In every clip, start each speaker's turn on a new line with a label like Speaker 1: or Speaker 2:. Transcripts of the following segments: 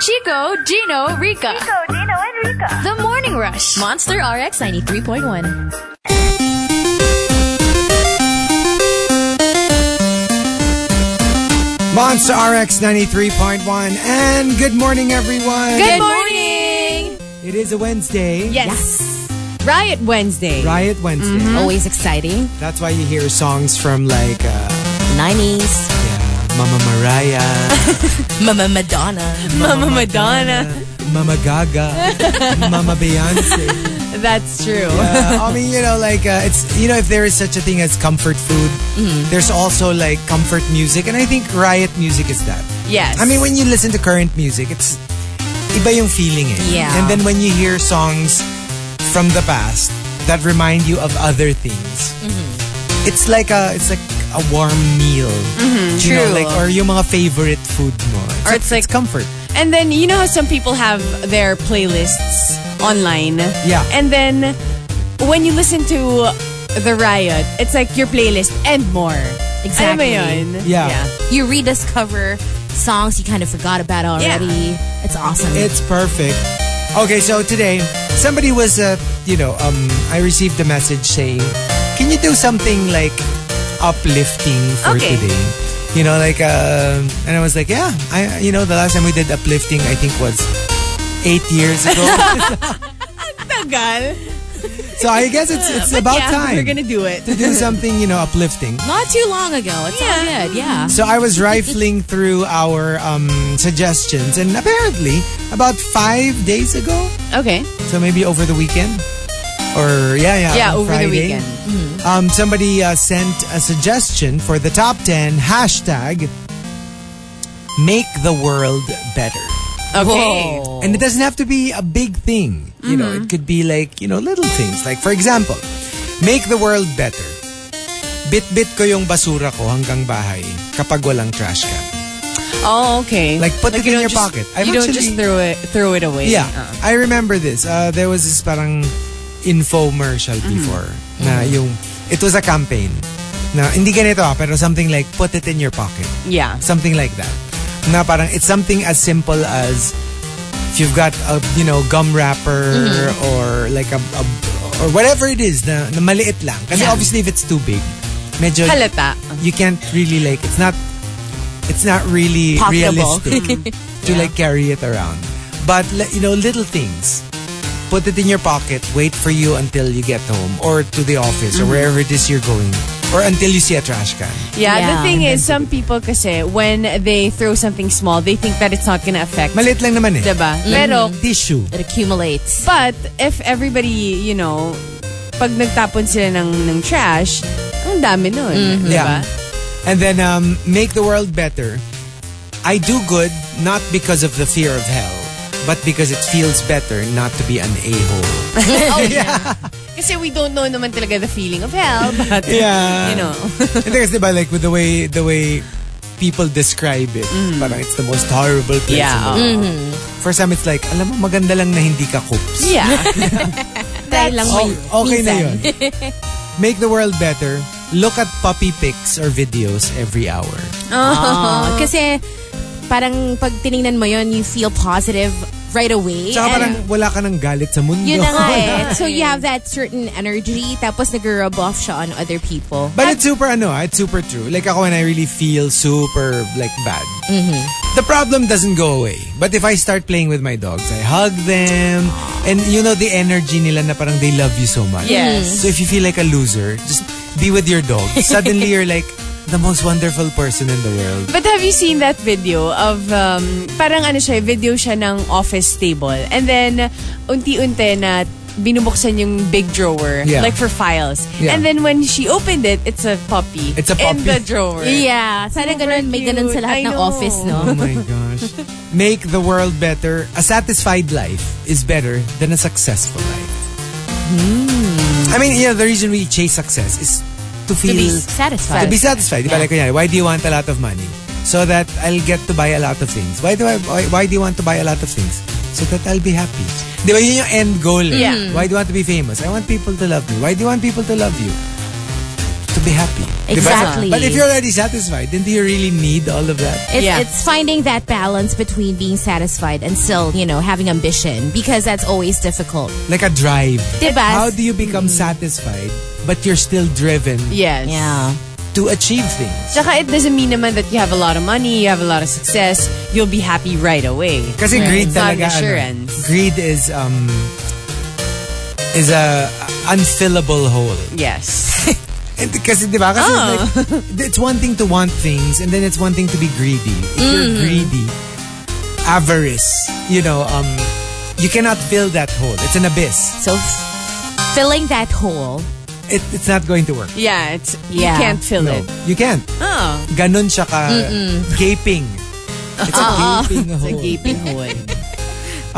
Speaker 1: Chico, Gino, Rika.
Speaker 2: Nico, Gino, and Rika.
Speaker 1: The Morning Rush.
Speaker 3: Monster RX 93.1.
Speaker 4: Monster RX 93.1. And good morning, everyone.
Speaker 1: Good morning.
Speaker 4: It is a Wednesday.
Speaker 3: Yes. Riot Wednesday.
Speaker 4: Riot Wednesday.
Speaker 3: Always exciting.
Speaker 4: That's why you hear songs from like uh,
Speaker 3: 90s.
Speaker 4: yeah, Mama Mariah,
Speaker 3: Mama Madonna. Mama Madonna.
Speaker 4: Mama Gaga, Mama Beyonce.
Speaker 3: That's true.
Speaker 4: Uh, I mean, you know, like uh, it's you know, if there is such a thing as comfort food,
Speaker 3: Mm-hmm.
Speaker 4: there's also like comfort music, and I think riot music is that.
Speaker 3: Yes.
Speaker 4: I mean, when you listen to current music, it's iba yung feeling eh.
Speaker 3: Yeah.
Speaker 4: And then when you hear songs from the past that remind you of other things,
Speaker 5: Mm-hmm.
Speaker 4: it's like a it's like a warm meal. You know,
Speaker 3: True.
Speaker 4: like or yung mga favorite food mo. It's,
Speaker 5: Or it's
Speaker 4: it's
Speaker 5: like-
Speaker 4: comfort.
Speaker 5: And then you know how some people have their playlists online.
Speaker 4: Yeah.
Speaker 5: And then when you listen to the riot, it's like your playlist and more. Alam mo
Speaker 3: Exactly.
Speaker 5: yun?
Speaker 4: Yeah.
Speaker 3: You rediscover songs you kind of forgot about already. It's awesome.
Speaker 4: It's perfect. Okay, so today somebody was uh, you know, um I received a message saying, "Can you do something like uplifting for
Speaker 5: Okay.
Speaker 4: today?" You know, like um and I was like, "Yeah, I you know, the last time we did uplifting I think was 8 years ago."
Speaker 5: Tagal.
Speaker 4: so I guess it's it's about
Speaker 5: yeah,
Speaker 4: time
Speaker 5: We're gonna do it.
Speaker 4: to do something, you know, uplifting.
Speaker 3: Not too long ago. It's all good. Yeah.
Speaker 4: So I was rifling through our um, suggestions, and apparently, about five days ago,
Speaker 5: Okay.
Speaker 4: So maybe over the weekend, or yeah, yeah,
Speaker 5: Yeah,
Speaker 4: on
Speaker 5: over the
Speaker 4: Friday.
Speaker 5: weekend. Mm-hmm.
Speaker 4: Um, somebody uh, sent a suggestion for the top ten hashtag. Make the world better,
Speaker 5: Okay.
Speaker 3: Whoa.
Speaker 4: and it doesn't have to be a big thing. You know,
Speaker 5: Mm-hmm.
Speaker 4: it could be like you know little things. Like for example, make the world better. Bit-bit ko yung basura ko hanggang bahay kapag walang trash can.
Speaker 5: Oh, okay.
Speaker 4: Like, put it in
Speaker 5: you don't
Speaker 4: your
Speaker 5: just-
Speaker 4: pocket. I've
Speaker 5: you don't
Speaker 4: actually-
Speaker 5: just throw it throw it away.
Speaker 4: Yeah,
Speaker 5: Uh,
Speaker 4: I remember this. Uh, there was this parang infomercial before na yung it was a campaign. Na hindi ganito ah, pero something like put it in your pocket.
Speaker 5: yeah.
Speaker 4: Something like that. Na parang it's something as simple as if you've got a you know gum wrapper or like a, a or whatever it is na, na maliit lang. Kasi
Speaker 5: Yeah.
Speaker 4: obviously if it's too big, medyo
Speaker 5: Halata.
Speaker 4: you can't really like it's not it's not really
Speaker 3: Pocketable.
Speaker 4: realistic to like carry it around but li- you know little things put it in your pocket wait for you until you get home or to the office
Speaker 5: Mm-hmm.
Speaker 4: or wherever it is you're going or until you see a trash can
Speaker 5: Yeah,
Speaker 3: Yeah.
Speaker 5: the thing is, some people kasi, when they throw something small, they think that it's not gonna affect.
Speaker 4: maliit lang naman eh
Speaker 5: Diba? Pero
Speaker 4: tissue
Speaker 3: It accumulates.
Speaker 5: But if everybody, you know, pag nagtapon sila ng, ng trash, ang dami nun. Diba? di
Speaker 4: Mm-hmm. yeah
Speaker 5: ba?
Speaker 4: and then um, make the world better I do good not because of the fear of hell but because it feels better not to be an a-hole
Speaker 5: Kasi we don't know naman talaga the feeling of hell. But,
Speaker 4: Yeah.
Speaker 5: you know.
Speaker 4: And there's, diba, like with the way the way people describe it,
Speaker 3: Mm.
Speaker 4: parang it's the most horrible place.
Speaker 5: Yeah.
Speaker 4: In the world.
Speaker 3: Mm-hmm.
Speaker 4: For some, it's like, alam mo, maganda lang na hindi ka coops.
Speaker 5: yeah.
Speaker 3: Dahil lang
Speaker 4: O-
Speaker 3: may-
Speaker 4: okay na
Speaker 3: minsan.
Speaker 4: yun. Make the world better. Look at puppy pics or videos every hour.
Speaker 3: Ah, kasi parang pag tiningnan mo yun, you feel positive right away.
Speaker 4: Tsaka
Speaker 3: And
Speaker 4: parang wala ka ng galit sa mundo.
Speaker 3: yun na nga eh. So you have that certain energy tapos nag-rub off siya on other people.
Speaker 4: But it's super ano, ah, it's super true. Like ako when I really feel super like bad.
Speaker 3: Mm-hmm.
Speaker 4: The problem doesn't go away. But if I start playing with my dogs, I hug them and you know the energy nila na parang they love you so much.
Speaker 5: Yes.
Speaker 4: So if you feel like a loser, just be with your dog. Suddenly you're like the most wonderful person in the world.
Speaker 5: But have you seen that video of, um, parang ano siya, video siya ng office table. And then, unti-unti na binubuksan yung big drawer.
Speaker 4: Yeah.
Speaker 5: Like for files.
Speaker 4: Yeah.
Speaker 5: And then when she opened it, it's a puppy.
Speaker 4: It's a
Speaker 5: In the
Speaker 4: puppy.
Speaker 5: drawer.
Speaker 3: Yeah, sana ganun, may ganun sa
Speaker 5: cute. I
Speaker 3: lahat ng
Speaker 5: know.
Speaker 3: office, no?
Speaker 4: Oh my gosh. Make the world better. A satisfied life is better than a successful life. I mean, yeah, the reason we chase success is
Speaker 3: Hmm. To
Speaker 4: to feel
Speaker 3: be satisfied.
Speaker 4: To be satisfied. Diba? Like, kunyari, why do you want a lot of money? So that I'll get to buy a lot of things. Why do I? Why, why do you want to buy a lot of things? So that I'll be happy. Diba? Yun yung end goal. eh.
Speaker 5: Yeah.
Speaker 4: Why do you want to be famous? I want people to love me. Why do you want people to love you? To to be happy. Di ba?
Speaker 3: Exactly.
Speaker 4: But if you're already satisfied, then do you really need all of that?
Speaker 3: It's,
Speaker 5: Yeah.
Speaker 3: it's finding that balance between being satisfied and still, you know, having ambition because that's always difficult.
Speaker 4: Like a drive.
Speaker 3: Diba?
Speaker 4: How do you become satisfied but you're still driven
Speaker 5: Yes.
Speaker 3: Yeah.
Speaker 4: to achieve things?
Speaker 5: Tsaka it doesn't mean naman that you have a lot of money, you have a lot of success, you'll be happy right away.
Speaker 4: Kasi greed
Speaker 5: It's not an
Speaker 4: talaga. ano,
Speaker 5: assurance.
Speaker 4: greed is um is a unfillable hole.
Speaker 5: Yes.
Speaker 4: And kasi di ba?
Speaker 3: Oh.
Speaker 4: Kasi it's like, it's one thing to want things and then it's one thing to be greedy. If you're
Speaker 3: Mm-hmm.
Speaker 4: greedy, avarice, you know, um, you cannot fill that hole. It's an abyss.
Speaker 3: So f- filling that hole.
Speaker 4: It, it's not going to work.
Speaker 5: yeah, it's you
Speaker 3: Yeah.
Speaker 5: can't fill
Speaker 4: No,
Speaker 5: it.
Speaker 4: you can't.
Speaker 5: Oh.
Speaker 4: Ganun siya ka gaping. It's a gaping hole.
Speaker 5: Ah.
Speaker 4: Um,
Speaker 5: It's a gaping hole.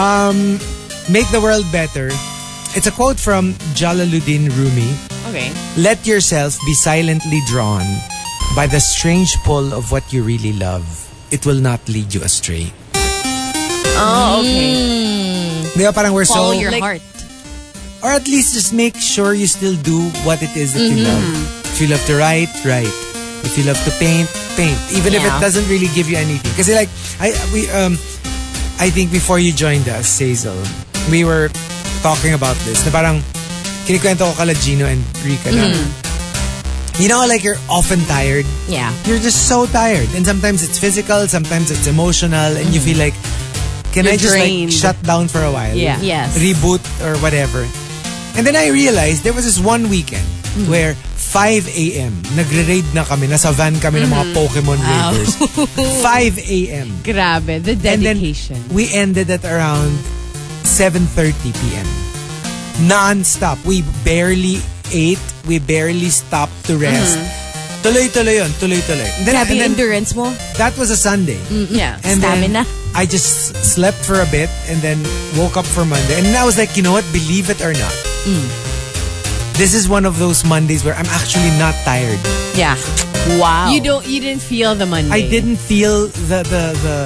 Speaker 4: Make the world better. It's a quote from Jalaluddin Rumi.
Speaker 5: Okay.
Speaker 4: Let yourself be silently drawn by the strange pull of what you really love. It will not lead you astray.
Speaker 5: Oh, okay.
Speaker 4: Di ba parang we're
Speaker 3: Follow
Speaker 4: so...
Speaker 3: your
Speaker 5: like-
Speaker 3: heart.
Speaker 4: or at least just make sure you still do what it is that you love. If you love to write, write. If you love to paint, paint. Even if it
Speaker 3: Yeah.
Speaker 4: doesn't really give you anything. Because like I we um I think before you joined us, Hazel, we were talking about this. Na parang kinikwento ko kala Gino and Rika na, you know, like you're often tired.
Speaker 3: Yeah.
Speaker 4: You're just so tired. And sometimes it's physical, sometimes it's emotional, and you feel like, can
Speaker 5: You're
Speaker 4: I just
Speaker 5: drained.
Speaker 4: like shut down for a while?
Speaker 5: Yeah.
Speaker 3: Yes.
Speaker 4: reboot or whatever. And then I realized there was this one weekend
Speaker 3: Mm-hmm.
Speaker 4: where 5 a.m. nagre-raid na kami. Nasa van kami ng
Speaker 3: Mm-hmm.
Speaker 4: mga Pokemon Raiders. 5 a.m.
Speaker 5: Grabe, the
Speaker 4: And then
Speaker 5: dedication.
Speaker 4: we ended at around 7.30 p.m. Non-stop. We barely ate. We barely stopped to rest. Tuloy-tuloy yun. Tuloy-tuloy. And then,
Speaker 3: Grabe Mm-hmm.
Speaker 4: and
Speaker 3: yung
Speaker 4: then
Speaker 3: endurance mo. Mm.
Speaker 4: that was a Sunday.
Speaker 5: yeah.
Speaker 4: And
Speaker 3: Stamina.
Speaker 4: Then, I just slept for a bit and then woke up for Monday. And I was like, you know what? Believe it or not.
Speaker 5: Mm.
Speaker 4: This is one of those Mondays where I'm actually not tired.
Speaker 5: yeah.
Speaker 3: Wow.
Speaker 5: You don't you didn't feel the Monday.
Speaker 4: I didn't feel the the the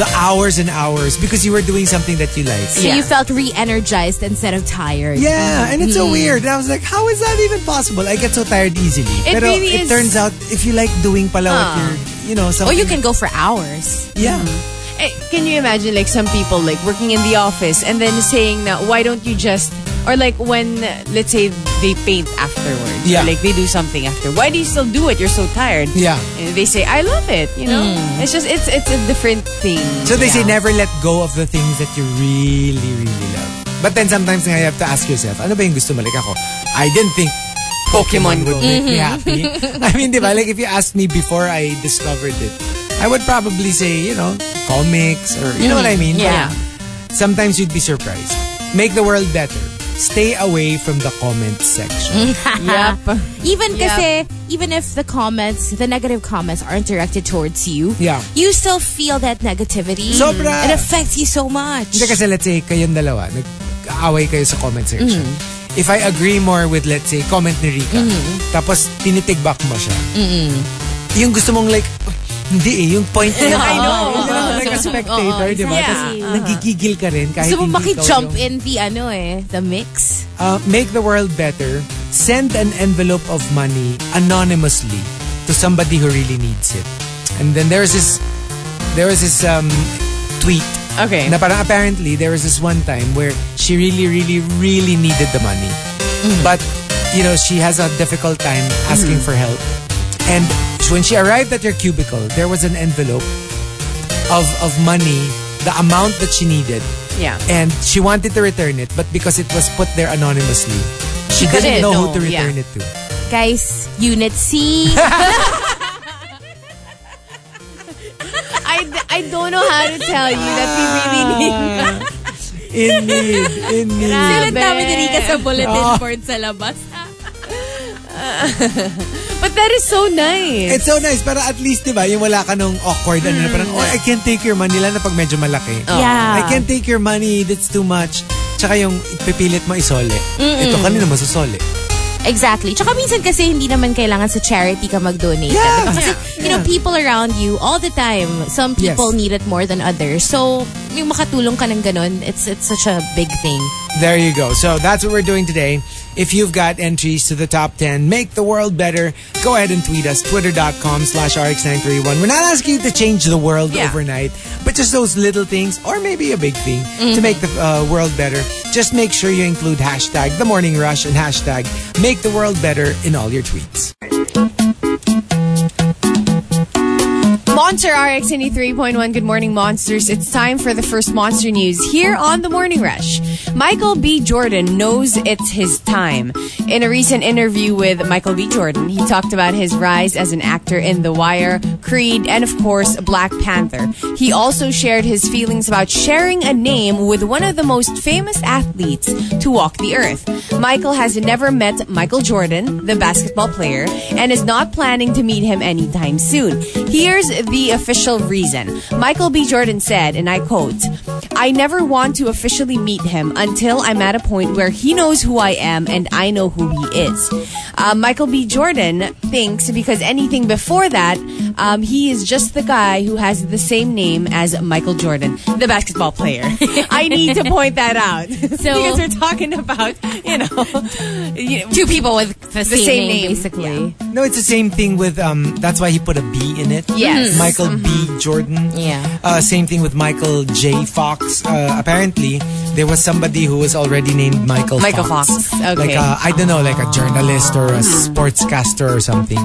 Speaker 4: the hours and hours because you were doing something that you like.
Speaker 3: So
Speaker 5: Yeah.
Speaker 3: you felt re-energized instead of tired.
Speaker 4: Yeah, and it's so
Speaker 5: Mm.
Speaker 4: weird. And I was like, how is that even possible? I get so tired easily.
Speaker 5: It
Speaker 4: Pero
Speaker 5: really
Speaker 4: it
Speaker 5: is-
Speaker 4: turns out if you like doing pala what
Speaker 5: Ah.
Speaker 4: you're, you know,
Speaker 3: Or
Speaker 4: something.
Speaker 3: you can go for hours.
Speaker 4: Yeah.
Speaker 5: Eh, can you imagine like some people like working in the office and then saying na why don't you just or like when uh, let's say they paint afterwards
Speaker 4: Yeah.
Speaker 5: or like they do something after why do you still do it you're so tired
Speaker 4: Yeah. Mm.
Speaker 5: and they say I love it you know it's just it's it's a different thing
Speaker 4: So they say never let go of the things that you really, really love. But then sometimes nga you have to ask yourself, ano ba yung gusto mo? Like ako, I didn't think Pokemon would Mm-hmm. make me happy. I mean, di ba? Like if you asked me before I discovered it, I would probably say, you know, comics or you know what I mean?
Speaker 5: Yeah.
Speaker 4: But sometimes you'd be surprised. Make the world better. Stay away from the comment section.
Speaker 5: yep
Speaker 3: Even
Speaker 5: Yeah.
Speaker 3: kasi, even if the comments, the negative comments aren't directed towards you,
Speaker 4: Yeah.
Speaker 3: you still feel that negativity.
Speaker 4: Sobra.
Speaker 3: It affects you so much.
Speaker 4: Hindi kasi let's say kayong dalawa, nag-aaway kayo sa comment section. If I agree more with let's say comment ni Rika, tapos tinitigbak mo siya. Yung gusto mong like, "Uy, hindi eh, yung point na yun.
Speaker 5: I know.
Speaker 4: Hindi naman like a spectator,
Speaker 3: Oo,
Speaker 4: di ba?
Speaker 5: exactly.
Speaker 4: Tapos nagigigil ka rin kahit
Speaker 3: Gusto mo
Speaker 4: hindi ikaw
Speaker 3: maki-jump
Speaker 4: yung-
Speaker 3: in the ano eh, the mix?
Speaker 4: Uh, make the world better. Send an envelope of money anonymously to somebody who really needs it. And then there's this, there was this um, tweet
Speaker 5: okay
Speaker 4: Na parang apparently, there was this one time where she really, really, really needed the money. But, you know, she has a difficult time asking for help. And when she arrived at your cubicle, there was an envelope of, of money, the amount that she needed.
Speaker 5: Yeah.
Speaker 4: And she wanted to return it, but because it was put there anonymously, she,
Speaker 5: couldn't,
Speaker 4: didn't know
Speaker 5: no,
Speaker 4: who to
Speaker 5: yeah.
Speaker 4: return it to.
Speaker 3: Guys, Unit C.
Speaker 5: I, I don't know how to tell you that we really
Speaker 4: Ah.
Speaker 5: need
Speaker 4: In need, in need.
Speaker 3: Sulat namin ni Rika sa bulletin
Speaker 4: Ah.
Speaker 3: board sa labas.
Speaker 5: but that is so nice
Speaker 4: It's so nice, pero at least, di ba, yung wala ka nung awkward, ano na
Speaker 5: Mm-hmm.
Speaker 4: parang, oh, I can't take your money, lalo na pag medyo malaki.
Speaker 5: Oh.
Speaker 3: Yeah.
Speaker 4: I can't take your money, that's too much. Tsaka yung pipilit mo isole. Ito, kanina masasole.
Speaker 3: Exactly. Tsaka minsan kasi hindi naman kailangan sa charity ka mag-donate.
Speaker 4: Yeah.
Speaker 3: Diba? Kasi, you know, people around you all the time, some people
Speaker 4: Yes.
Speaker 3: need it more than others. So, yung makatulong ka ng ganun, it's, it's such a big thing.
Speaker 4: There you go. So that's what we're doing today. If you've got entries to the top 10, make the world better, go ahead and tweet us, twitter.com slash rx931. We're not asking you to change the world
Speaker 5: Yeah.
Speaker 4: overnight, but just those little things, or maybe a big thing, to make the uh, world better. Just make sure you include hashtag the morning rush and hashtag make the world better in all your tweets.
Speaker 5: Monster RX 3.1. Good morning, monsters. It's time for the first monster news here on The Morning Rush. Michael B. Jordan knows it's his time. In a recent interview with Michael B. Jordan, he talked about his rise as an actor in The Wire, Creed, and of course, Black Panther. He also shared his feelings about sharing a name with one of the most famous athletes to walk the earth. Michael has never met Michael Jordan, the basketball player, and is not planning to meet him anytime soon. Here's the official reason. Michael B. Jordan said, and I quote, I never want to officially meet him until I'm at a point where he knows who I am and I know who he is. Uh, Michael B. Jordan thinks because anything before that, um, he is just the guy who has the same name as Michael Jordan, the basketball player. I need to point that out. because we're talking about, you know, you-
Speaker 3: Two people with the, same,
Speaker 5: same
Speaker 3: name,
Speaker 5: name,
Speaker 3: basically.
Speaker 4: No, it's the same thing with um. That's why he put a B in it. Mm-hmm.
Speaker 5: Yes. Mm-hmm.
Speaker 4: Michael B. Jordan.
Speaker 3: Yeah.
Speaker 4: Uh, same thing with Michael J. Fox. Uh, apparently, there was somebody who was already named Michael.
Speaker 5: Michael
Speaker 4: Fox.
Speaker 5: Fox, okay. Mm-hmm.
Speaker 4: Like uh, I don't know, like a journalist or a sportscaster or something.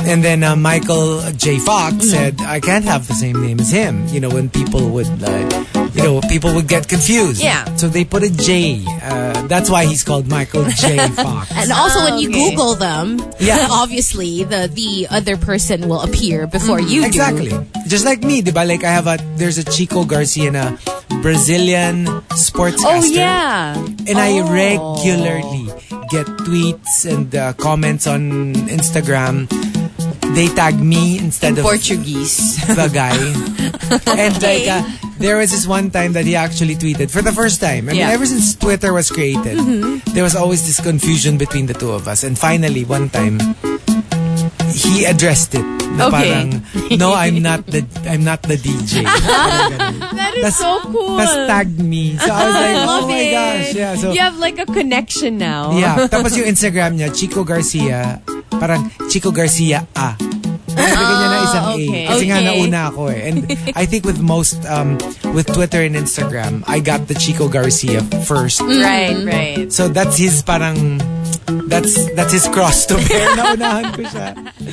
Speaker 4: And then uh, Michael J. Fox
Speaker 5: Mm-hmm.
Speaker 4: said, "I can't have the same name as him." You know, when people would like, you know, people would get confused.
Speaker 5: Yeah.
Speaker 4: So they put a J. Uh, that's why he's called Michael J. Fox.
Speaker 3: And also, when you
Speaker 5: Ah, okay.
Speaker 3: Google them,
Speaker 4: Yeah.
Speaker 3: obviously the the other person will appear before you
Speaker 4: Mm-hmm. Exactly.
Speaker 3: do.
Speaker 4: Just like me, diba? Like I have a there's a Chico Garcia na Brazilian sportscaster.
Speaker 5: oh, yeah. Oh.
Speaker 4: And I regularly get tweets and uh, comments on Instagram. They tag me instead of
Speaker 5: Portuguese.
Speaker 4: the guy. and like, uh, there was this one time that he actually tweeted for the first time. I mean,
Speaker 5: Yeah.
Speaker 4: ever since Twitter was created, there was always this confusion between the two of us. And finally, one time, he addressed it. Na
Speaker 5: Okay.
Speaker 4: parang, no, I'm not the I'm not the DJ.
Speaker 5: That is
Speaker 4: Tas-
Speaker 5: so cool.
Speaker 4: Tapos tagged me. So I was like, oh my gosh. Yeah, so,
Speaker 5: you have like a connection now.
Speaker 4: yeah. Tapos yung Instagram niya, Chico Garcia, parang Chico Garcia A. Nilagyan niya na isang
Speaker 5: Ah, okay.
Speaker 4: A. Kasi nga
Speaker 5: Okay.
Speaker 4: nauna ako eh. And I think with most, um, with Twitter and Instagram, I got the Chico Garcia first.
Speaker 5: Right, right.
Speaker 4: So that's his parang, that's that's his cross to bear. Naunahan ko siya.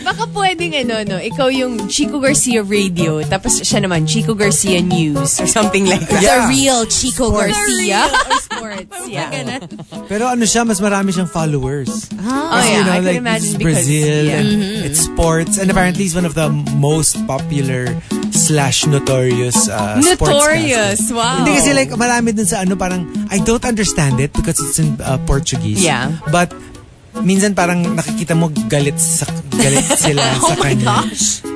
Speaker 5: Baka pwedeng ano, no, ikaw yung Chico Garcia Radio, tapos siya naman, Chico Garcia News or something like that.
Speaker 3: The
Speaker 4: Yeah.
Speaker 3: real Chico Garcia.
Speaker 5: or sports, yeah.
Speaker 4: Pero ano siya, mas marami siyang followers.
Speaker 5: Oh,
Speaker 4: Kasi,
Speaker 5: yeah,
Speaker 4: you know,
Speaker 5: I
Speaker 4: like
Speaker 5: can imagine
Speaker 4: this is
Speaker 5: because,
Speaker 4: Brazil
Speaker 5: yeah. Mm-hmm.
Speaker 4: and it's sports and apparently he's one of the most popular slash notorious uh,
Speaker 5: Notorious,
Speaker 4: sportscasters.
Speaker 5: wow.
Speaker 4: Hindi kasi like marami dun sa ano parang I don't understand it because it's in uh, Portuguese.
Speaker 5: Yeah.
Speaker 4: But minsan parang nakikita mo galit sa galit sila sa kanya.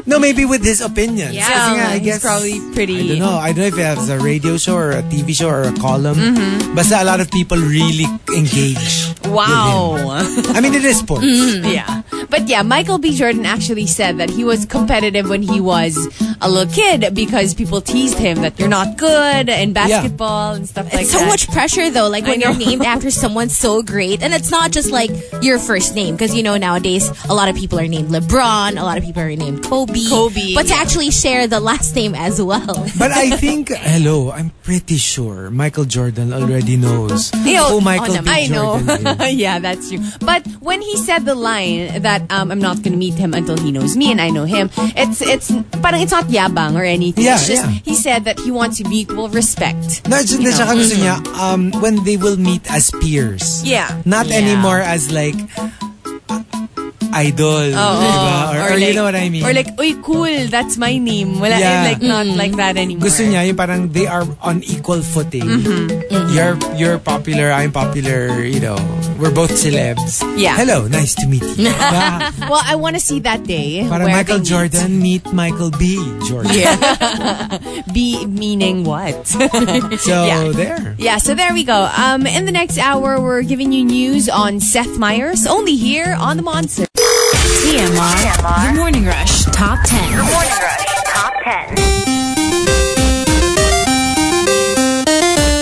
Speaker 4: No, maybe with his opinions.
Speaker 5: Oh Yeah,
Speaker 4: Kasi nga, I
Speaker 5: he's
Speaker 4: guess,
Speaker 5: probably pretty-
Speaker 4: I don't know. I don't know if it has a radio show or a TV show or a column.
Speaker 5: Mm-hmm.
Speaker 4: Basta a lot of people really engage. with him.
Speaker 5: Wow. Mm-hmm.
Speaker 4: I mean, it is sports.
Speaker 5: yeah. But yeah, Michael B. Jordan actually said that he was competitive when he was a little kid because people teased him that you're not good in basketball and stuff like
Speaker 3: It's so
Speaker 5: that.
Speaker 3: much pressure though, like when
Speaker 5: I
Speaker 3: you're
Speaker 5: know.
Speaker 3: named after someone so great. And it's not just like your first name, because you know nowadays a lot of people are named LeBron, a lot of people are named Kobe.
Speaker 5: Kobe,
Speaker 3: But to
Speaker 5: yeah.
Speaker 3: actually share the last name as well.
Speaker 4: But I think, hello, I'm pretty sure Michael Jordan already knows who
Speaker 5: Yo,
Speaker 3: oh,
Speaker 4: Michael B.
Speaker 5: I know.
Speaker 4: Jordan is.
Speaker 5: yeah, that's true. But when he said the line that um, I'm not going to meet him until he knows me and I know him, it's it's parang it's not yabang or anything.
Speaker 4: Yeah,
Speaker 5: it's just
Speaker 4: yeah.
Speaker 5: he said that he wants to be equal respect.
Speaker 4: No, it's
Speaker 5: You
Speaker 4: just
Speaker 5: know.
Speaker 4: gusto niya, um, when they will meet as peers.
Speaker 5: Yeah.
Speaker 4: Not
Speaker 5: Yeah.
Speaker 4: anymore as like, uh, idol. diba? Or, or you
Speaker 5: like-
Speaker 4: know what I mean?
Speaker 5: Or like, uy, cool, that's my name. Wala, eh,
Speaker 4: Yeah.
Speaker 5: like, not like that anymore.
Speaker 4: gusto niya yung parang they are on equal footing.
Speaker 5: Mm-hmm.
Speaker 4: You're you're popular, I'm popular, you know. We're both celebs.
Speaker 5: Yeah.
Speaker 4: Hello, nice to meet you. Diba?
Speaker 5: Well, I want to see that day.
Speaker 4: Parang
Speaker 5: where
Speaker 4: Michael
Speaker 5: they
Speaker 4: Jordan meet Michael B. Jordan.
Speaker 5: meet. Be meaning what?
Speaker 4: So
Speaker 5: Yeah.
Speaker 4: there.
Speaker 5: Yeah, so there we go. Um, in the next hour, we're giving you news on Seth Meyers, only here on The Monster.
Speaker 2: TMR. The Morning Rush Top 10. The Morning Rush Top 10.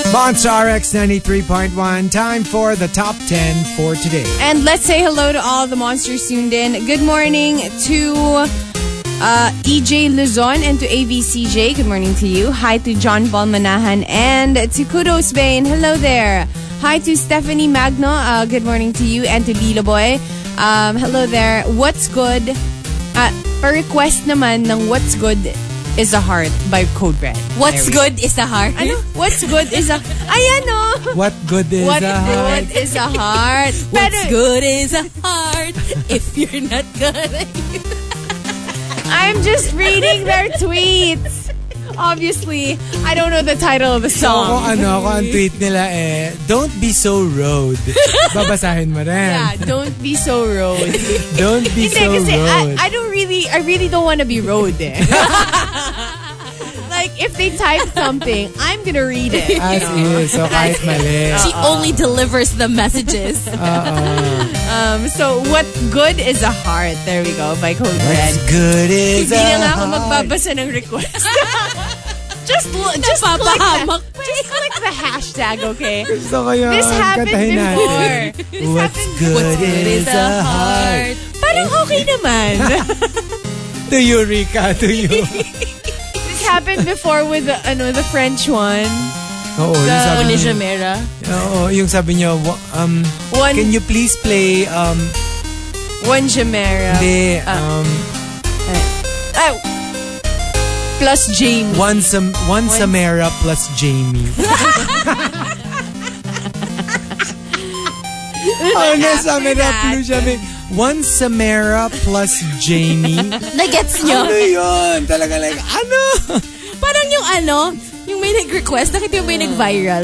Speaker 4: Monster, Monster RX 93.1. Time for the top 10 for today.
Speaker 5: And let's say hello to all the monsters tuned in. Good morning to uh, EJ Luzon and to ABCJ. Good morning to you. Hi to John Paul Manahan and to Kudos Bain. Hello there. Hi to Stephanie Magno. Uh, good morning to you and to Lilo Boy. Um, hello there. What's good? Uh, request naman ng What's Good is a Heart by Code Red.
Speaker 3: What's
Speaker 5: There we
Speaker 3: good is the heart.
Speaker 5: Ano? What's good is a... Ayan oh. o!
Speaker 4: What good is
Speaker 5: What
Speaker 4: a heart?
Speaker 5: good is a heart?
Speaker 3: What's
Speaker 5: Pero-
Speaker 3: good is a heart if you're not good.
Speaker 5: I'm just reading their tweets. Obviously, I don't know the title of the
Speaker 4: Kung
Speaker 5: song.
Speaker 4: ano, kung ang tweet nila eh, don't be so rude. Babasahin mo rin.
Speaker 5: Yeah, don't be so rude.
Speaker 4: Don't be
Speaker 5: Hindi,
Speaker 4: so
Speaker 5: kasi
Speaker 4: rude.
Speaker 5: I, I don't really, I really don't want to be rude eh. like, if they type something, I'm gonna read it.
Speaker 4: As is. So kahit mali.
Speaker 3: She only delivers the messages.
Speaker 5: Um, so, what good is a heart? There we go, by Code
Speaker 4: What's
Speaker 5: Red.
Speaker 4: good is
Speaker 5: Hindi
Speaker 4: a
Speaker 5: na lang ako
Speaker 4: heart.
Speaker 5: magbabasa ng request. just, l- just click the,
Speaker 3: Napapahamak.
Speaker 5: just click the hashtag, okay?
Speaker 4: Gusto ko yun.
Speaker 5: This happened
Speaker 4: Kantahin natin.
Speaker 5: before. This
Speaker 4: What's
Speaker 5: happened
Speaker 4: good,
Speaker 5: before.
Speaker 4: is a heart.
Speaker 5: Parang okay naman.
Speaker 4: To you, Rika. To you.
Speaker 5: this happened before with the, ano, the French one.
Speaker 4: Oo, yung sabi niya.
Speaker 3: Jamera.
Speaker 4: Oo, yung sabi niya, wa- um,
Speaker 5: One,
Speaker 4: can you please play, um,
Speaker 5: one Jamera.
Speaker 4: hindi, um,
Speaker 5: Oh. Plus James.
Speaker 4: one, Sam- one Samara plus Jamie. oh, na Samara plus Jamie. One Samara plus Jamie.
Speaker 3: Nagets nyo?
Speaker 4: ano yun? Talaga like, ano?
Speaker 3: Parang yung ano, yung may nag-request, nakita yung may nag-viral.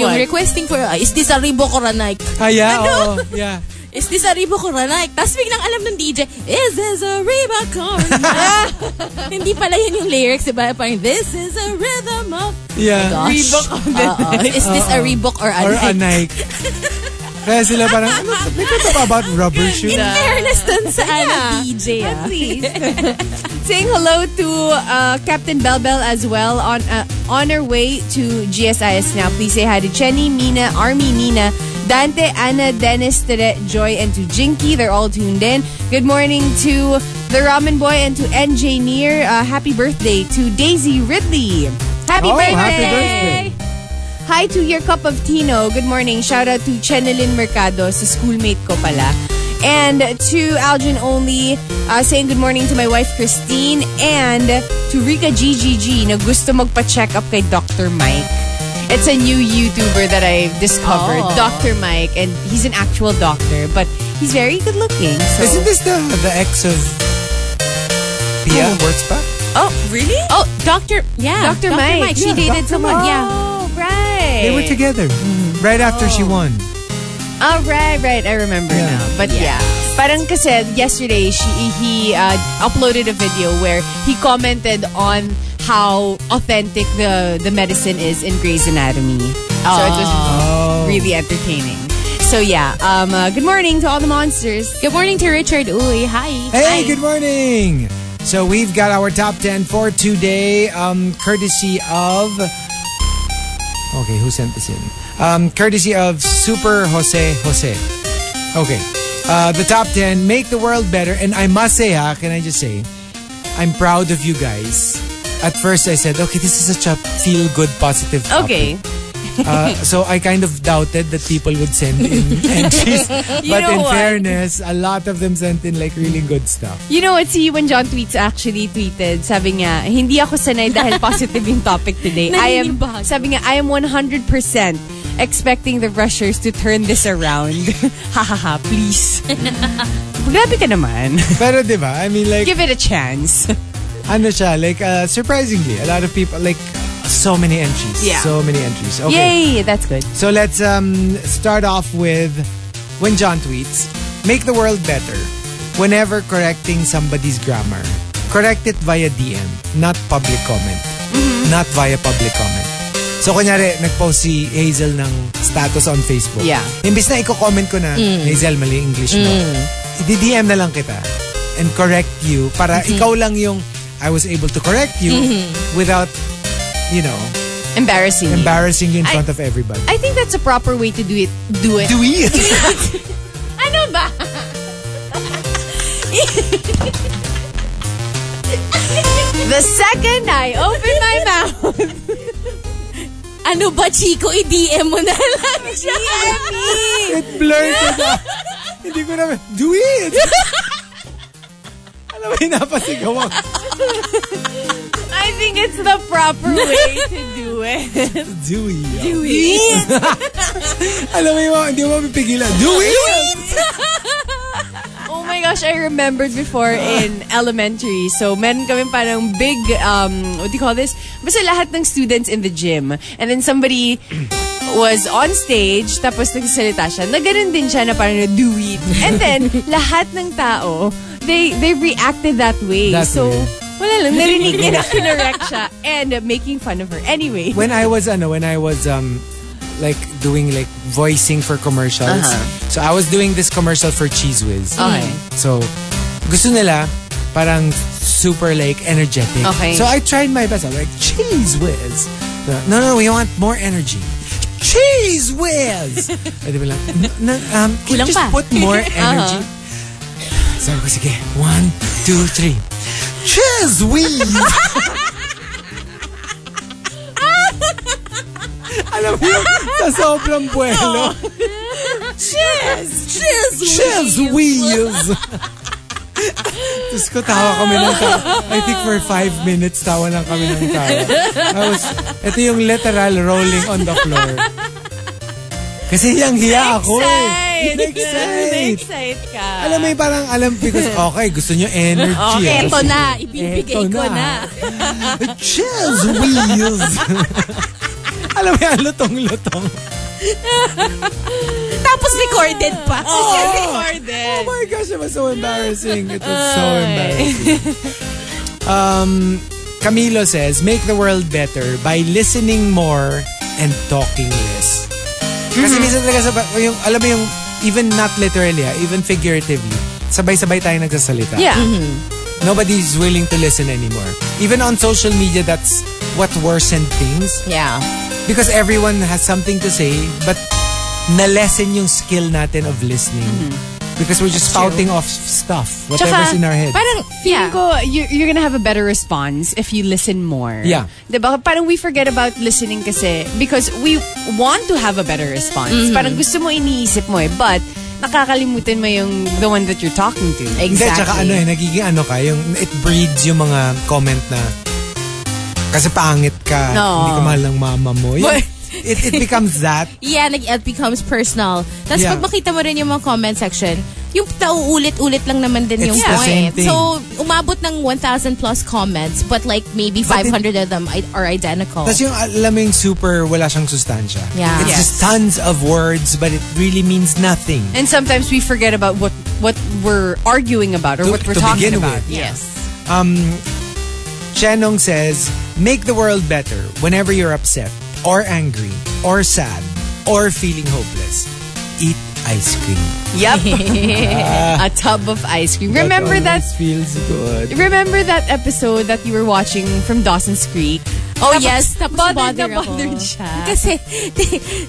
Speaker 3: Yung
Speaker 5: What?
Speaker 3: requesting for, uh, is this a Ribo Koranak?
Speaker 4: Kaya,
Speaker 3: Ano?
Speaker 4: oo. Yeah.
Speaker 3: Is this a Ribo Koranak? Tapos biglang alam ng DJ, is this a Ribo Koranak? Hindi pala yun yung lyrics, diba? Parang, this is a rhythm of...
Speaker 4: Yeah.
Speaker 3: Oh Gosh.
Speaker 5: Reebok of the
Speaker 3: Oo. Is this a Reebok or a
Speaker 4: Or a
Speaker 3: Nike?
Speaker 4: Nike. Kaya sila parang, ano, may kwento ba about rubber shoes?
Speaker 3: In fairness dun sa ano, DJ, ah.
Speaker 5: Please. Saying hello to uh, Captain Belbel as well on uh, on her way to GSIS now. Please say hi to Chenny, Mina, Army, Nina, Dante, Anna, Dennis, Tere, Joy, and to Jinky. They're all tuned in. Good morning to the Ramen Boy and to NJ Near. Uh, happy birthday to Daisy Ridley. Happy
Speaker 4: Oh,
Speaker 5: birthday!
Speaker 4: happy birthday.
Speaker 5: Hi to your cup of Tino. Good morning. Shout out to Chenelin Mercado, sa schoolmate ko pala. And to Algin Only, uh, saying good morning to my wife Christine and to Rika GGG na gusto magpa-check up kay Dr. Mike. It's a new YouTuber that I've discovered,
Speaker 3: Oh.
Speaker 5: Dr. Mike, and he's an actual doctor, but he's very good looking. So.
Speaker 4: Isn't this the, the ex of Pia Wurzbach?
Speaker 5: oh, really?
Speaker 3: Oh, Dr. Yeah.
Speaker 5: Dr. Mike.
Speaker 3: She
Speaker 5: Yeah,
Speaker 3: dated
Speaker 4: Dr.
Speaker 3: someone.
Speaker 4: Mike.
Speaker 3: Yeah.
Speaker 5: Oh, right.
Speaker 4: They were together
Speaker 3: Mm-hmm.
Speaker 4: right after she won.
Speaker 5: Oh, right, right. I remember
Speaker 4: Yeah.
Speaker 5: now. But yeah. Parang kasi yesterday, she, he uh, uploaded a video where he commented on how authentic the, the medicine is in Grey's Anatomy. So it was
Speaker 4: Oh.
Speaker 5: really entertaining. So yeah, um, uh, good morning to all the monsters.
Speaker 3: Good morning to Richard Uy. Hi.
Speaker 4: Hey, good morning. So we've got our top 10 for today, um, courtesy of. Okay, who sent this in? Um, courtesy of Super Jose Jose. Okay. Uh, the top 10 make the world better. And I must say, ha, can I just say, I'm proud of you guys. At first, I said, okay, this is such a feel good, positive topic.
Speaker 5: Okay.
Speaker 4: Uh, so I kind of doubted that people would send in entries. but
Speaker 5: know
Speaker 4: in
Speaker 5: what?
Speaker 4: fairness, a lot of them sent in like really good stuff.
Speaker 5: You know what, si When John Tweets actually tweeted, sabi niya, hindi ako sanay dahil positive yung topic today. I am,
Speaker 3: Naninibago.
Speaker 5: sabi niya, I am 100% expecting the rushers to turn this around. ha ha ha, please. Grabe ka naman.
Speaker 4: Pero di ba? I mean like,
Speaker 5: Give it a chance.
Speaker 4: ano siya, like uh, surprisingly, a lot of people, like so many entries.
Speaker 5: Yeah.
Speaker 4: So many entries. Okay.
Speaker 5: Yay, that's good.
Speaker 4: So let's um, start off with when John tweets, make the world better whenever correcting somebody's grammar. Correct it via DM, not public comment.
Speaker 5: Mm-hmm.
Speaker 4: Not via public comment. So kunyari, nagpost si Hazel ng status on Facebook.
Speaker 5: Yeah. Mm.
Speaker 4: Imbis na i-comment ko na, Hazel, mali yung English mo. I-DM na lang kita and correct you
Speaker 5: Mm-hmm.
Speaker 4: para ikaw lang yung I was able to correct you without, you know,
Speaker 5: Embarrassing. you.
Speaker 4: Embarrassing you in
Speaker 5: Mm. I-
Speaker 4: front of everybody.
Speaker 5: I think that's a proper way to do it. Do it.
Speaker 4: Do we?
Speaker 5: ano ba? the second I open my mouth.
Speaker 3: Ano ba, Chico? I-DM mo na lang siya.
Speaker 5: E.
Speaker 4: It blurted out. Hindi ko na, do it! Alam mo, hinapasigaw ako.
Speaker 5: I think it's the proper way to do it.
Speaker 4: Do it. Do Alam mo yung mga- hindi mo mapipigilan. Do it!
Speaker 5: Oh my gosh, I remembered before in elementary. So, meron kami parang big, um, what do you call this? Basta lahat ng students in the gym. And then somebody was on stage, tapos nagsalita siya. Na ganun din siya na parang do it. And then, lahat ng tao, they they reacted that way.
Speaker 4: That
Speaker 5: so,
Speaker 4: way.
Speaker 5: wala lang, narinig niya na kinorek siya. And uh, making fun of her. Anyway.
Speaker 4: When I was, ano, when I was, um, like, doing, like, voicing for commercials. So, I was doing this commercial for Cheese Whiz.
Speaker 5: Okay.
Speaker 4: So, gusto nila, parang super, like, energetic.
Speaker 5: Okay.
Speaker 4: So, I tried my best. I'm like, Cheese Whiz. No, no, no, we want more energy. Cheese Whiz! Ay, di ba lang, "No, no, um, can you
Speaker 3: Kulang
Speaker 4: just
Speaker 3: pa."
Speaker 4: put more energy? Sabi ko, sige, one, two, three. Cheese Whiz! Alam mo yun, sa sobrang buwelo.
Speaker 3: Cheers!
Speaker 4: Chef's wheels. Tapos ko tawa kami ng tawa. I think for five minutes tawa lang kami ng tawa. Tapos, ito yung literal rolling on the floor. Kasi hiyang hiya ako eh. Na-excite.
Speaker 5: Na-excite ka.
Speaker 4: Alam mo yung parang alam because okay, gusto nyo energy.
Speaker 3: Okay,
Speaker 4: eh.
Speaker 3: eto na. Ibibigay
Speaker 4: Eto
Speaker 3: ko na.
Speaker 4: Chef's wheels. alam mo yan, lutong-lutong.
Speaker 3: Tapos recorded pa.
Speaker 4: Oh my gosh, it was so embarrassing. It was so embarrassing. Um, Camilo says, make the world better by listening more and talking less. Kasi minsan talaga, sa, yung, alam mo yung, even not literally, ah, even figuratively, sabay-sabay tayo nagsasalita.
Speaker 5: Yeah.
Speaker 4: Nobody's willing to listen anymore. Even on social media, that's what worsened things.
Speaker 3: Yeah.
Speaker 4: Because everyone has something to say, but na-lessen yung skill natin of listening.
Speaker 5: Mm-hmm.
Speaker 4: Because we're just spouting off stuff, whatever's in our head.
Speaker 5: Parang,
Speaker 3: Yeah.
Speaker 5: feeling ko, you're, you're gonna have a better response if you listen more.
Speaker 4: Yeah.
Speaker 5: Diba? Parang we forget about listening kasi because we want to have a better response.
Speaker 3: Mm-hmm.
Speaker 5: Parang gusto mo, iniisip mo eh. But, nakakalimutan mo yung the one that you're talking to.
Speaker 4: Hindi, tsaka ano eh, nagiging ano ka, yung it breeds yung mga comment na, kasi pangit ka,
Speaker 5: No.
Speaker 4: hindi ka mahal ng mama mo. Yung-
Speaker 5: But-
Speaker 4: it, it becomes that.
Speaker 3: Yeah, nag it becomes personal. Tapos
Speaker 4: Yeah.
Speaker 3: pag makita mo rin yung mga comment section, yung nauulit-ulit lang naman din
Speaker 4: It's
Speaker 3: yung
Speaker 4: the same
Speaker 3: point.
Speaker 4: thing.
Speaker 3: So, umabot ng 1,000 plus comments, but like maybe 500 of them i- are identical.
Speaker 4: Tapos yung, alam mo yung super, wala siyang sustansya.
Speaker 3: Yeah.
Speaker 4: It's
Speaker 5: Yes.
Speaker 4: just tons of words, but it really means nothing.
Speaker 5: And sometimes we forget about what what we're arguing about or
Speaker 4: To-
Speaker 5: what we're
Speaker 4: to
Speaker 5: talking
Speaker 4: begin with.
Speaker 5: about. Yes.
Speaker 4: Chenong says, make the world better whenever you're upset or angry or sad or feeling hopeless. Eat ice cream.
Speaker 5: Yep. a tub of ice cream. Remember that
Speaker 4: always feels good.
Speaker 5: Remember that episode that you were watching from Dawson's Creek?
Speaker 3: Oh yes, tapos
Speaker 5: bothered na
Speaker 3: bother ako.
Speaker 5: bothered siya.
Speaker 3: Kasi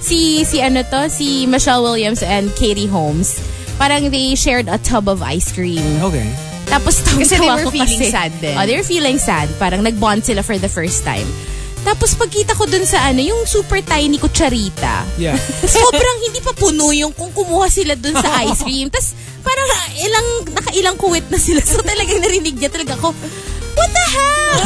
Speaker 3: si si ano to, si Michelle Williams and Katie Holmes, parang they shared a tub of ice cream.
Speaker 4: Okay.
Speaker 3: Tapos tawag
Speaker 5: Kasi they
Speaker 3: ko
Speaker 5: were
Speaker 3: ako
Speaker 5: feeling
Speaker 3: kasi,
Speaker 5: sad din.
Speaker 3: Oh, they were feeling sad. Parang nag-bond sila for the first time. Tapos pagkita ko dun sa ano, yung super tiny kutsarita.
Speaker 4: Yeah.
Speaker 3: sobrang hindi pa puno yung kung kumuha sila dun sa ice cream. Tapos parang ah, ilang, nakailang kuwit na sila. So talagang narinig niya talaga ako, What the hell?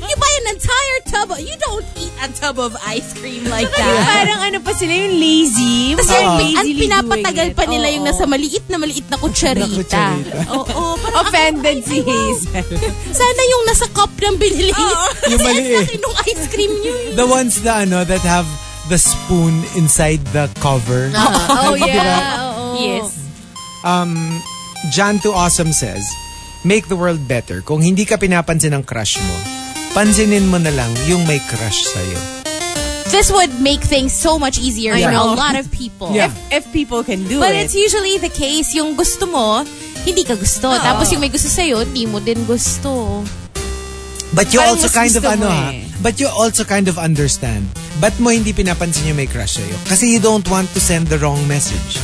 Speaker 3: you buy an entire tub of, you don't eat a tub of ice cream like that.
Speaker 5: Parang ano pa sila yung lazy.
Speaker 3: Tapos
Speaker 5: Parang
Speaker 3: yung- ang
Speaker 5: lazily
Speaker 3: pinapatagal
Speaker 5: doing it.
Speaker 3: pa nila yung
Speaker 5: Oo.
Speaker 3: nasa maliit na maliit na kutsarita.
Speaker 4: kutsarita.
Speaker 3: Oo. parang ako,
Speaker 5: Offended
Speaker 3: ay,
Speaker 5: si
Speaker 3: wow.
Speaker 5: Hazel.
Speaker 3: Sana yung nasa cup ng binili. Kasi
Speaker 4: Yung
Speaker 3: ang
Speaker 4: maliit.
Speaker 3: laki nung ice cream niyo. eh.
Speaker 4: The ones that ano that have the spoon inside the cover.
Speaker 5: Oh,
Speaker 3: Yes.
Speaker 4: Jan to Awesome says, Make the world better. Kung hindi ka pinapansin ng crush mo, pansinin mo na lang yung may crush sa'yo.
Speaker 3: This would make things so much easier
Speaker 5: I
Speaker 3: for a
Speaker 5: know.
Speaker 3: lot of people.
Speaker 4: Yeah.
Speaker 5: If people can do
Speaker 3: But
Speaker 5: it.
Speaker 3: it's usually the case, yung gusto mo, hindi ka gusto. Tapos yung may gusto sa'yo, hindi mo din gusto.
Speaker 4: But you
Speaker 5: Parang
Speaker 4: also
Speaker 5: mas
Speaker 4: kind of
Speaker 5: gusto
Speaker 4: ano
Speaker 5: mo
Speaker 4: ha,
Speaker 5: eh.
Speaker 4: But you also kind of understand. Ba't mo hindi pinapansin yung may crush sa'yo? Kasi you don't want to send the wrong message.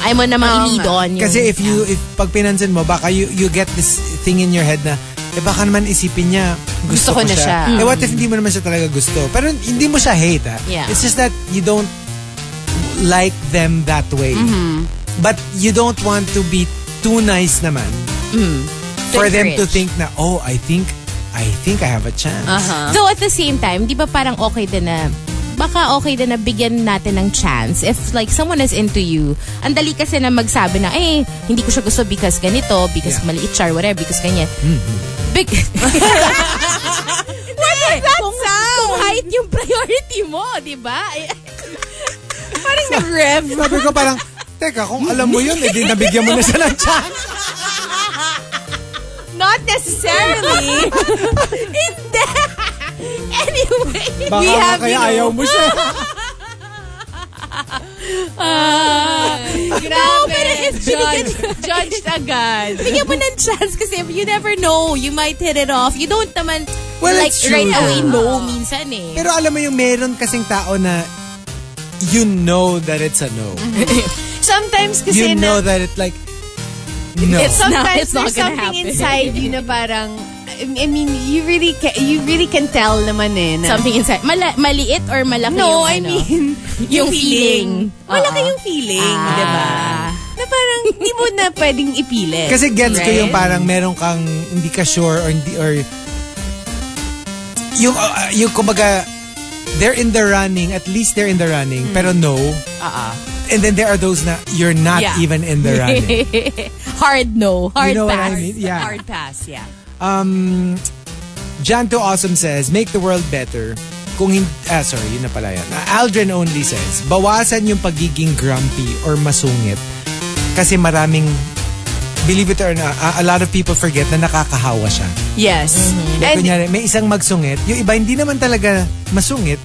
Speaker 3: Ay mo na mailid
Speaker 5: Tama.
Speaker 3: on yung...
Speaker 4: Kasi if you if pag pinansin mo baka you you get this thing in your head na eh baka naman isipin niya gusto,
Speaker 5: Gusto ko na siya.
Speaker 4: Eh what if hindi mo naman siya talaga gusto? Pero hindi mo siya hate ah.
Speaker 3: Yeah.
Speaker 4: It's just that you don't like them that way. But you don't want to be too nice naman for them
Speaker 3: encourage.
Speaker 4: to think na oh I think I think I have a chance.
Speaker 3: Though at the same time, di ba parang okay din na baka okay din na bigyan natin ng chance if like someone is into you. Ang dali kasi na magsabi na, eh, hindi ko siya gusto because ganito, because
Speaker 4: Yeah.
Speaker 3: maliit siya, or whatever, because ganyan. Big... What does that kung, sound? Kung height yung priority mo, di ba? Eh, parang nag-rev.
Speaker 4: Sabi ko parang Teka, kung alam mo yun, edi nabigyan mo na siya ng chance.
Speaker 5: Not necessarily.
Speaker 3: Hindi. anyway.
Speaker 4: Baka
Speaker 5: We
Speaker 4: nga
Speaker 5: have,
Speaker 4: kaya
Speaker 5: you
Speaker 4: ayaw
Speaker 5: know-
Speaker 4: mo siya.
Speaker 5: Grabe.
Speaker 3: pero if
Speaker 5: judged, judged agad.
Speaker 3: Bigyan mo ng chance kasi you never know. You might hit it off. You don't naman
Speaker 4: Well,
Speaker 3: like
Speaker 4: it's true.
Speaker 3: right away
Speaker 4: Yeah.
Speaker 3: no minsan eh.
Speaker 4: Pero alam mo yung meron kasing tao na you know that it's a no.
Speaker 5: Sometimes kasi
Speaker 4: You
Speaker 5: na,
Speaker 4: know that it like no.
Speaker 5: It's sometimes
Speaker 3: it's not
Speaker 5: there's
Speaker 3: gonna
Speaker 5: something
Speaker 3: happen.
Speaker 5: inside you na parang I mean, you really can, you really can tell naman eh. na-
Speaker 3: Something inside. Mala- maliit or malaki yung
Speaker 5: no, I
Speaker 3: ano?
Speaker 5: mean,
Speaker 3: Yung feeling.
Speaker 5: Malaki
Speaker 3: Oo. Ah.
Speaker 5: yung feeling, di ba? Na parang hindi mo na pwedeng ipilit.
Speaker 4: Kasi gets ko yung
Speaker 3: Right?
Speaker 4: parang meron kang hindi ka sure or hindi or yung uh, yung kumbaga they're in the running at least they're in the running
Speaker 3: Mm.
Speaker 4: pero no
Speaker 3: Ah, ah.
Speaker 4: and then there are those na you're not
Speaker 3: Yeah.
Speaker 4: even in the running.
Speaker 3: Hard no. Hard
Speaker 4: know what
Speaker 3: pass.
Speaker 4: I mean? Yeah.
Speaker 3: Hard pass, yeah.
Speaker 4: Um, Janto Awesome says, make the world better. Kung hindi, ah, sorry, yun na pala yan. Ah, Aldrin only says, bawasan yung pagiging grumpy or masungit. Kasi maraming, believe it or not, a, a lot of people forget na nakakahawa siya.
Speaker 5: yes.
Speaker 4: Like,
Speaker 5: And
Speaker 4: kunyari, may isang magsungit, yung iba hindi naman talaga masungit,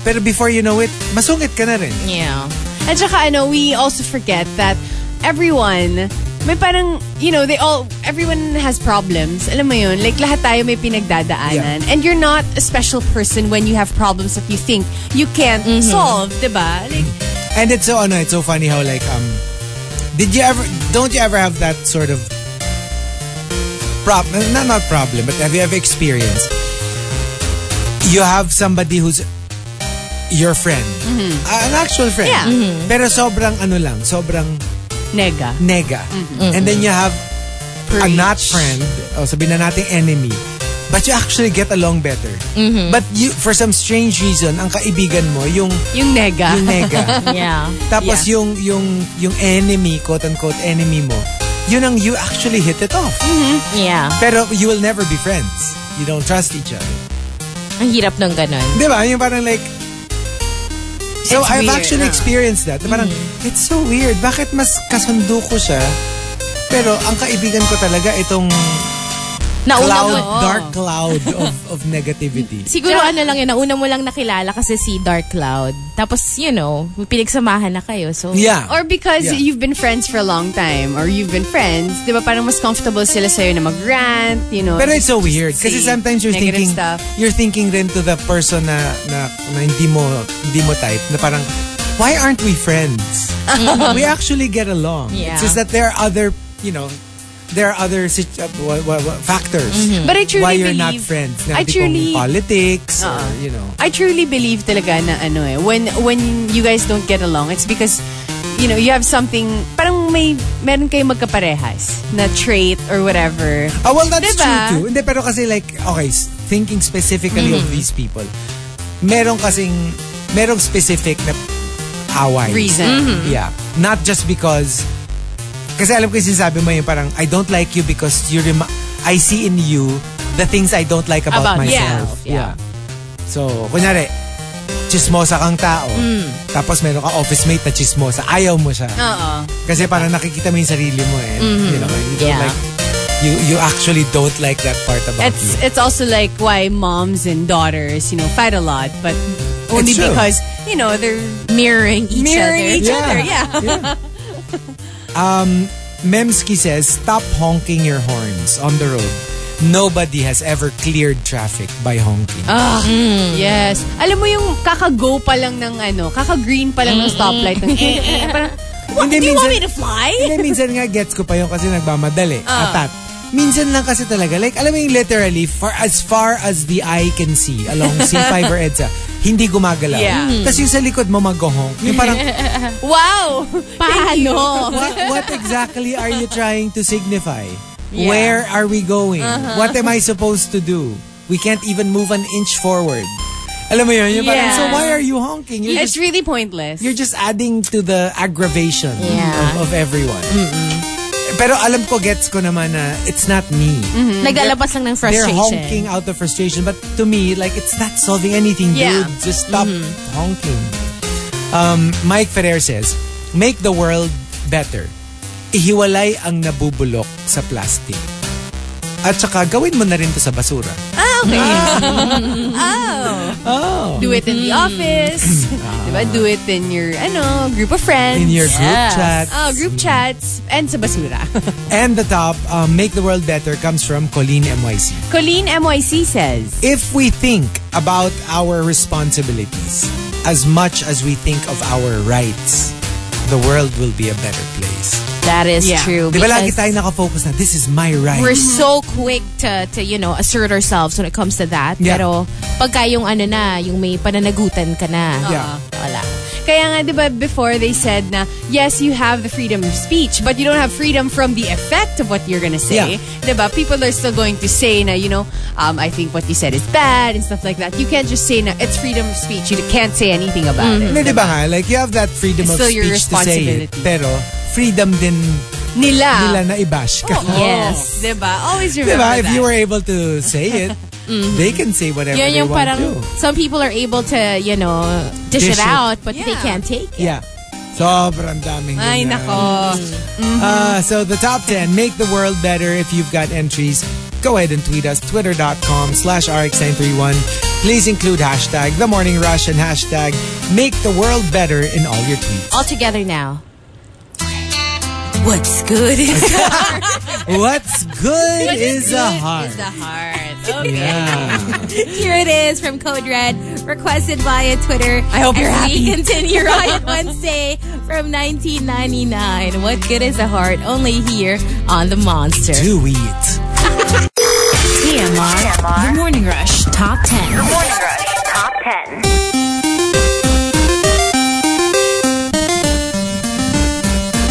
Speaker 4: pero before you know it, masungit ka na rin.
Speaker 3: Yeah.
Speaker 5: At saka, ano, we also forget that everyone, may parang, you know, they all, everyone has problems. Alam mo yun? Like, lahat tayo may pinagdadaanan. And you're not a special person when you have problems that you think you can't
Speaker 4: Mm-hmm.
Speaker 5: solve, di ba? Like,
Speaker 4: And it's so ano, it's so funny how like um did you ever don't you ever have that sort of problem not not problem, but have you ever experienced you have somebody who's your friend. A- An actual friend.
Speaker 5: Yeah.
Speaker 4: Pero sobrang ano lang, sobrang
Speaker 5: nega.
Speaker 4: nega. And then you have a not friend, o sabihin na natin enemy, but you actually get along better. But you, for some strange reason, ang kaibigan mo, yung,
Speaker 5: Yung nega.
Speaker 4: yung nega.
Speaker 3: Yeah.
Speaker 4: Tapos yung yung yung enemy, quote unquote enemy mo, yun ang you actually hit it off.
Speaker 5: Hmm.
Speaker 3: Yeah.
Speaker 4: Pero you will never be friends. You don't trust each other.
Speaker 3: Ang hirap nung ganun.
Speaker 4: Di ba? Yung parang like So
Speaker 5: It's
Speaker 4: I've
Speaker 5: weird,
Speaker 4: actually
Speaker 5: ah. Hmm.
Speaker 4: experienced that. Na Parang it's so weird. Bakit mas kasundo ko siya? Pero ang kaibigan ko talaga itong
Speaker 3: Nauna
Speaker 4: cloud,
Speaker 3: mo.
Speaker 5: oh.
Speaker 4: dark cloud of, of negativity.
Speaker 3: Siguro ano lang yun, nauna mo lang nakilala kasi si Dark Cloud. Tapos, you know, pinagsamahan na kayo. So,
Speaker 4: Yeah.
Speaker 5: Or because
Speaker 4: Yeah.
Speaker 5: you've been friends for a long time or you've been friends, di ba parang mas comfortable sila sa'yo na mag-rant, you know.
Speaker 4: Pero it's so weird kasi
Speaker 5: say
Speaker 4: sometimes you're
Speaker 5: negative
Speaker 4: thinking
Speaker 5: stuff.
Speaker 4: you're thinking then to the person na, na na hindi mo hindi mo type na parang why aren't we friends? we actually get along.
Speaker 3: Yeah.
Speaker 4: It's just that there are other, you know, there are other sit- uh, wha- wha- wha- factors
Speaker 5: But Mm-hmm. I truly
Speaker 4: why you're not
Speaker 5: believe,
Speaker 4: friends. Na
Speaker 5: I
Speaker 4: tipong
Speaker 5: truly, Uh-uh.
Speaker 4: politics or, you know.
Speaker 5: I truly believe talaga na ano eh, when, when you guys don't get along, it's because, you know, you have something, parang may, meron kayong magkaparehas na trait or whatever.
Speaker 4: Ah, well, that's
Speaker 5: Diba?
Speaker 4: true too. Hindi, pero kasi like, okay, s- thinking specifically of
Speaker 5: Mm-hmm.
Speaker 4: these people, merong kasing, merong specific na away.
Speaker 5: Reason.
Speaker 3: Mm-hmm.
Speaker 4: Yeah. Not just because, kasi alam ko yung sinasabi mo yung parang, I don't like you because you rem- I see in you the things I don't like about,
Speaker 3: About yourself,
Speaker 4: myself.
Speaker 3: yeah.
Speaker 4: So, kunyari, chismosa kang tao,
Speaker 3: Mm.
Speaker 4: tapos meron ka office mate na chismosa, ayaw mo siya.
Speaker 5: Oo.
Speaker 4: Kasi parang nakikita mo yung sarili mo eh. You know, you don't
Speaker 3: Mm-hmm. Yeah.
Speaker 4: like, you, you actually don't like that part about
Speaker 5: It's,
Speaker 4: you.
Speaker 5: it's also like why moms and daughters, you know, fight a lot, but only
Speaker 4: It's true.
Speaker 5: because, you know, they're
Speaker 3: mirroring each
Speaker 5: mirroring
Speaker 3: other.
Speaker 5: each other. Yeah.
Speaker 4: Um, Memski says, stop honking your horns on the road. nobody has ever cleared traffic by honking.
Speaker 3: Ah.
Speaker 5: Yes. Alam mo yung kaka-go pa lang ng ano, kaka-green pa lang ng stoplight. Ng, eh, eh, parang,
Speaker 4: Hindi,
Speaker 3: Do you
Speaker 4: minsan-
Speaker 3: want me to fly?
Speaker 4: Hindi, minsan nga gets ko pa yun kasi nagmamadali.
Speaker 3: Ah.
Speaker 4: Atat. Minsan lang kasi talaga, like, alam mo yung literally, for as far as the eye can see, along C5 or EDSA, hindi gumagalaw.
Speaker 5: Yeah.
Speaker 4: Tapos yung sa likod mo magohong. Yung parang,
Speaker 5: wow!
Speaker 3: Paano?
Speaker 4: what, what exactly are you trying to signify? Where are we going?
Speaker 5: Uh-huh.
Speaker 4: What am I supposed to do? We can't even move an inch forward. Alam mo yun? Yung parang,
Speaker 5: Yeah.
Speaker 4: so why are you honking? You're
Speaker 5: It's
Speaker 4: just,
Speaker 5: really pointless.
Speaker 4: you're just adding to the aggravation
Speaker 3: Yeah.
Speaker 4: of, of everyone. Pero alam ko, gets ko naman na it's not me.
Speaker 3: Naglalabas lang ng
Speaker 4: Mm-hmm. They're
Speaker 3: frustration.
Speaker 4: honking out of frustration. But to me, like, it's not solving anything,
Speaker 5: Yeah.
Speaker 4: dude.
Speaker 5: Mm-hmm.
Speaker 4: Just stop honking. Um, Mike Ferrer says, make the world better. Ihiwalay ang nabubulok sa plastic. At saka, gawin mo na rin to sa basura.
Speaker 5: Ah, okay. oh. Do it in the office. diba? Do it in your, ano, group of friends.
Speaker 4: In your group chat.
Speaker 5: Oh, group chats. And sa basura.
Speaker 4: And the top, um, make the world better comes from Colleen MYC.
Speaker 5: Colleen MYC says,
Speaker 4: if we think about our responsibilities as much as we think of our rights, the world will be a better place.
Speaker 3: That is
Speaker 5: Yeah.
Speaker 3: true.
Speaker 4: Di ba lagi
Speaker 3: because
Speaker 4: tayo nakafocus na, this is my right.
Speaker 3: We're so quick to, to, you know, assert ourselves when it comes to that.
Speaker 4: Yeah.
Speaker 3: Pero pagka yung ano na, yung may pananagutan ka na,
Speaker 5: Ah.
Speaker 4: Yeah.
Speaker 3: wala.
Speaker 5: Kaya nga, di ba, before they said na, yes, you have the freedom of speech, but you don't have freedom from the effect of what you're gonna say.
Speaker 4: Yeah.
Speaker 5: Di ba? People are still going to say na, you know, um, I think what you said is bad and stuff like that. You can't just say na, it's freedom of speech. You can't say anything about
Speaker 4: Hindi, di
Speaker 5: it.
Speaker 4: ba nga? Like, you have that freedom
Speaker 5: It's
Speaker 4: of
Speaker 5: still your
Speaker 4: speech to say it.
Speaker 5: responsibility.
Speaker 4: Pero, freedom din Mm. nila na i-bash ka.
Speaker 5: Oh, Yes. Diba? Always
Speaker 4: Di
Speaker 5: remember
Speaker 4: ba? If
Speaker 5: that. Mm-hmm.
Speaker 4: you were able to say it, they can say whatever
Speaker 3: Yun
Speaker 4: they
Speaker 3: yung
Speaker 4: want
Speaker 3: parang,
Speaker 4: to.
Speaker 3: some people are able to, you know, dish,
Speaker 4: Dish
Speaker 3: it
Speaker 4: it.
Speaker 3: out, but they
Speaker 5: Yeah.
Speaker 3: can't take it.
Speaker 4: Yeah. Sobrang daming
Speaker 5: Ay,
Speaker 4: ganyan.
Speaker 5: nako.
Speaker 4: Uh, so the top 10, make the world better if you've got entries. Go ahead and tweet us, twitter.com slash rx931. Please include hashtag the morning rush and hashtag make the world better in all your tweets.
Speaker 3: All together now.
Speaker 2: What's good is
Speaker 4: What's good is a heart.
Speaker 3: the heart.
Speaker 4: Yeah.
Speaker 2: Oh, here it is from Code Red, requested via Twitter.
Speaker 5: I hope you're
Speaker 2: As
Speaker 5: happy.
Speaker 2: We continue Riot Wednesday from 1999. What good is a heart? Only here on the Monster.
Speaker 4: Do it.
Speaker 2: TMR. The Morning Rush Top 10.
Speaker 6: Morning Rush Top 10.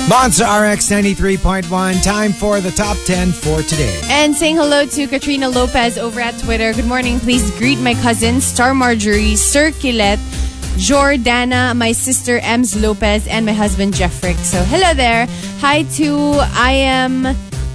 Speaker 4: Monster RX 93.1, time for the top 10 for today.
Speaker 5: And saying hello to Katrina Lopez over at Twitter. Good morning. Please greet my cousin, Star Marjorie, Sir Kilet, Jordana, my sister, Ems Lopez, and my husband, Jeffrick. So, hello there. Hi to I am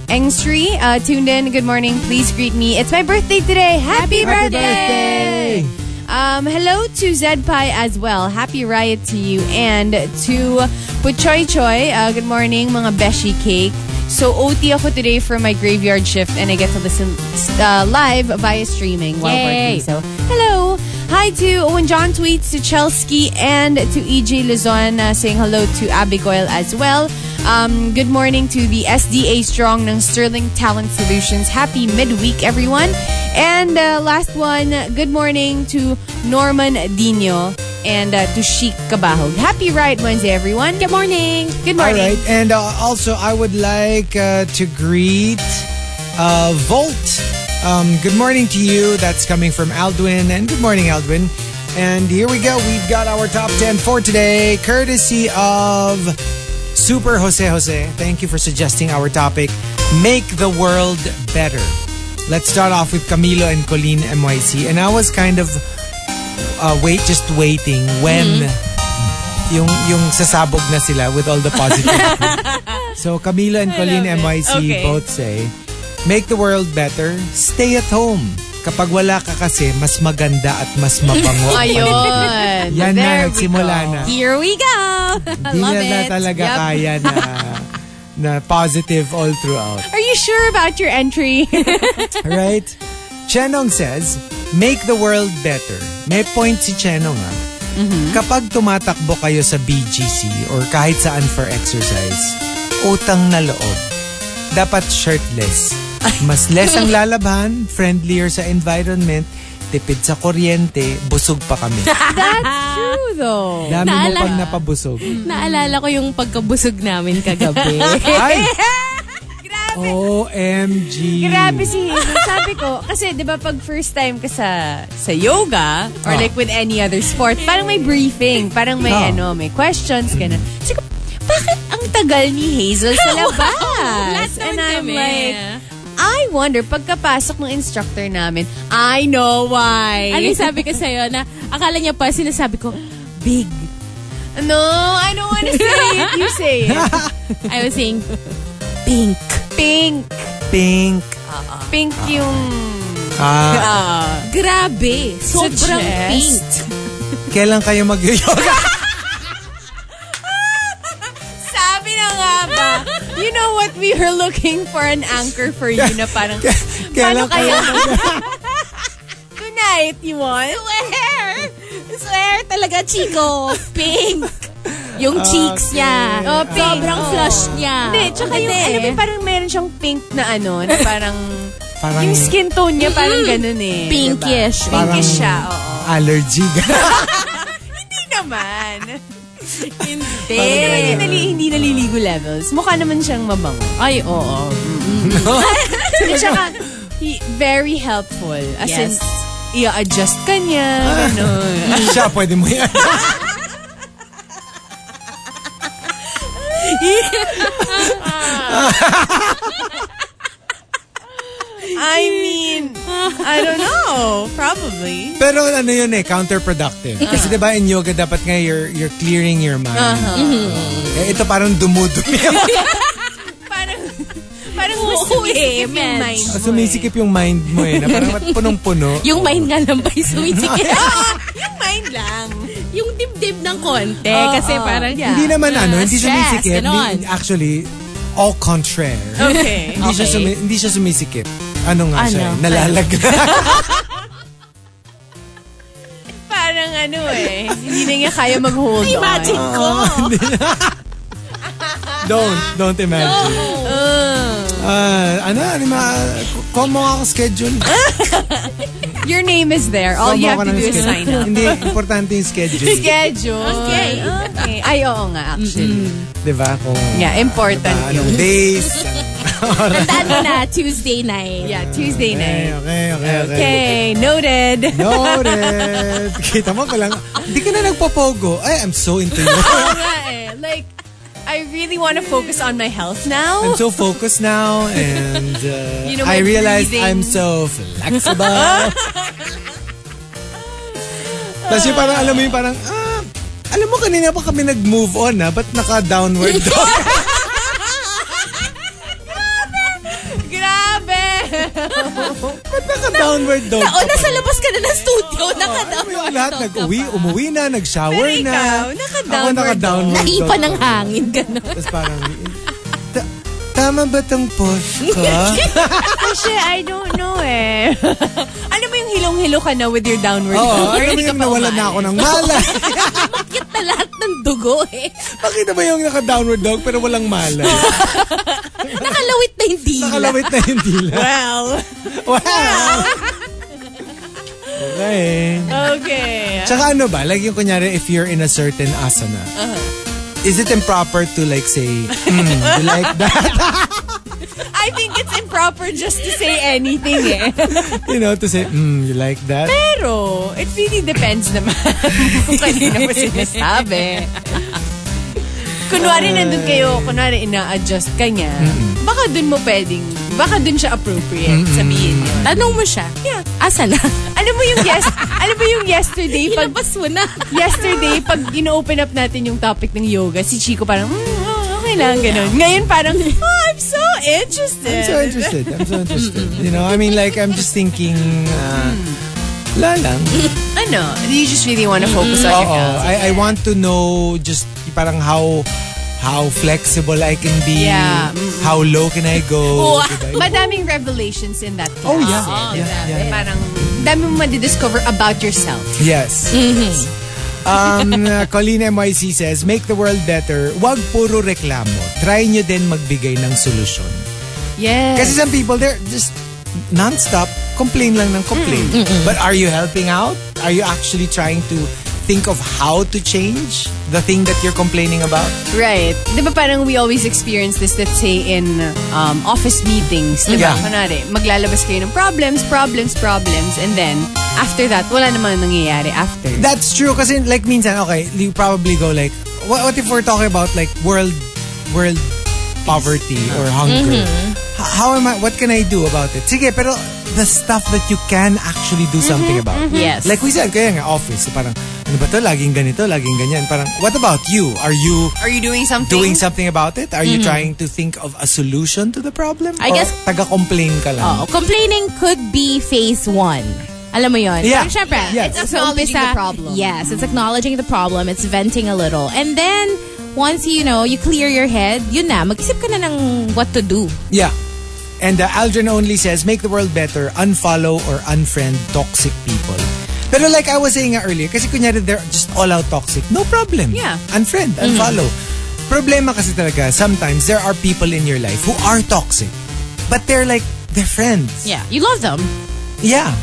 Speaker 5: Engstri, uh, tuned in. Good morning. Please greet me. It's my birthday today. Happy, birthday!
Speaker 4: birthday!
Speaker 5: Um, hello to Zed Pie as well. Happy riot to you and to Puchoy Choy. Uh, good morning, mga beshi cake. So OT ako today for my graveyard shift and I get to listen uh, live via streaming while
Speaker 3: Yay!
Speaker 5: working. So hello. Hi to Owen John tweets to Chelsky and to EJ Luzon uh, saying hello to Abigail as well. Um, good morning to the SDA Strong ng Sterling Talent Solutions. Happy midweek, everyone. And uh, last one, good morning to Norman Dino and uh, to Sheik Kabahog. Happy Ride Wednesday, everyone. Good morning. Good
Speaker 4: All
Speaker 5: morning.
Speaker 4: right, and uh, also I would like uh, to greet uh, Volt. Um, good morning to you. That's coming from Aldwin, and good morning, Aldwin. And here we go. We've got our top ten for today, courtesy of Super Jose Jose. Thank you for suggesting our topic: make the world better. Let's start off with Camilo and Colleen MYC, and I was kind of uh, wait, just waiting when yung yung sasabog na sila with all the positive. so Camilo and Colleen MYC both say, make the world better, stay at home. Kapag wala ka kasi, mas maganda at mas mapango. ang paligid.
Speaker 5: Ayun.
Speaker 4: Yan
Speaker 5: There
Speaker 4: na,
Speaker 5: we
Speaker 4: nagsimula
Speaker 5: go.
Speaker 4: na.
Speaker 2: Here we go.
Speaker 4: Hindi
Speaker 2: Love
Speaker 4: na, na
Speaker 2: it.
Speaker 4: talaga
Speaker 5: Yup.
Speaker 4: kaya na, na positive all throughout.
Speaker 5: Are you sure about your entry?
Speaker 4: Right? Chenong says, make the world better. May point si Chenong ha.
Speaker 5: Mm-hmm.
Speaker 4: Kapag tumatakbo kayo sa BGC or kahit saan for exercise, utang na loob. Dapat shirtless. Mas less ang lalaban, friendlier sa environment, tipid sa kuryente, busog pa kami.
Speaker 5: True though. Mm-hmm.
Speaker 4: Dami mo
Speaker 2: Naala-
Speaker 4: pang napabusog.
Speaker 2: Naalala ko yung pagkabusog namin kagabi.
Speaker 4: Ay! OMG!
Speaker 5: Grabe si Hazel. Sabi ko, kasi di ba pag first time ka sa sa yoga or
Speaker 4: Ah.
Speaker 5: like with any other sport, parang may briefing, parang may
Speaker 4: Ah.
Speaker 5: ano, may questions, ganun. Sabi ko, bakit ang tagal ni Hazel sa labas?
Speaker 2: Lahat naman
Speaker 5: And I'm
Speaker 2: kami.
Speaker 5: like, I wonder, pagkapasok ng instructor namin, I know why.
Speaker 2: ano yung sabi ko sa'yo na akala niya pa sinasabi ko, big.
Speaker 5: No, I don't want to say it. You say it.
Speaker 2: I was saying, pink.
Speaker 5: Pink.
Speaker 4: Pink.
Speaker 5: Pink yung...
Speaker 4: Ah,
Speaker 2: Grabe. Sobrang
Speaker 5: Suggest.
Speaker 2: pink.
Speaker 4: kailan kayo mag-yoga?
Speaker 5: Sabi na nga ba? You know what? We were looking for an anchor for you na parang...
Speaker 4: Kailan
Speaker 5: Paano kayo?
Speaker 4: kayo?
Speaker 5: Tonight, you want?
Speaker 2: Swear! Swear talaga, Chico. Pink. Yung cheeks niya.
Speaker 5: Oh, pink.
Speaker 2: Sobrang flush niya.
Speaker 5: Hindi, tsaka yung,
Speaker 2: Ganda
Speaker 5: alam mo,
Speaker 2: eh.
Speaker 5: parang meron siyang pink na ano, na parang,
Speaker 4: Parang
Speaker 5: yung skin tone niya parang
Speaker 2: Mm-hmm.
Speaker 5: ganun eh.
Speaker 2: pinkish.
Speaker 4: Parang-
Speaker 5: Pinkish siya, oo.
Speaker 4: allergy.
Speaker 5: Hindi naman. hindi. Hindi naman yung nali, hindi naliligo levels. Mukha naman siyang mabango. Mm-hmm.
Speaker 2: Ay, oo.
Speaker 5: At tsaka, he- very helpful. As in,
Speaker 2: Yes.
Speaker 5: i-adjust ka niya, ganun.
Speaker 4: Siya, pwede mo yan.
Speaker 5: I mean, I don't know. Probably.
Speaker 4: Pero ano yun eh, counterproductive. Kasi di ba in yoga, dapat nga you're, you're clearing your mind. Eh, ito parang dumudumi.
Speaker 5: Parang, parang mas sumisikip yung
Speaker 2: image.
Speaker 5: mind mo
Speaker 4: Sumisikip yung mind mo eh, na parang punong-puno.
Speaker 2: Yung mind nga lang ba yung sumisikip?
Speaker 5: eh. Mind lang.
Speaker 2: yung dibdib ng konti.
Speaker 5: Oo,
Speaker 2: kasi
Speaker 5: oo.
Speaker 2: parang,
Speaker 4: Hindi naman ano, hindi
Speaker 2: stress,
Speaker 4: sumisikip.
Speaker 2: ganon.
Speaker 4: Hindi- Actually, all contraire.
Speaker 5: Oh. Okay.
Speaker 4: Hindi, siya
Speaker 2: Okay.
Speaker 4: sumi- hindi siya sumisikip. Ano nga siya? eh,
Speaker 2: Ano?
Speaker 4: Nalalaglag.
Speaker 5: Parang ano eh. Hindi na niya kaya mag-hold on.
Speaker 2: Imagine ko.
Speaker 4: don't, don't imagine. Ah, ano, ano ma... Call mo ako schedule.
Speaker 5: Your name is there. All
Speaker 4: Call
Speaker 5: you
Speaker 4: mo
Speaker 5: have
Speaker 4: ako
Speaker 5: to
Speaker 4: ng
Speaker 5: do is
Speaker 4: schedule.
Speaker 5: sign up.
Speaker 4: Hindi, importante yung schedule.
Speaker 5: Schedule.
Speaker 2: Okay.
Speaker 5: okay. Ay, oo nga, actually.
Speaker 4: Di ba? Diba? Kung
Speaker 5: Yeah, important
Speaker 4: ah,
Speaker 5: yun.
Speaker 4: anong days. Oras.
Speaker 2: Tandaan mo na, Tuesday night.
Speaker 5: Yeah, Tuesday
Speaker 4: okay,
Speaker 5: night.
Speaker 4: okay, okay. okay.
Speaker 5: Okay, noted.
Speaker 4: Noted. Kita mo palang, hindi ka na nagpapogo. Ay, I'm so into you.
Speaker 5: Nga eh. Like, I really want to focus on my health now.
Speaker 4: I'm so focused now and uh,
Speaker 5: You know,
Speaker 4: I
Speaker 5: my
Speaker 4: realized
Speaker 5: breathing.
Speaker 4: I'm so flexible. Tapos yung parang, alam mo yung parang, ah, alam mo kanina pa kami nag-move on ha, ba't naka-downward dog?
Speaker 5: Grabe!
Speaker 4: ba't naka-downward dog?
Speaker 2: O, Oh, nasa labas ka na ng studio.
Speaker 4: Alam mo
Speaker 2: Nakadaan.
Speaker 4: yung lahat, nag-uwi, umuwi na, nag-shower
Speaker 5: Pero
Speaker 4: na.
Speaker 5: ikaw,
Speaker 4: Ako
Speaker 5: naka-downward
Speaker 4: naka-downward dog.
Speaker 2: Naipa ng hangin, gano'n.
Speaker 4: Tapos parang, "Ta- tama ba tong post ko?
Speaker 5: Kasi I don't know eh. ano mo yung hilong-hilo ka na with your downward
Speaker 4: Oo,
Speaker 5: dog?
Speaker 4: alam mo
Speaker 5: Hindi ka
Speaker 4: yung
Speaker 5: pa
Speaker 4: nawalan na
Speaker 5: umalis.
Speaker 4: ako ng malay.
Speaker 2: Bakit na lahat ng dugo eh?
Speaker 4: Pakita mo yung naka-downward dog pero walang malay.
Speaker 2: Nakalawit na yung dila.
Speaker 4: Nakalawit na yung dila.
Speaker 5: Well,
Speaker 4: Wow! okay.
Speaker 5: okay.
Speaker 4: Tsaka ano ba, like yung kunyari if you're in a certain asana,
Speaker 2: Uh-huh.
Speaker 4: is it improper to like say, mm, you like that?
Speaker 5: I think it's improper just to say anything eh.
Speaker 4: you know, to say, mm, you like that?
Speaker 5: Pero, it really depends naman kung kanina mo sinasabi. kunwari nandun kayo, kunwari ina-adjust ka niya, baka dun mo pwedeng, baka dun siya appropriate sabihin niya.
Speaker 2: Tanong mo siya.
Speaker 5: Yeah.
Speaker 2: Asa na?
Speaker 5: Alam mo yung yes, alam mo yung yesterday pag
Speaker 2: Ilabas mo na.
Speaker 5: yesterday pag ino-open up natin yung topic ng yoga, si Chico parang mm, oh, okay lang ganun. Ngayon parang oh, I'm so interested.
Speaker 4: I'm so interested. I'm so interested. you know, I mean like I'm just thinking, uh,
Speaker 2: Hmm.
Speaker 4: la lang.
Speaker 5: Ano? You just really want to focus on your
Speaker 4: Oo.
Speaker 5: health.
Speaker 4: I, I want to know just parang how how flexible I can be.
Speaker 5: Yeah.
Speaker 4: How low can I go?
Speaker 2: Wow.
Speaker 4: diba?
Speaker 5: Madaming revelations in that class.
Speaker 4: Oh, yeah.
Speaker 5: eh,
Speaker 4: Yeah,
Speaker 5: diba?
Speaker 4: yeah, yeah.
Speaker 5: Parang, dami mo madidiscover about yourself.
Speaker 4: Yes. Um, uh, Colleen MYC says, Make the world better, wag puro reklamo. Try nyo din magbigay ng solusyon.
Speaker 5: Yes.
Speaker 4: Kasi some people, they're just non-stop, complain lang ng complain. But are you helping out? Are you actually trying to think of how to change the thing that you're complaining about?
Speaker 5: Right. Di ba parang we always experience this, let's say, in um, office meetings. Di ba?
Speaker 4: Yeah.
Speaker 5: Kunwari, maglalabas kayo ng problems, problems, problems, and then, after that, wala namang nangyayari after.
Speaker 4: That's true kasi like minsan, okay, you probably go like, what, what if we're talking about like world world poverty or
Speaker 2: Mm-hmm.
Speaker 4: hunger? H- How am I, what can I do about it? Sige, pero the stuff that you can actually do something about.
Speaker 2: Mm-hmm, Yes.
Speaker 4: Like we said, kaya nga office, so parang, ano ba to, laging ganito, laging ganyan. Parang, what about you? Are you
Speaker 5: Are you doing something?
Speaker 4: doing something about it? Are you trying to think of a solution to the problem?
Speaker 2: Mm-hmm. I
Speaker 4: Or
Speaker 2: guess-
Speaker 4: taga-complain ka lang.
Speaker 2: Oo, complaining could be phase one. Alam mo yun?
Speaker 4: Yeah.
Speaker 2: Parang syempre,
Speaker 4: Yeah.
Speaker 2: it's
Speaker 5: It's
Speaker 2: acknowledging the problem. Yes, it's acknowledging the problem. It's venting a little. And then, once you know, you clear your head, yun na, mag-isip ka na ng what to do.
Speaker 4: Yeah. And uh, Aldrin only says, make the world better, unfollow or unfriend toxic people. Pero like I was saying nga earlier, kasi kunyari they're just all out toxic, no problem.
Speaker 5: Yeah.
Speaker 4: Unfriend, unfollow. Problema kasi talaga, sometimes there are people in your life who are toxic. But they're like, they're friends.
Speaker 2: Yeah. You love them.
Speaker 4: Yeah.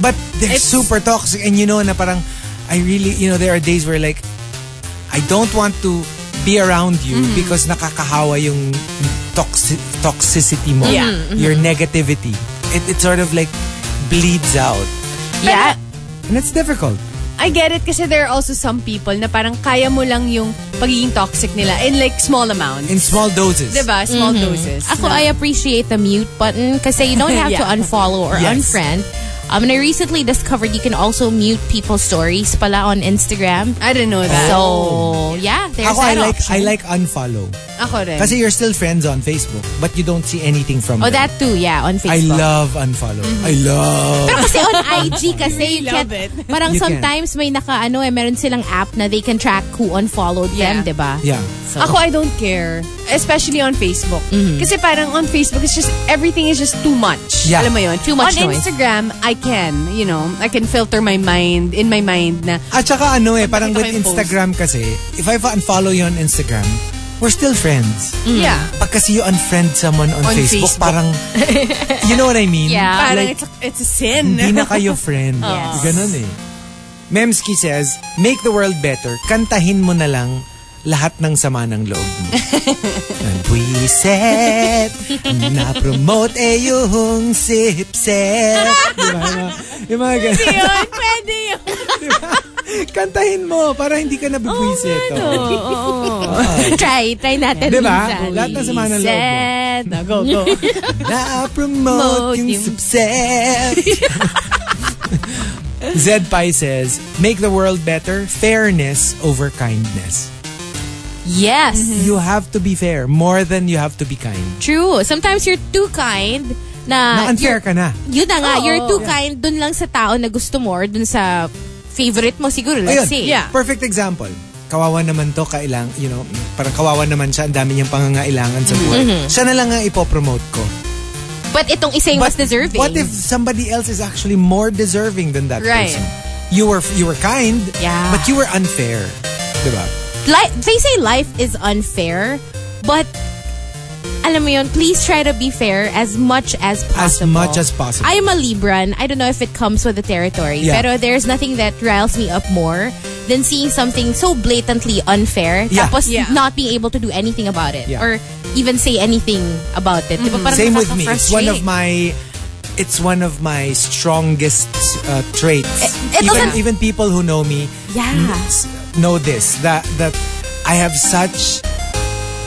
Speaker 4: But they're
Speaker 2: It's-
Speaker 4: super toxic. And you know na parang, I really, you know, there are days where like, I don't want to be around you
Speaker 2: Mm-hmm.
Speaker 4: because nakakahawa yung toxi- toxicity mo. Mm-hmm.
Speaker 5: Yeah.
Speaker 4: Your negativity. It, it sort of like bleeds out.
Speaker 5: Yeah.
Speaker 4: And it's difficult.
Speaker 5: I get it kasi there are also some people na parang kaya mo lang yung pagiging toxic nila in like small amounts.
Speaker 4: In Mm-hmm. small doses.
Speaker 5: Diba? Small doses.
Speaker 2: Ako, I appreciate the mute button kasi you don't have to
Speaker 5: Yeah.
Speaker 2: unfollow or
Speaker 4: Yes.
Speaker 2: unfriend. Um, and I recently discovered you can also mute people's stories pala on Instagram.
Speaker 5: I didn't know that.
Speaker 2: So, yeah, there's
Speaker 4: Oh. Ako, I
Speaker 2: that
Speaker 4: like,
Speaker 2: option.
Speaker 4: I like unfollow.
Speaker 5: Ako rin.
Speaker 4: Kasi you're still friends on Facebook, but you don't see anything from
Speaker 2: Oh,
Speaker 4: them.
Speaker 2: that too, yeah, on
Speaker 4: I
Speaker 2: Facebook. Mm-hmm.
Speaker 4: love unfollow. I love.
Speaker 2: Pero kasi on IG kasi you
Speaker 5: love
Speaker 2: can't,
Speaker 5: it.
Speaker 2: parang
Speaker 4: You can't.
Speaker 2: sometimes may naka ano eh, meron silang app na they can track who unfollowed
Speaker 5: Yeah.
Speaker 2: them, diba? di ba?
Speaker 4: Yeah.
Speaker 5: Ako, I don't care. Especially on Facebook. Kasi parang on Facebook, it's just, everything is just too much.
Speaker 4: Yeah.
Speaker 5: Alam mo yun?
Speaker 2: Too much
Speaker 5: on
Speaker 2: noise.
Speaker 5: Instagram, I can, you know, I can filter my mind, in my mind na,
Speaker 4: At saka ano eh, parang with
Speaker 5: nakita ko yung post.
Speaker 4: Instagram kasi, if I unfollow you on Instagram, we're still friends.
Speaker 5: yeah.
Speaker 4: Pag kasi you unfriend someone on,
Speaker 5: Mm. On
Speaker 4: Facebook,
Speaker 5: Facebook.
Speaker 4: parang, you know what I mean?
Speaker 2: Yeah.
Speaker 4: Like,
Speaker 5: Parang it's, a, it's a sin.
Speaker 4: hindi na kayo friend. Ganon eh. Memski says, make the world better, kantahin mo na lang lahat ng sama ng loob mo. Nabwiset, na-promote eh yung sipset. Di ba? Yung mga- Yung mga ganon.
Speaker 5: yun, pwede yun.
Speaker 4: Kantahin mo para hindi ka nabubwiset. Oh,
Speaker 2: try, try natin
Speaker 4: Diba?
Speaker 2: minsan.
Speaker 4: Lahat ng sama ng loob mo.
Speaker 2: Set. No, go, go.
Speaker 4: Na-promote yung subset. Zed Pai says, make the world better, fairness over kindness.
Speaker 2: yes.
Speaker 4: You have to be fair more than you have to be kind.
Speaker 2: True. Sometimes you're too kind na...
Speaker 4: Na unfair
Speaker 2: Ah, you're-
Speaker 4: ka na.
Speaker 2: Yun na nga, you're too kind dun lang sa tao na gusto mo or dun sa favorite mo siguro. Let's say.
Speaker 5: Yeah.
Speaker 4: Perfect example. Kawawa naman to, kailang, you know, parang kawawa naman siya, ang dami niyang pangangailangan sa buhay.
Speaker 2: Mm-hmm.
Speaker 4: Siya na lang ang ipopromote ko.
Speaker 2: But itong isa yung mas deserving.
Speaker 4: What if somebody else is actually more deserving than that
Speaker 5: Right.
Speaker 4: person? You were you were kind,
Speaker 2: Yeah.
Speaker 4: but you were unfair. Diba?
Speaker 2: Li- they say life is unfair, but alam mo yun, please try to be fair as much as
Speaker 4: As
Speaker 2: possible.
Speaker 4: much as possible.
Speaker 2: I am a Libran. I don't know if it comes with the territory.
Speaker 4: Yeah.
Speaker 2: Pero there's nothing that riles me up more than seeing something so blatantly unfair
Speaker 4: Yeah.
Speaker 2: tapos
Speaker 5: Yeah.
Speaker 2: not being able to do anything about it
Speaker 4: Yeah.
Speaker 2: or even say anything about it. Di ba? Parang
Speaker 4: Same with me. It's one of
Speaker 2: nakaka-frustrate.
Speaker 4: my it's one of my strongest uh, traits.
Speaker 2: it
Speaker 4: even
Speaker 2: doesn't-
Speaker 4: even people who know me
Speaker 2: eh, Yeah.
Speaker 4: s- know this that that I have such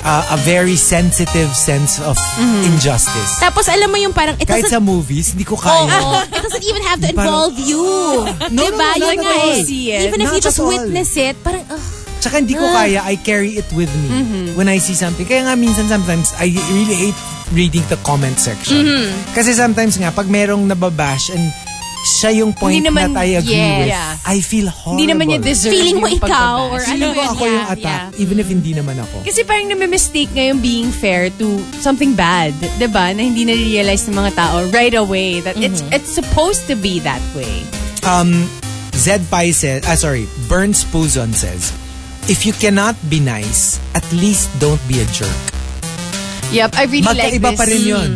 Speaker 4: uh, a very sensitive sense of injustice.
Speaker 2: Tapos alam mo yung parang it
Speaker 4: Kahit
Speaker 2: Mm-hmm.
Speaker 4: sa
Speaker 2: doesn't,
Speaker 4: movies, hindi ko
Speaker 2: Oo.
Speaker 4: kaya.
Speaker 2: it doesn't even have to
Speaker 4: Parang-
Speaker 2: involve you.
Speaker 4: No,
Speaker 2: diba?
Speaker 4: no,
Speaker 2: Yun
Speaker 4: not
Speaker 2: nga
Speaker 4: at all.
Speaker 2: eh.
Speaker 5: See it.
Speaker 2: Even if
Speaker 4: Not
Speaker 2: you just
Speaker 4: at all.
Speaker 2: witness it, parang ugh.
Speaker 4: Tsaka hindi ko kaya, I carry it with me
Speaker 5: Mm-hmm.
Speaker 4: when I see something. Kaya nga minsan sometimes, I really hate reading the comment section.
Speaker 5: Mm-hmm.
Speaker 4: Kasi sometimes nga, pag merong nababash and siya yung point
Speaker 5: Hindi naman-
Speaker 4: that I agree
Speaker 2: yes.
Speaker 4: with,
Speaker 5: Yeah.
Speaker 4: I feel horrible.
Speaker 5: Hindi naman niya deserve
Speaker 2: feeling mo
Speaker 5: yung
Speaker 2: ikaw
Speaker 5: pagbabash.
Speaker 2: or ano
Speaker 4: Feeling ko
Speaker 2: yun,
Speaker 4: ako
Speaker 2: yeah,
Speaker 4: yung attack,
Speaker 2: yeah.
Speaker 4: even if hindi naman ako.
Speaker 5: Kasi parang nami-mistake ngayon being fair to something bad, 'di ba? Na hindi na-realize ng mga tao right away that it's it's supposed to be that way.
Speaker 4: Um, Zed Pai says, ah sorry, Burns Puzon says, if you cannot be nice, at least don't be a jerk.
Speaker 5: Yep, I really like
Speaker 4: Magkaiba
Speaker 5: this. Mm.
Speaker 4: pa rin yun.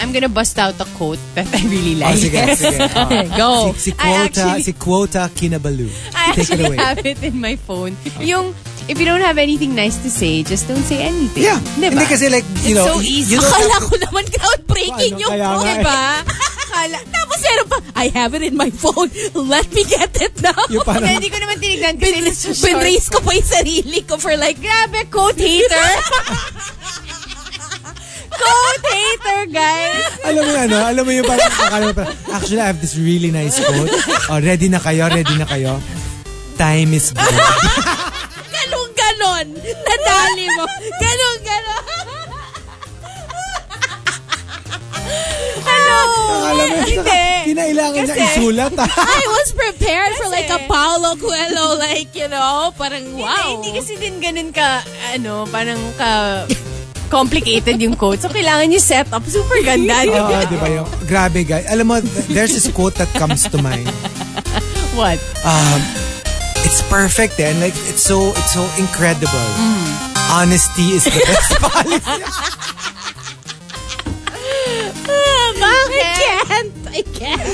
Speaker 5: I'm gonna bust out a quote that I really like.
Speaker 4: Oh, sige, sige. Oh.
Speaker 5: Go.
Speaker 4: Si, si
Speaker 5: I
Speaker 4: Quota,
Speaker 5: actually-
Speaker 4: si Quota Kinabalu. Take
Speaker 5: I
Speaker 4: it
Speaker 5: actually
Speaker 4: away.
Speaker 5: have it in my phone. Yung, if you don't have anything nice to say, just don't say anything.
Speaker 4: Yeah.
Speaker 5: Diba?
Speaker 4: Hindi kasi like, you
Speaker 5: It's
Speaker 4: know,
Speaker 5: so easy.
Speaker 4: you don't
Speaker 3: Akala
Speaker 4: have-
Speaker 3: ko naman groundbreaking
Speaker 4: Paano
Speaker 3: yung
Speaker 4: kaya
Speaker 3: phone,
Speaker 4: nga eh?
Speaker 3: diba? Akala, tapos meron pa, I have it in my phone. Let me get it now.
Speaker 4: yung parang,
Speaker 5: Hindi ko naman tinignan
Speaker 3: Bin-
Speaker 5: kasi nasa short.
Speaker 3: Binraise ko pa yung sarili ko for like, grabe, quote hater. quote hater, guys.
Speaker 4: alam mo yung ano, alam mo yung parang, akala mo parang, actually, I have this really nice quote. Oh, ready na kayo, ready na kayo. Time is gold.
Speaker 3: Ganun, ganon. Nadali mo. Ganun, ganon. Hello.
Speaker 4: Alam mo,
Speaker 3: Hindi.
Speaker 4: kinailangan niya
Speaker 3: Kasi-
Speaker 4: isulat. ah.
Speaker 3: I was prepared for like a Paolo Coelho, like, you know, parang
Speaker 5: Hindi,
Speaker 3: wow.
Speaker 5: hindi kasi din ganun ka, ano, parang ka complicated yung quote. So, kailangan yung setup. Super ganda. di
Speaker 4: Oo, di ba Oh,
Speaker 5: ba?
Speaker 4: diba yung, grabe guys. Alam mo, th- there's this quote that comes to mind.
Speaker 5: What?
Speaker 4: Um, it's perfect eh. and like, it's so, it's so incredible.
Speaker 5: Mm.
Speaker 4: Honesty is the best policy.
Speaker 3: I can't. I can't.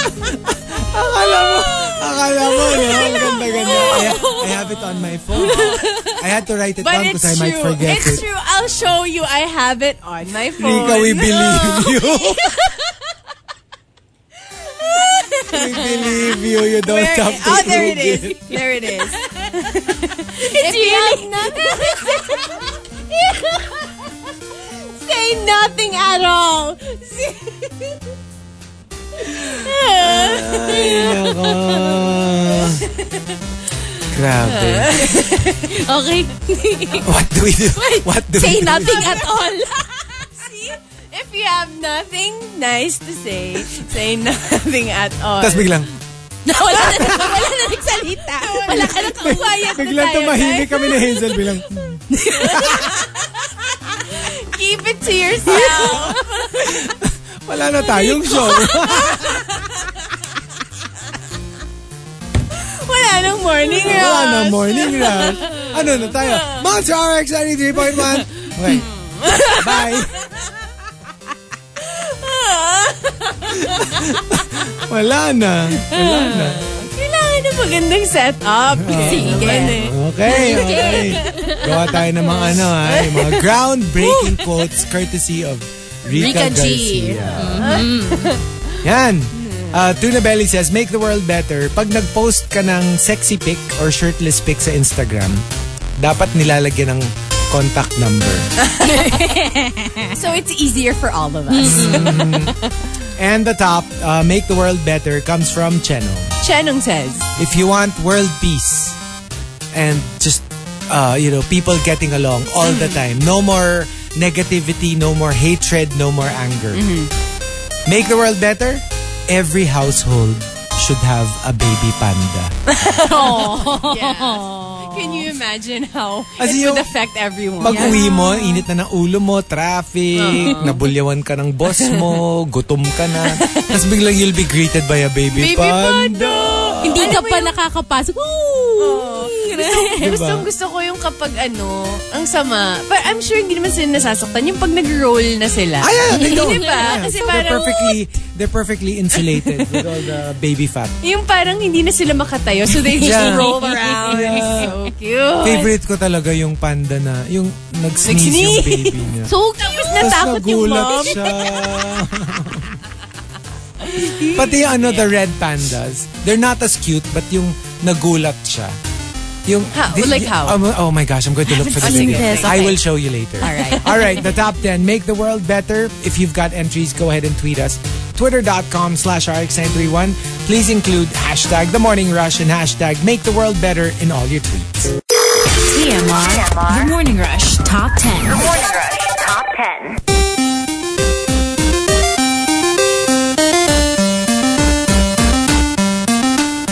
Speaker 4: Akala mo, akala mo, no? Ang ganda-ganda. I, I have it on my phone. I had to write it
Speaker 5: But
Speaker 4: down
Speaker 5: it's
Speaker 4: because I might
Speaker 5: true.
Speaker 4: forget
Speaker 5: It's
Speaker 4: it.
Speaker 5: true. I'll show you. I have it on my phone.
Speaker 4: Rika, we believe you. we believe you. You don't
Speaker 5: Where-
Speaker 4: have to
Speaker 5: oh, there it
Speaker 4: prove
Speaker 5: is. There it is.
Speaker 3: It's really Say nothing at all.
Speaker 4: Ay, nako. Grabe.
Speaker 3: Okay.
Speaker 4: What do we do? What do we
Speaker 3: Say
Speaker 4: do?
Speaker 3: nothing at all.
Speaker 5: If you have nothing nice to say, say nothing at all.
Speaker 4: Tapos biglang,
Speaker 5: Ano
Speaker 3: Na wala na, wala na nagsalita. Wala ka na kawayan.
Speaker 4: biglang tumahimik kami ni Hazel. Bilang,
Speaker 5: Keep it to yourself.
Speaker 4: wala na tayong show.
Speaker 5: Wala nang morning
Speaker 4: Wala na
Speaker 5: rush.
Speaker 4: morning rush. Ano na tayo? Monster RX 93.1. Okay. Bye. Wala na. Wala na.
Speaker 5: Kailangan ng magandang setup. Sige.
Speaker 4: Okay, okay. Gawa tayo ng mga ano ha, yung mga groundbreaking quotes courtesy of
Speaker 3: Rika
Speaker 4: Rika,
Speaker 3: G. Mm-hmm.
Speaker 4: Garcia. Yan. Uh, Tuna Belly says, make the world better. Pag nag-post ka ng sexy pic or shirtless pic sa Instagram, dapat nilalagyan ng contact number.
Speaker 5: So it's easier for all of us.
Speaker 4: And the top, uh, make the world better, comes from Cheno.
Speaker 5: Chenong says,
Speaker 4: If you want world peace and just uh, you know people getting along all the
Speaker 5: Mm-hmm.
Speaker 4: time, no more negativity, no more hatred, no more anger.
Speaker 5: Mm-hmm.
Speaker 4: Make the world better. Every household should have a baby panda.
Speaker 5: Can you imagine how
Speaker 4: As
Speaker 5: it
Speaker 4: in yung-
Speaker 5: would affect everyone?
Speaker 4: Pag-uwi mo, init na ng ulo mo, traffic,
Speaker 5: Uh-huh.
Speaker 4: nabulyawan ka ng boss mo, gutom ka na. Tapos biglang you'll be greeted by a baby,
Speaker 5: Baby panda!
Speaker 3: Hindi ka pa nakakapasok. Woo!
Speaker 4: Diba?
Speaker 5: Gusto, gusto ko yung kapag ano, ang sama. But I'm sure hindi naman sila nasasaktan. Yung pag nag-roll na sila.
Speaker 4: Ah, yeah, they don't.
Speaker 5: Di ba?
Speaker 4: Yeah.
Speaker 5: Kasi
Speaker 4: they're
Speaker 5: parang-
Speaker 4: perfectly, they're perfectly insulated with all the baby fat.
Speaker 5: Yung parang hindi na sila makatayo. So they just
Speaker 4: Yeah.
Speaker 5: roll around.
Speaker 4: Yeah.
Speaker 5: So cute.
Speaker 4: Favorite ko talaga yung panda na, yung nag-sneeze yung
Speaker 5: Nag-sneeze.
Speaker 4: baby niya.
Speaker 5: So cute. Tapos
Speaker 4: Tapos
Speaker 5: natakot yung
Speaker 4: nagulat
Speaker 5: mom.
Speaker 4: siya. Pati yung ano, the red pandas, they're not as cute, but yung nagulat siya. Yung,
Speaker 5: How? Like how?
Speaker 4: Um, oh my gosh, I'm going to look for the
Speaker 5: seen
Speaker 4: video.
Speaker 5: this.
Speaker 4: I
Speaker 5: Okay.
Speaker 4: will show you later. All right. All right, the top 10. Make the world better. If you've got entries, go ahead and tweet us. Twitter.com slash RX931. Please include hashtag The Morning Rush and hashtag Make the World Better in all your tweets.
Speaker 2: TMR. The Morning Rush Top 10.
Speaker 6: Morning Rush Top 10.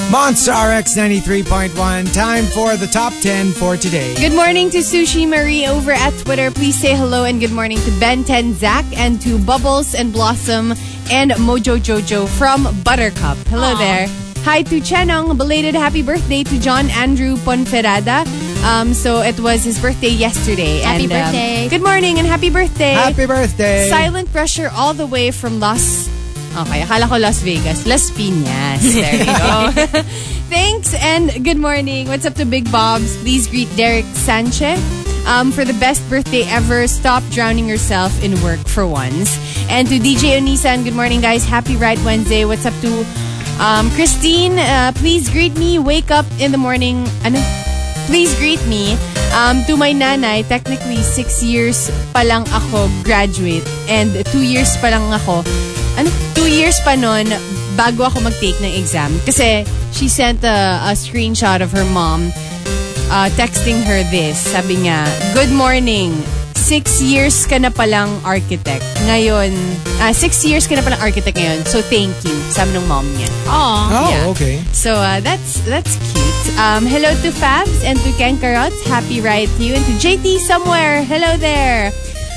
Speaker 4: Monster RX 93.1. Time for the top 10 for today.
Speaker 5: Good morning to Sushi Marie over at Twitter. Please say hello and good morning to Ben 10 Zach and to Bubbles and Blossom and Mojo Jojo from Buttercup. Hello there. Hi to Chenong. Belated happy birthday to John Andrew Ponferrada. Um, so it was his birthday yesterday.
Speaker 2: Happy
Speaker 5: and, um,
Speaker 2: birthday.
Speaker 5: good morning and happy birthday.
Speaker 4: Happy birthday!
Speaker 5: Silent pressure all the way from Las. Okay, akala ko Las Vegas. Las Piñas. There you go. Thanks and good morning. What's up to Big Bobs? Please greet Derek Sanchez. Um, for the best birthday ever, stop drowning yourself in work for once. And to DJ Onisan, good morning, guys. Happy Ride Wednesday. What's up to um, Christine? Uh, please greet me. Wake up in the morning. Ano? please greet me. Um, to my nanay, technically, six years pa lang ako graduate. And two years pa lang ako, ano, two years pa nun, bago ako mag-take ng exam. Kasi she sent a, a screenshot of her mom uh, texting her this. Sabi niya, Good morning. Six years ka na palang architect. Ngayon, ah, six years ka na palang architect ngayon. So, thank you. Sabi ng mom niya.
Speaker 4: oh,
Speaker 5: yeah.
Speaker 4: okay.
Speaker 5: So uh, that's that's cute. Um, hello to Fabs and to Ken Carrots. Happy ride to you and to JT somewhere. Hello there.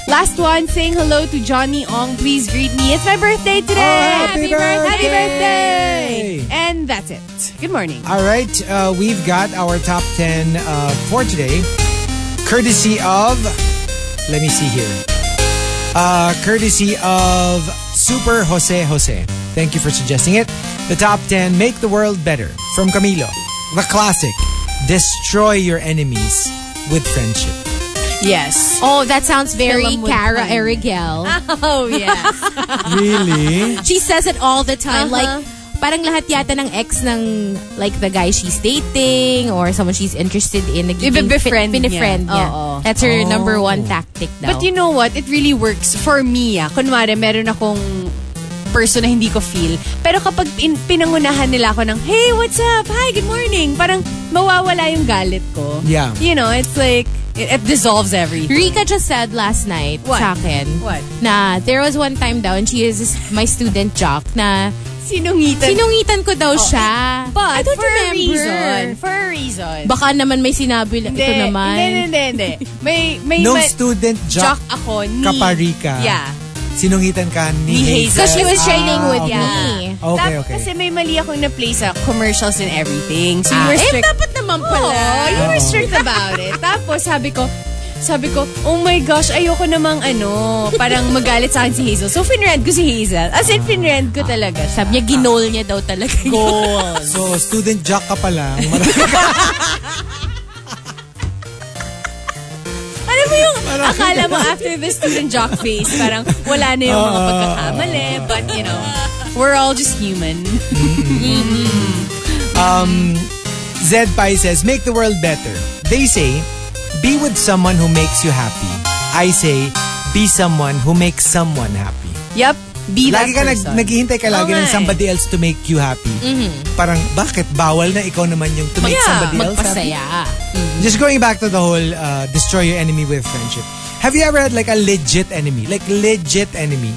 Speaker 5: Last one saying hello to Johnny Ong. Please greet me. It's my birthday today.
Speaker 4: Oh, happy birthday.
Speaker 5: Happy birthday. And that's it. Good morning.
Speaker 4: All right, uh, we've got our top 10 uh, for today, courtesy of, let me see here, uh, courtesy of Super Jose Jose. Thank you for suggesting it. The top 10 Make the World Better from Camilo. The classic Destroy Your Enemies with Friendship.
Speaker 5: Yes.
Speaker 2: Oh, that sounds very
Speaker 3: Film with
Speaker 2: Cara
Speaker 3: fun.
Speaker 2: Erigel.
Speaker 5: Oh yeah.
Speaker 4: Really?
Speaker 2: She says it all the time.
Speaker 3: Uh-huh.
Speaker 2: Like, parang lahat yata ng ex ng, like, the guy she's dating or someone she's interested in. nagiging
Speaker 5: Ibe-befriend
Speaker 2: fin- pinifriend
Speaker 5: niya.
Speaker 2: niya.
Speaker 5: Oo.
Speaker 2: That's her number one tactic daw.
Speaker 5: But you know what? It really works for me. Ah. Kunwari, meron akong person na hindi ko feel. Pero kapag pin- pinangunahan nila ako ng, hey, what's up? Hi, good morning. Parang mawawala yung galit ko.
Speaker 4: Yeah.
Speaker 5: You know, it's like, it, it dissolves everything.
Speaker 2: Rika just said last night
Speaker 5: What?
Speaker 2: sa akin
Speaker 5: What?
Speaker 2: na there was one time daw and she is my student jock na
Speaker 5: Sinungitan.
Speaker 2: sinungitan ko daw siya.
Speaker 5: Oh, But
Speaker 2: I don't
Speaker 5: for
Speaker 2: remember.
Speaker 5: a reason. For a reason.
Speaker 2: Baka naman may sinabi lang
Speaker 5: Hindi,
Speaker 2: ito naman.
Speaker 5: Hindi, hindi, hindi. May, may,
Speaker 4: No
Speaker 5: may-
Speaker 4: student jock,
Speaker 5: jock ako ni...
Speaker 4: Kaparika.
Speaker 5: Yeah.
Speaker 4: Sinungitan ka ni,
Speaker 5: Ni
Speaker 2: So
Speaker 5: Hazel.
Speaker 2: she was
Speaker 4: Ah,
Speaker 2: training with
Speaker 4: okay,
Speaker 2: me.
Speaker 4: Okay, okay.
Speaker 5: Tap- Kasi may mali akong na-play sa commercials and everything.
Speaker 2: Ah,
Speaker 5: So you were strict.
Speaker 2: eh, dapat naman
Speaker 5: Oo, you were strict about it. Tapos sabi ko, sabi ko, oh my gosh, ayoko namang ano, parang magalit sa akin si Hazel. So finrend ko si Hazel. As in, finrend ko talaga siya.
Speaker 2: Sabi niya, ginol niya daw talaga. Goal.
Speaker 4: So, student jock ka pala. Marami ka-
Speaker 5: Alam mo yung, akala mo after the student jock phase, parang wala na yung mga pagkakamali. But you know, we're all just human.
Speaker 4: Zed Pai says, make the world better. They say, be with someone who makes you happy. I say, be someone who makes someone happy.
Speaker 5: Yep, be that
Speaker 4: Lagi ka nag,
Speaker 5: person.
Speaker 4: naghihintay ka lagi
Speaker 5: Oo nga
Speaker 4: ng
Speaker 5: eh.
Speaker 4: somebody else to make you happy. Parang, bakit? Bawal na ikaw naman yung to make
Speaker 5: Yeah,
Speaker 4: somebody else happy.
Speaker 2: Magpasaya.
Speaker 4: Just going back to the whole uh, destroy your enemy with friendship. Have you ever had like a legit enemy? Like legit enemy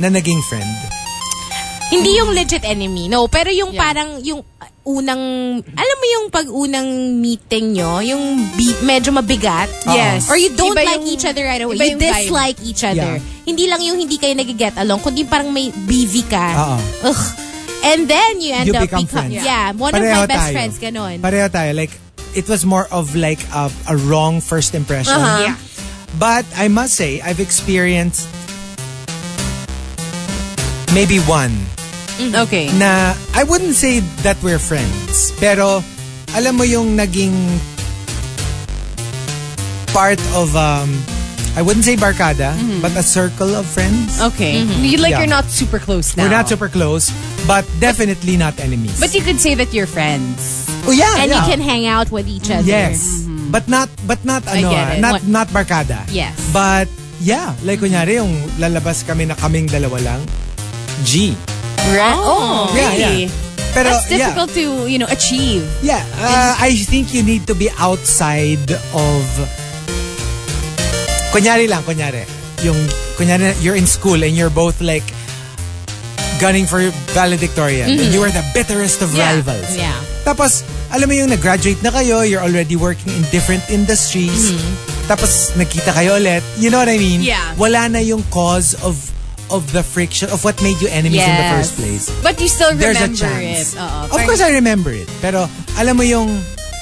Speaker 4: na naging friend?
Speaker 2: Hindi yung legit enemy, no. Pero yung
Speaker 5: Yeah.
Speaker 2: parang, yung uh, unang, alam mo yung pag unang meeting nyo, yung bi- medyo mabigat.
Speaker 4: Ah.
Speaker 5: Yes.
Speaker 2: Or you don't
Speaker 5: Iba
Speaker 2: like
Speaker 5: yung-
Speaker 2: each other right away.
Speaker 5: iba
Speaker 2: You
Speaker 5: yung vibe.
Speaker 2: dislike each other.
Speaker 4: Yeah.
Speaker 2: Hindi lang yung hindi kayo nag-get along, kundi parang may BV ka.
Speaker 4: Oo.
Speaker 2: Ugh. And then you end
Speaker 4: Ah, You
Speaker 2: up
Speaker 4: become
Speaker 2: become-
Speaker 4: friends.
Speaker 2: Yeah. One
Speaker 4: Pareho
Speaker 2: of my best
Speaker 4: tayo.
Speaker 2: friends, ganon.
Speaker 4: Pareho tayo. Like, it was more of like a, a wrong first impression.
Speaker 2: Uh-huh. Yeah.
Speaker 4: But I must say, I've experienced maybe one
Speaker 5: Okay.
Speaker 4: na I wouldn't say that we're friends. Pero alam mo yung naging part of um I wouldn't say barkada, but a circle of friends.
Speaker 5: Mm-hmm. Okay. You, like,
Speaker 4: Yeah.
Speaker 5: Mm-hmm. you're not super close now.
Speaker 4: We're not super close, but definitely not enemies.
Speaker 5: But you could say that you're friends.
Speaker 4: oh yeah,
Speaker 2: And
Speaker 4: yeah.
Speaker 2: you can hang out with each other.
Speaker 4: Yes. But not but not ano,
Speaker 5: Mm-hmm. get
Speaker 4: ah,
Speaker 5: it. Mm-hmm.
Speaker 4: not not
Speaker 2: What?
Speaker 4: barkada.
Speaker 2: Yes.
Speaker 4: But yeah, like kunyari yung lalabas kami na kaming dalawa lang. G.
Speaker 5: Right?
Speaker 2: Oh,
Speaker 4: Yeah,
Speaker 5: really?
Speaker 4: yeah. Pero
Speaker 5: That's difficult to, you know, achieve.
Speaker 4: yeah, yeah, uh, I think you need to be outside of kunyari lang, kunyari. Yung kunyari you're in school and you're both like gunning for valedictorian and you are the bitterest of
Speaker 5: Mm-hmm. Yeah,
Speaker 4: rivals.
Speaker 2: yeah.
Speaker 4: Tapos, alam mo yung nag-graduate na kayo, you're already working in different industries. Tapos, nagkita kayo ulit. You know what I mean?
Speaker 5: Mm-hmm. Yeah.
Speaker 4: Wala na yung cause of of the friction, of what made you enemies in the first place.
Speaker 5: But you still
Speaker 4: There's
Speaker 5: remember Uh-uh.
Speaker 4: a chance.
Speaker 5: it. Oo,
Speaker 4: of
Speaker 5: parang-
Speaker 4: course, I remember it. Pero, alam mo yung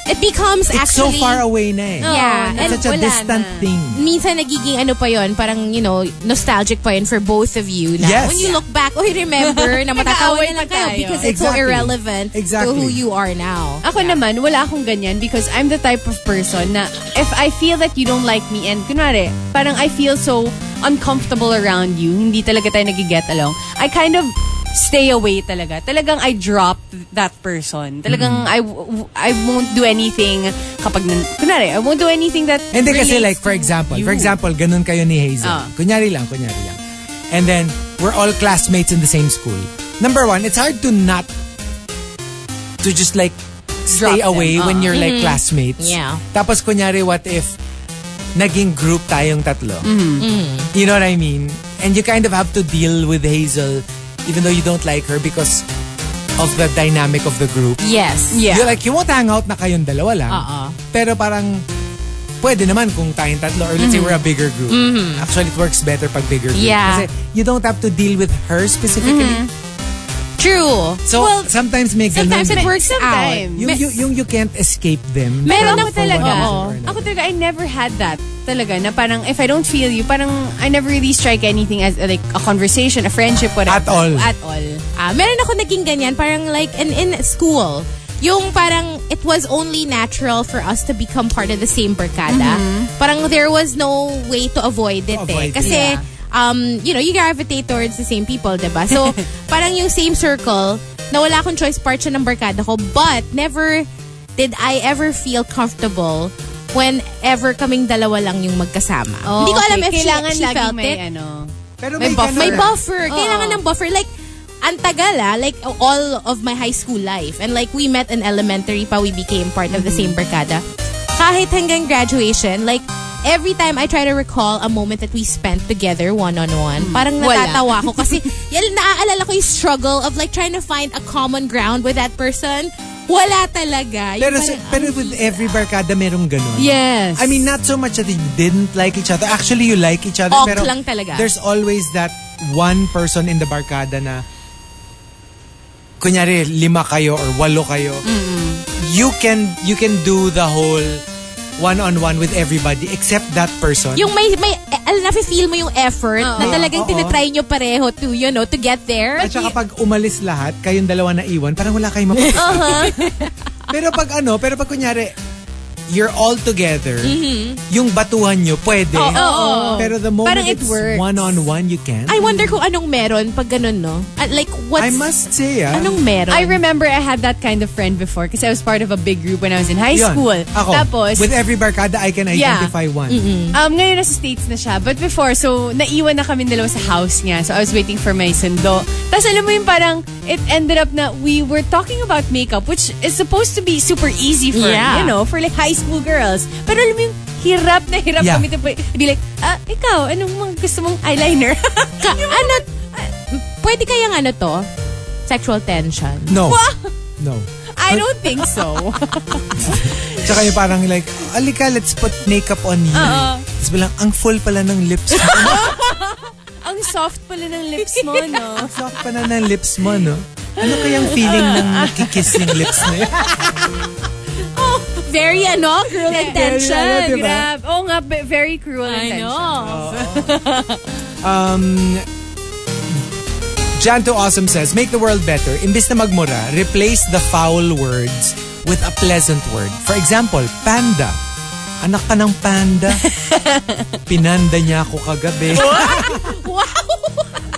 Speaker 2: Oh. It becomes
Speaker 4: It's so
Speaker 2: actually...
Speaker 4: far away na eh.
Speaker 2: Oo,
Speaker 3: Yeah,
Speaker 2: and
Speaker 4: Such a
Speaker 2: wala
Speaker 4: distant
Speaker 2: na.
Speaker 4: thing.
Speaker 2: Minsan nagiging ano pa yon parang, you know, nostalgic pa yun for both of you na
Speaker 4: Yes.
Speaker 2: when you look back, oh, remember na matatawa
Speaker 5: Nag-aaway
Speaker 2: na lang
Speaker 5: pa
Speaker 2: kayo
Speaker 5: tayo.
Speaker 2: because it's so
Speaker 4: Exactly.
Speaker 2: irrelevant
Speaker 4: Exactly.
Speaker 2: to who you are now.
Speaker 5: Ako naman, wala akong ganyan because I'm the type of person na if I feel that you don't like me and kunwari, parang I feel so uncomfortable around you, hindi talaga tayo nagiget along, I kind of stay away talaga. Talagang I drop that person. Talagang
Speaker 4: Mm-hmm.
Speaker 5: I, w- w- I won't do anything kapag, nan- kunwari, I won't do anything that
Speaker 4: Hindi kasi like,
Speaker 5: relates
Speaker 4: for
Speaker 5: to
Speaker 4: example,
Speaker 5: you.
Speaker 4: for example, ganun kayo ni Hazel.
Speaker 5: Ah.
Speaker 4: Kunyari lang, kunyari lang. And then, we're all classmates in the same school. Number one, it's hard to not, to just like, stay
Speaker 5: Drop them,
Speaker 4: away when
Speaker 5: ah.
Speaker 4: you're like classmates.
Speaker 2: Yeah.
Speaker 4: Tapos kunyari, what if, naging group tayong tatlo.
Speaker 5: Mm-hmm.
Speaker 4: You know what I mean? And you kind of have to deal with Hazel even though you don't like her because of the dynamic of the group.
Speaker 2: Yes.
Speaker 5: Yeah. Uh-uh.
Speaker 4: You're like, you won't hang out na kayong dalawa lang.
Speaker 2: Oo.
Speaker 4: Pero parang, pwede naman kung tayong tatlo or let's say
Speaker 5: Mm-hmm.
Speaker 4: we're a bigger group. Actually, it works better pag bigger group.
Speaker 2: Yeah.
Speaker 4: Kasi you don't have to deal with her specifically.
Speaker 5: Mm-hmm.
Speaker 2: True.
Speaker 4: So, sometimes may ganun.
Speaker 2: Sometimes it works
Speaker 5: Sometimes.
Speaker 2: out.
Speaker 4: Yung, yung, yung you can't escape them.
Speaker 5: Meron
Speaker 4: For-
Speaker 5: ako
Speaker 4: for one
Speaker 5: talaga.
Speaker 4: reason or another.
Speaker 5: Ako talaga, I never had that talaga na parang if I don't feel you, parang I never really strike anything as uh, like a conversation, a friendship, whatever.
Speaker 4: At all.
Speaker 5: At all.
Speaker 2: Ah, meron ako naging ganyan, parang like in, in school. Yung parang it was only natural for us to become part of the same barkada.
Speaker 5: Mm-hmm.
Speaker 2: Parang there was no way to avoid it
Speaker 4: To
Speaker 2: eh.
Speaker 4: avoid it.
Speaker 2: Kasi, um, you know, you gravitate towards the same people, diba? So, parang yung same circle, na wala akong choice part siya ng barkada ko. But, never did I ever feel comfortable whenever kaming dalawa lang yung magkasama. Hindi ko alam
Speaker 5: Okay,
Speaker 2: if she,
Speaker 5: kailangan
Speaker 2: she
Speaker 5: laging
Speaker 2: felt
Speaker 5: may
Speaker 2: it.
Speaker 5: Ano.
Speaker 4: Pero
Speaker 5: May buff-
Speaker 4: ganun
Speaker 2: May
Speaker 4: eh.
Speaker 2: buffer. Kailangan ng buffer. Like, ang tagal ah. Like, all of my high school life. And like, we met in elementary pa. We became part of the same
Speaker 4: Mm-hmm.
Speaker 2: barkada. Kahit hanggang graduation, like, every time I try to recall a moment that we spent together
Speaker 4: Mm-hmm.
Speaker 2: one-on-one, parang
Speaker 5: Wala.
Speaker 2: natatawa ako kasi yun, naaalala ko yung struggle of like trying to find a common ground with that person. Wala talaga. Yung
Speaker 4: Pero,
Speaker 2: parang, ah.
Speaker 4: sa- pero with e- every barkada, merong ganun.
Speaker 5: Yes.
Speaker 4: I mean, not so much that you didn't like each other. Actually, you like each other.
Speaker 2: Ok
Speaker 4: pero
Speaker 2: lang talaga.
Speaker 4: There's always that one person in the barkada na, kunyari, lima kayo or walo kayo. You can you can do the whole one-on-one with everybody except that person.
Speaker 2: Yung may, may, eh, alam na, feel mo yung effort na talagang
Speaker 4: Oo.
Speaker 2: tinatry nyo pareho to, you know, to get there.
Speaker 4: At saka pag umalis lahat, kayong dalawa na iwan, parang wala kayong mapag-
Speaker 5: Uh-huh.
Speaker 4: Pero pag ano, pero pag kunyari, you're all together,
Speaker 5: Mm-hmm.
Speaker 4: yung batuhan nyo, pwede. Pero the moment
Speaker 5: Parang it
Speaker 4: it's
Speaker 5: works.
Speaker 4: one-on-one, you can't.
Speaker 2: I wonder kung anong meron pag ganun, no? At like, what's...
Speaker 4: I must say, ah.
Speaker 2: Anong meron?
Speaker 5: I remember I had that kind of friend before kasi I was part of a big group when I was in high
Speaker 4: yun.
Speaker 5: school.
Speaker 4: Ako,
Speaker 5: Tapos,
Speaker 4: with every barkada, I can
Speaker 5: Yeah.
Speaker 4: identify one.
Speaker 2: Mm.
Speaker 5: um, ngayon nasa States na siya. But before, so naiwan na kami dalawa sa house niya. So I was waiting for my sundo. Tapos alam mo yung parang, it ended up na we were talking about makeup which is supposed to be super easy for,
Speaker 2: Yeah.
Speaker 5: you know, for like high school girls. Pero alam mo yung hirap na hirap
Speaker 4: Yeah.
Speaker 5: kami to pa- be like, ah, ikaw, anong mga gusto mong eyeliner?
Speaker 2: Ka- ano... Pwede kayang ano to? Sexual tension.
Speaker 4: No. No.
Speaker 5: I don't think so.
Speaker 4: Tsaka yung parang like, alika, let's put makeup on you.
Speaker 5: Uh-huh.
Speaker 4: Tapos bilang, ang full pala ng lips mo.
Speaker 5: Ang soft pala ng lips mo, no?
Speaker 4: Ang soft pa na ng lips mo, no? Ano kayang feeling ng kikiss yung lips na yun?
Speaker 2: Very ano? Girl
Speaker 4: Very ano,
Speaker 2: intention.
Speaker 4: diba?
Speaker 5: Grab. Oo nga, be- very cruel
Speaker 2: I
Speaker 5: intention.
Speaker 4: Oh.
Speaker 2: know.
Speaker 4: Um, Janto Awesome says, make the world better. Imbis na magmura, replace the foul words with a pleasant word. For example, panda. Anak ka ng panda. Pinanda niya ako kagabi.
Speaker 5: Okay.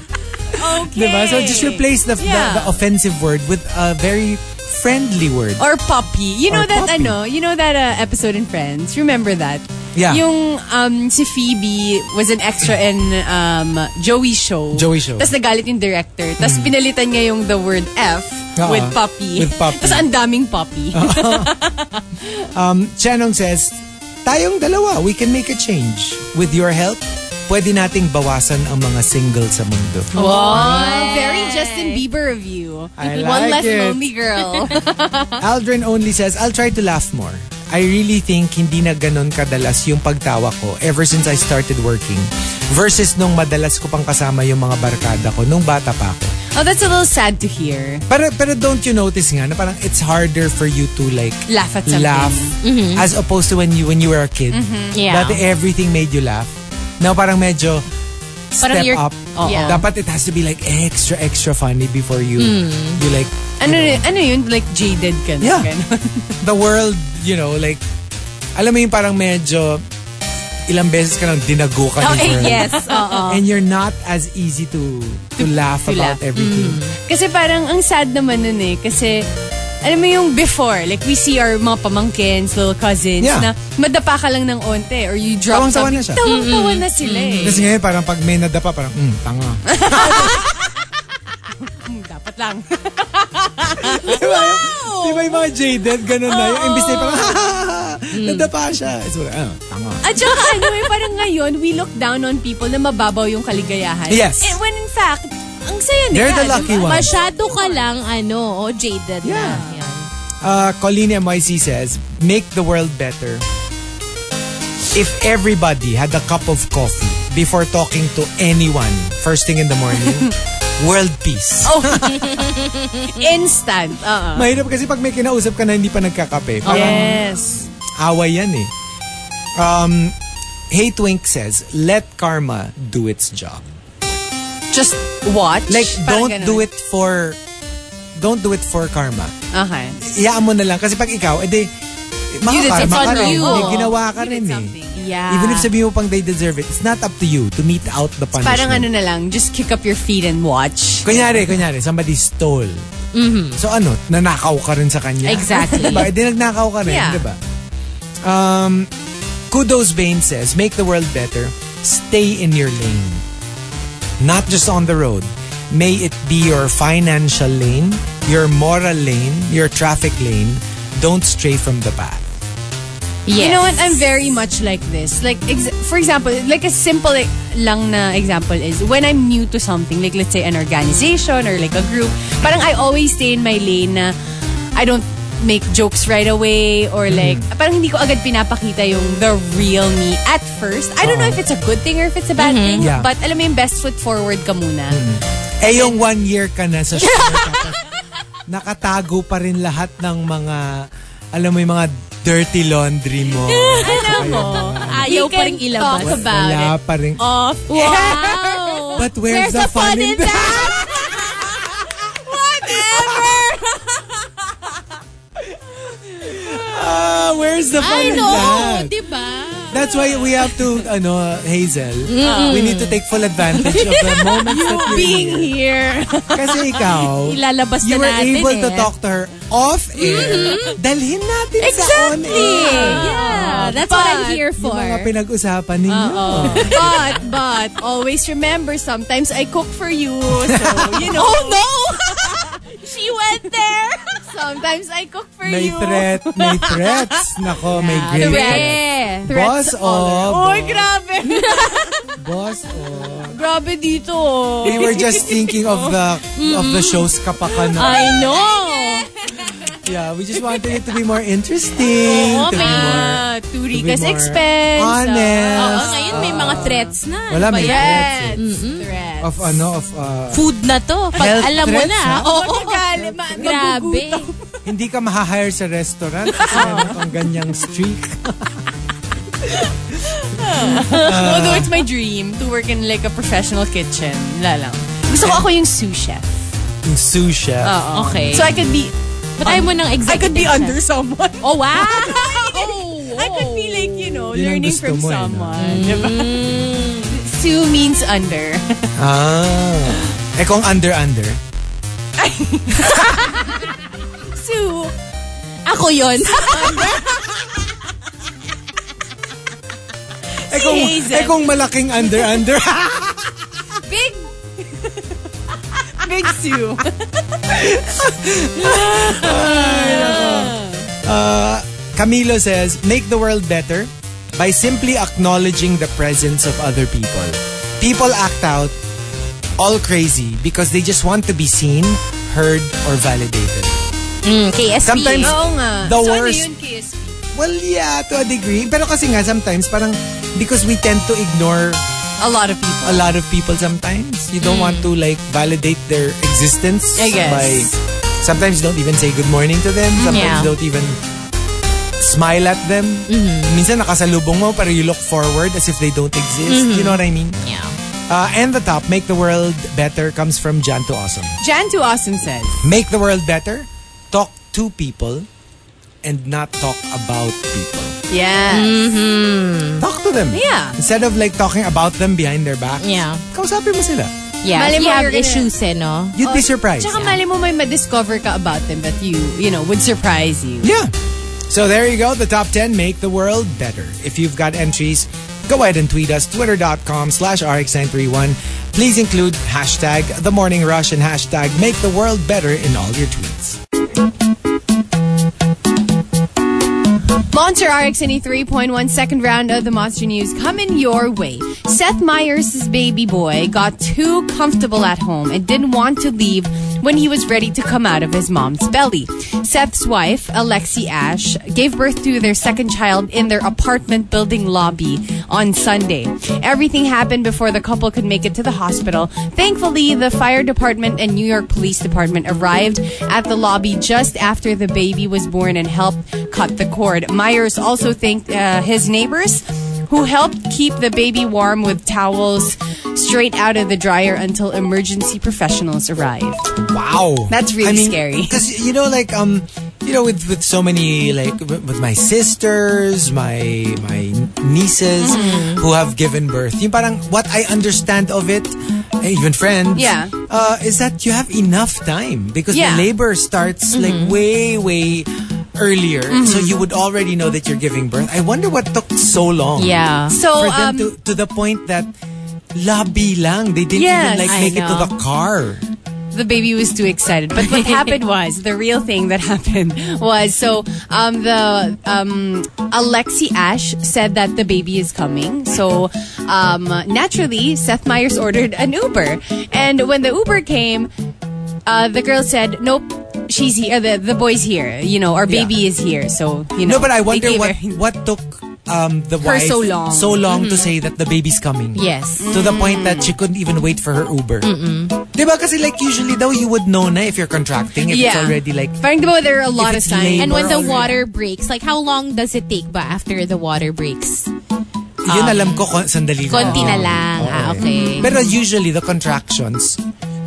Speaker 4: Diba? So just replace the, the- the,
Speaker 5: Yeah.
Speaker 4: offensive word with a very friendly word.
Speaker 5: Or puppy. You know
Speaker 4: Or
Speaker 5: that,
Speaker 4: puppy.
Speaker 5: ano, you know that uh, episode in Friends? Remember that?
Speaker 4: Yeah.
Speaker 5: Yung um, si Phoebe was an extra in um, Joey Show.
Speaker 4: Joey Show.
Speaker 5: Tapos nagalit yung director. Tapos pinalitan niya yung the word F
Speaker 4: Oo.
Speaker 5: with
Speaker 4: Ah,
Speaker 5: puppy.
Speaker 4: With Oh, puppy.
Speaker 5: Tapos ang daming puppy.
Speaker 4: Um, Chanong says, tayong dalawa, we can make a change. With your help, pwede nating bawasan ang mga single sa mundo.
Speaker 5: Oh. Wow. Very Justin Bieber of you.
Speaker 4: I
Speaker 5: One
Speaker 4: like
Speaker 5: less
Speaker 4: it.
Speaker 5: lonely girl.
Speaker 4: Aldrin only says, I'll try to laugh more. I really think hindi na ganun kadalas yung pagtawa ko ever since I started working versus nung madalas ko pang kasama yung mga barkada ko nung bata pa ako.
Speaker 5: Oh, that's a little sad to hear.
Speaker 4: Pero, pero don't you notice nga na parang it's harder for you to like
Speaker 5: Laugh at something.
Speaker 4: laugh as opposed to when you when you were a kid.
Speaker 2: Yeah.
Speaker 4: Dati everything made you laugh. Now parang medyo
Speaker 2: Parang
Speaker 4: step
Speaker 2: you're-
Speaker 4: up.
Speaker 2: Oo. Yeah.
Speaker 4: Dapat it has to be like extra extra funny before you you like
Speaker 5: Ano, ano yun? Like, jaded ka na.
Speaker 4: Yeah.
Speaker 5: Ganun.
Speaker 4: the world, you know, like alam mo yung parang medyo ilang beses ka nang dinago ka ni
Speaker 2: eh,
Speaker 4: world.
Speaker 2: yes. Oo.
Speaker 4: And you're not as easy to to laugh about
Speaker 5: laugh.
Speaker 4: everything.
Speaker 5: Kasi parang ang sad naman nun eh. Kasi, alam mo yung before, like we see our mga pamangkins, little cousins,
Speaker 4: Yeah.
Speaker 5: na madapa ka lang ng onte or you drop
Speaker 4: Tawang-tawa
Speaker 5: something.
Speaker 4: na siya.
Speaker 5: Tawang-tawa na sila eh.
Speaker 4: Kasi ngayon parang pag may nadapa parang mm, tanga.
Speaker 5: Dapat lang.
Speaker 4: Diba? Di ba yung mga jaded, ganun na. Yung imbis na yung parang, nadapa siya. It's like, ah, tanga.
Speaker 5: At saka ano eh, parang ngayon, we look down on people na mababaw yung kaligayahan.
Speaker 4: Yes.
Speaker 5: Eh, when in fact, ang saya nila.
Speaker 4: They're the lucky
Speaker 5: diba?
Speaker 4: ones.
Speaker 2: Masyado ka lang, ano, oh, jaded
Speaker 4: Yeah.
Speaker 2: na. Yan.
Speaker 4: Uh, Colleen MYC says, make the world better. If everybody had a cup of coffee before talking to anyone first thing in the morning, world peace.
Speaker 5: Oh. Instant. Uh-uh. Oo.
Speaker 4: Mahirap kasi pag may kinausap ka na hindi pa nagkakape. Parang
Speaker 5: Yes.
Speaker 4: away yan eh. Um, Hey Twink says, let karma do its job.
Speaker 5: Just watch.
Speaker 4: Like,
Speaker 5: Parang
Speaker 4: don't
Speaker 5: ganun.
Speaker 4: do it for... Don't do it for karma.
Speaker 5: Okay.
Speaker 4: Iyaan mo na lang. Kasi pag ikaw, edi,
Speaker 5: You
Speaker 4: makakarma
Speaker 5: did
Speaker 4: ka
Speaker 5: something
Speaker 4: rin.
Speaker 5: wrong.
Speaker 4: May
Speaker 5: Oo.
Speaker 4: ginawa ka
Speaker 5: You did
Speaker 4: rin eh.
Speaker 5: something.
Speaker 2: Yeah.
Speaker 4: Even
Speaker 5: Ah.
Speaker 4: if sabihin mo pang they deserve it, it's not up to you to meet out the punishment.
Speaker 5: Parang ano na lang, just kick up your feet and watch.
Speaker 4: Kunyari, kunyari, somebody stole.
Speaker 5: Mm-hmm.
Speaker 4: So ano, nanakaw ka rin sa kanya.
Speaker 2: Exactly.
Speaker 4: diba? Edi nagnakaw ka rin,
Speaker 5: Yeah.
Speaker 4: diba? Um, Kudos Bain says, make the world better, stay in your lane. Not just on the road. May it be your financial lane, your moral lane, your traffic lane. Don't stray from the path.
Speaker 2: Yes.
Speaker 5: You know what? I'm very much like this. Like, ex- for example, like a simple like, lang na example is when I'm new to something, like let's say an organization or like a group, parang I always stay in my lane na I don't make jokes right away or like parang hindi ko agad pinapakita yung the real me at first. I don't know if it's a good thing or if it's a bad thing,
Speaker 4: Yeah.
Speaker 5: but alam mo yung best foot forward ka muna.
Speaker 4: Eh, yung one year ka na sa sure, nakatago pa rin lahat ng mga, alam mo yung mga dirty laundry mo.
Speaker 5: Alam mo,
Speaker 2: Ayaw
Speaker 5: we
Speaker 2: pa
Speaker 5: can
Speaker 2: rin ilabas.
Speaker 5: talk about
Speaker 4: Wala
Speaker 5: it
Speaker 4: pa rin.
Speaker 5: off
Speaker 2: Wow!
Speaker 4: But where's, the, fun, in that? Ah, where's the fun
Speaker 2: I
Speaker 4: in
Speaker 2: know,
Speaker 4: that?
Speaker 2: di ba?
Speaker 4: That's why we have to, ano, Hazel, we need to take full advantage of the moment that you're
Speaker 2: Being
Speaker 4: here.
Speaker 2: here,
Speaker 4: Kasi ikaw,
Speaker 2: ilalabas
Speaker 4: you
Speaker 2: na
Speaker 4: were
Speaker 2: natin
Speaker 4: able
Speaker 2: eh.
Speaker 4: to
Speaker 2: Mm-hmm.
Speaker 4: talk to her off air. Dalhin natin sa on
Speaker 2: Exactly!
Speaker 4: air.
Speaker 2: Yeah, that's what I'm here for.
Speaker 4: Ah, Mga pinag-usapan ninyo.
Speaker 5: but but always remember sometimes I cook for you so you know
Speaker 2: Oh no! she went there!
Speaker 5: sometimes I cook for
Speaker 4: May
Speaker 5: you
Speaker 4: threat, may threats. Nako, may great threats. Boss o.
Speaker 2: Yeah. Oh,
Speaker 5: Oy, grabe.
Speaker 4: Boss o.
Speaker 5: grabe dito. oh.
Speaker 4: We were just thinking of the of the show's kapakana.
Speaker 2: I know!
Speaker 4: Yeah, we just wanted it to be more interesting. to be more,
Speaker 5: Ah, to
Speaker 4: to be
Speaker 5: Rica's
Speaker 4: more
Speaker 5: expense.
Speaker 4: Honest.
Speaker 2: Oo, ngayon may mga threats na.
Speaker 4: Wala,
Speaker 2: Di ba
Speaker 4: may
Speaker 2: yun?
Speaker 4: threats.
Speaker 5: Yes. Threats.
Speaker 4: Of ano, of... uh,
Speaker 2: Food na to. Pag
Speaker 4: Health
Speaker 2: alam mo
Speaker 4: threats,
Speaker 2: na,
Speaker 4: ha?
Speaker 2: oo,
Speaker 5: Oh, oh, grabe. Ma-
Speaker 2: grabe.
Speaker 5: magugutom.
Speaker 4: hindi ka mahahire sa restaurant kasi meron kang ganyang streak. Uh,
Speaker 5: Although it's my dream to work in like a professional kitchen. Wala lang. Gusto ko ako yung sous chef.
Speaker 4: Yung sous chef.
Speaker 2: Okay.
Speaker 5: So I could be
Speaker 2: But ayaw mo ng executive
Speaker 5: I could be
Speaker 2: chef.
Speaker 5: under someone.
Speaker 2: Oh, wow!
Speaker 5: I could be like, you know,
Speaker 4: Yun ang
Speaker 5: learning
Speaker 4: gusto
Speaker 5: from
Speaker 4: mo eh, no?
Speaker 5: someone. diba? Sue means under.
Speaker 4: Ah. Eh kung under-under.
Speaker 5: Sue.
Speaker 2: Ako yun.
Speaker 4: Eh kung, eh kung malaking under-under.
Speaker 5: Big. Big Sue.
Speaker 4: Uh, Camilo says, make the world better by simply acknowledging the presence of other people. People act out all crazy because they just want to be seen, heard, or validated.
Speaker 2: Mm, KSP.
Speaker 4: Sometimes, the
Speaker 5: so
Speaker 4: worst...
Speaker 5: ano yun, kiss?
Speaker 4: Well, yeah, to a degree. Pero kasi nga, sometimes, parang because we tend to ignore
Speaker 5: a lot of people.
Speaker 4: a lot of people sometimes. You don't want to like validate their existence
Speaker 5: I guess.
Speaker 4: by sometimes don't even say good morning to them. Sometimes
Speaker 2: Yeah.
Speaker 4: don't even smile at them. Minsan nakasalubong mo pero you look forward as if they don't exist. You know what I mean?
Speaker 2: Yeah.
Speaker 4: Uh, and the top, make the world better comes from Jan to Awesome.
Speaker 5: Jan to Awesome says,
Speaker 4: Make the world better, talk to people and not talk about people.
Speaker 5: yeah.
Speaker 4: Talk to them.
Speaker 5: Yeah.
Speaker 4: Instead of like talking about them behind their back.
Speaker 2: Yeah.
Speaker 4: Kausapin mo sila.
Speaker 2: Yeah.
Speaker 5: Mali
Speaker 2: if
Speaker 5: mo,
Speaker 2: you
Speaker 5: you're
Speaker 2: have
Speaker 5: gonna-
Speaker 2: issues, eh, no?
Speaker 4: You'd be surprised.
Speaker 5: Oh, Tsaka mali mo may madiscover ka about them that you, you know, would surprise you.
Speaker 4: Yeah. So there you go. The top 10 make the world better. If you've got entries, go ahead and tweet us. Twitter.com slash RX931. Please include hashtag The Morning Rush and hashtag Make the World Better in all your tweets.
Speaker 5: Monster RX 3.1 second round of the Monster News coming your way. Seth Meyers' baby boy got too comfortable at home and didn't want to leave when he was ready to come out of his mom's belly. Seth's wife, Alexi Ash, gave birth to their second child in their apartment building lobby on Sunday. Everything happened before the couple could make it to the hospital. Thankfully, the fire department and New York Police Department arrived at the lobby just after the baby was born and helped cut the cord. Myers also thanked uh, his neighbors who helped keep the baby warm with towels straight out of the dryer until emergency professionals arrived.
Speaker 4: Wow.
Speaker 5: That's really scary.
Speaker 4: Because, you know, like, um, you know, with, with so many, like, with with my sisters, my my nieces
Speaker 5: Mm-hmm.
Speaker 4: who have given birth, yung parang what I understand of it, eh, even friends,
Speaker 5: Yeah.
Speaker 4: uh, is that you have enough time because
Speaker 5: Yeah. Mm-hmm.
Speaker 4: the labor starts, like, way, way earlier. So you would already know that you're giving birth. I wonder what took so long.
Speaker 2: Yeah.
Speaker 5: So,
Speaker 4: Uh, For them
Speaker 5: um,
Speaker 4: to, to the point that lobby lang. They didn't
Speaker 5: Yes.
Speaker 4: even, like,
Speaker 2: I
Speaker 4: make it to
Speaker 2: know.
Speaker 4: the car.
Speaker 5: the baby was too excited. But what happened was the real thing that happened was so um, the um, Alexi Ash said that the baby is coming. So um, naturally, Seth Meyers ordered an Uber, and when the Uber came, uh, the girl said, "Nope." She's here. The, the boy's here. You know, our baby
Speaker 4: Yeah.
Speaker 5: is here. So you know.
Speaker 4: No, but I
Speaker 5: they
Speaker 4: wonder
Speaker 5: gave
Speaker 4: what
Speaker 5: her-
Speaker 4: what took um the
Speaker 5: Her
Speaker 4: wife
Speaker 5: so long. Mm-hmm.
Speaker 4: so long to say that the baby's coming.
Speaker 2: Yes.
Speaker 4: To the point that she couldn't even wait for her Uber. Diba kasi like usually though you would know na if you're contracting if it's
Speaker 5: Yeah.
Speaker 4: already like
Speaker 5: Parang diba, there are a lot of
Speaker 4: it's
Speaker 5: signs.
Speaker 4: labor
Speaker 2: And when the
Speaker 4: already.
Speaker 2: water breaks, like how long does it take ba after the water breaks?
Speaker 4: yun alam ko kon- sandali lang.
Speaker 2: Konti na lang. Ah, okay.
Speaker 4: Pero usually the contractions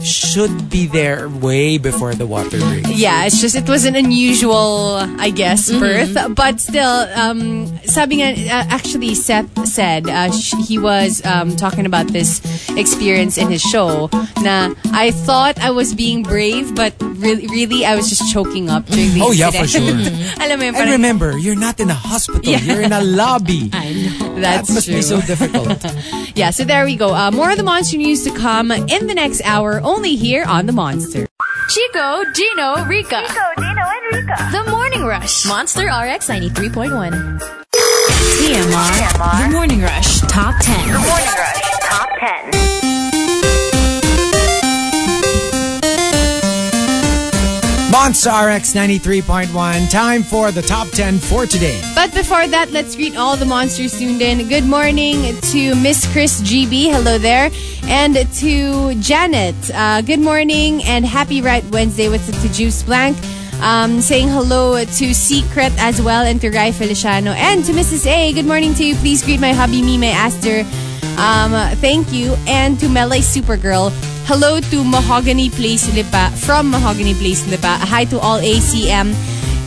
Speaker 4: should be there way before the water breaks.
Speaker 5: Yeah, it's just it was an unusual, I guess,
Speaker 4: Mm-hmm.
Speaker 5: birth, but still, um, sabi nga, uh, actually Seth said uh, sh- he was um, talking about this experience in his show. Na I thought I was being brave, but really, really, I was just choking up during the
Speaker 4: Oh, yeah, for
Speaker 5: incident.
Speaker 4: sure.
Speaker 5: Alam mo yun,
Speaker 4: And
Speaker 5: parang-
Speaker 4: remember, you're not in a hospital.
Speaker 5: Yeah.
Speaker 4: You're in a lobby.
Speaker 2: I know.
Speaker 5: that's
Speaker 4: that must
Speaker 5: true.
Speaker 4: be so difficult.
Speaker 5: yeah, so there we go. Uh, more of the monster news to come in the next hour, only here on the Monster.
Speaker 1: Chico, Gino, Rika.
Speaker 6: Go, Dino and Rico.
Speaker 1: The Morning Rush.
Speaker 3: Monster RX 93.1.
Speaker 6: TMR. The
Speaker 3: Morning Rush Top 10.
Speaker 6: Morning Rush Top 10.
Speaker 4: Monster RX 93.1. Time for the top 10 for today.
Speaker 5: But before that, let's greet all the monsters tuned in. Good morning to Miss Chris GB. Hello there. And to Janet. Uh, good morning and happy Right Wednesday with to Juice Blank. Um, saying hello to Secret as well and to Rai Feliciano and to Mrs. A. Good morning to you. Please greet my hubby Mime Aster. Um, thank you. And to Melay Supergirl. Hello to Mahogany Place Lipa from Mahogany Place Lipa. Hi to all ACM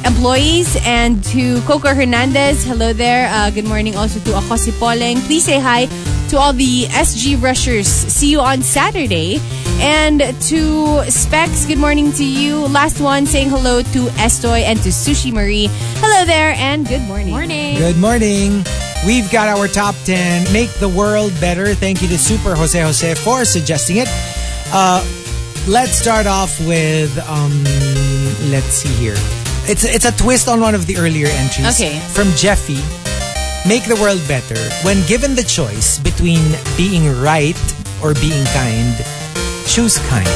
Speaker 5: employees and to Coco Hernandez. Hello there. Uh, good morning also to Ako si Poleng. Please say hi to all the SG Rushers. See you on Saturday. And to Specs, good morning to you. Last one saying hello to Estoy and to Sushi Marie. Hello there and good morning.
Speaker 2: Morning.
Speaker 4: Good morning. We've got our top 10 Make the World Better. Thank you to Super Jose Jose for suggesting it. Uh, let's start off with, um, let's see here. It's, it's a twist on one of the earlier entries.
Speaker 5: Okay.
Speaker 4: From Jeffy Make the world better. When given the choice between being right or being kind, choose kind.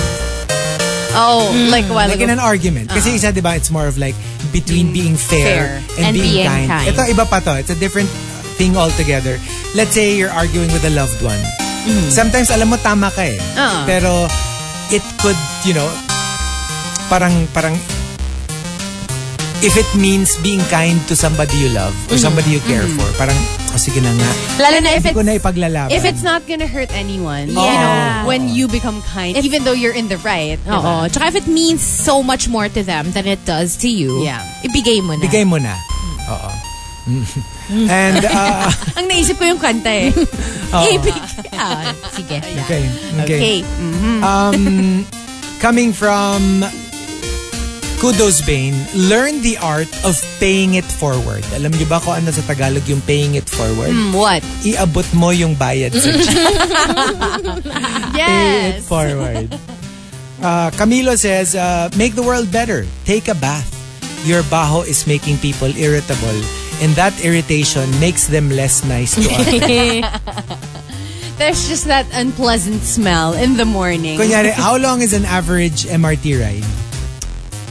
Speaker 5: Oh, like a while
Speaker 4: Hmm. Like in
Speaker 5: ago.
Speaker 4: an argument. Kasi isa, di ba, it's more of like between being fair,
Speaker 5: fair
Speaker 4: and,
Speaker 2: and
Speaker 4: being,
Speaker 2: being
Speaker 4: kind.
Speaker 2: kind.
Speaker 4: Ito, iba pa to. It's a different uh, thing altogether. Let's say you're arguing with a loved one. Sometimes, alam mo, tama ka eh.
Speaker 5: Oo.
Speaker 4: Pero, it could, you know, parang, parang, if it means being kind to somebody you love or somebody you care for, parang, oh, sige na nga,
Speaker 5: Lalo na if
Speaker 4: hindi ko
Speaker 5: it's,
Speaker 4: na ipaglalaban.
Speaker 5: if it's not gonna hurt anyone.
Speaker 2: Yeah.
Speaker 5: You know, when you become kind, even though you're in the right. di
Speaker 2: Oo.
Speaker 5: ba?
Speaker 2: Tsaka if it means so much more to them than it does to you,
Speaker 5: Yeah.
Speaker 2: ibigay mo na.
Speaker 4: Bigay mo na. Oo. And, uh,
Speaker 5: Ang naisip ko yung kanta eh.
Speaker 4: oo.
Speaker 2: Ah, sige.
Speaker 4: Okay. Okay.
Speaker 2: Okay.
Speaker 4: Um, coming from Kudos Bane, learn the art of paying it forward. Alam niyo ba kung ano sa Tagalog yung paying it forward?
Speaker 5: What?
Speaker 4: Iabot mo yung bayad sa check. Pay it
Speaker 5: Yes.
Speaker 4: forward. Uh, Camilo says, uh, make the world better. Take a bath. Your baho is making people irritable and that irritation makes them less nice to us.
Speaker 5: There's just that unpleasant smell in the morning.
Speaker 4: Kunyari, how long is an average MRT ride?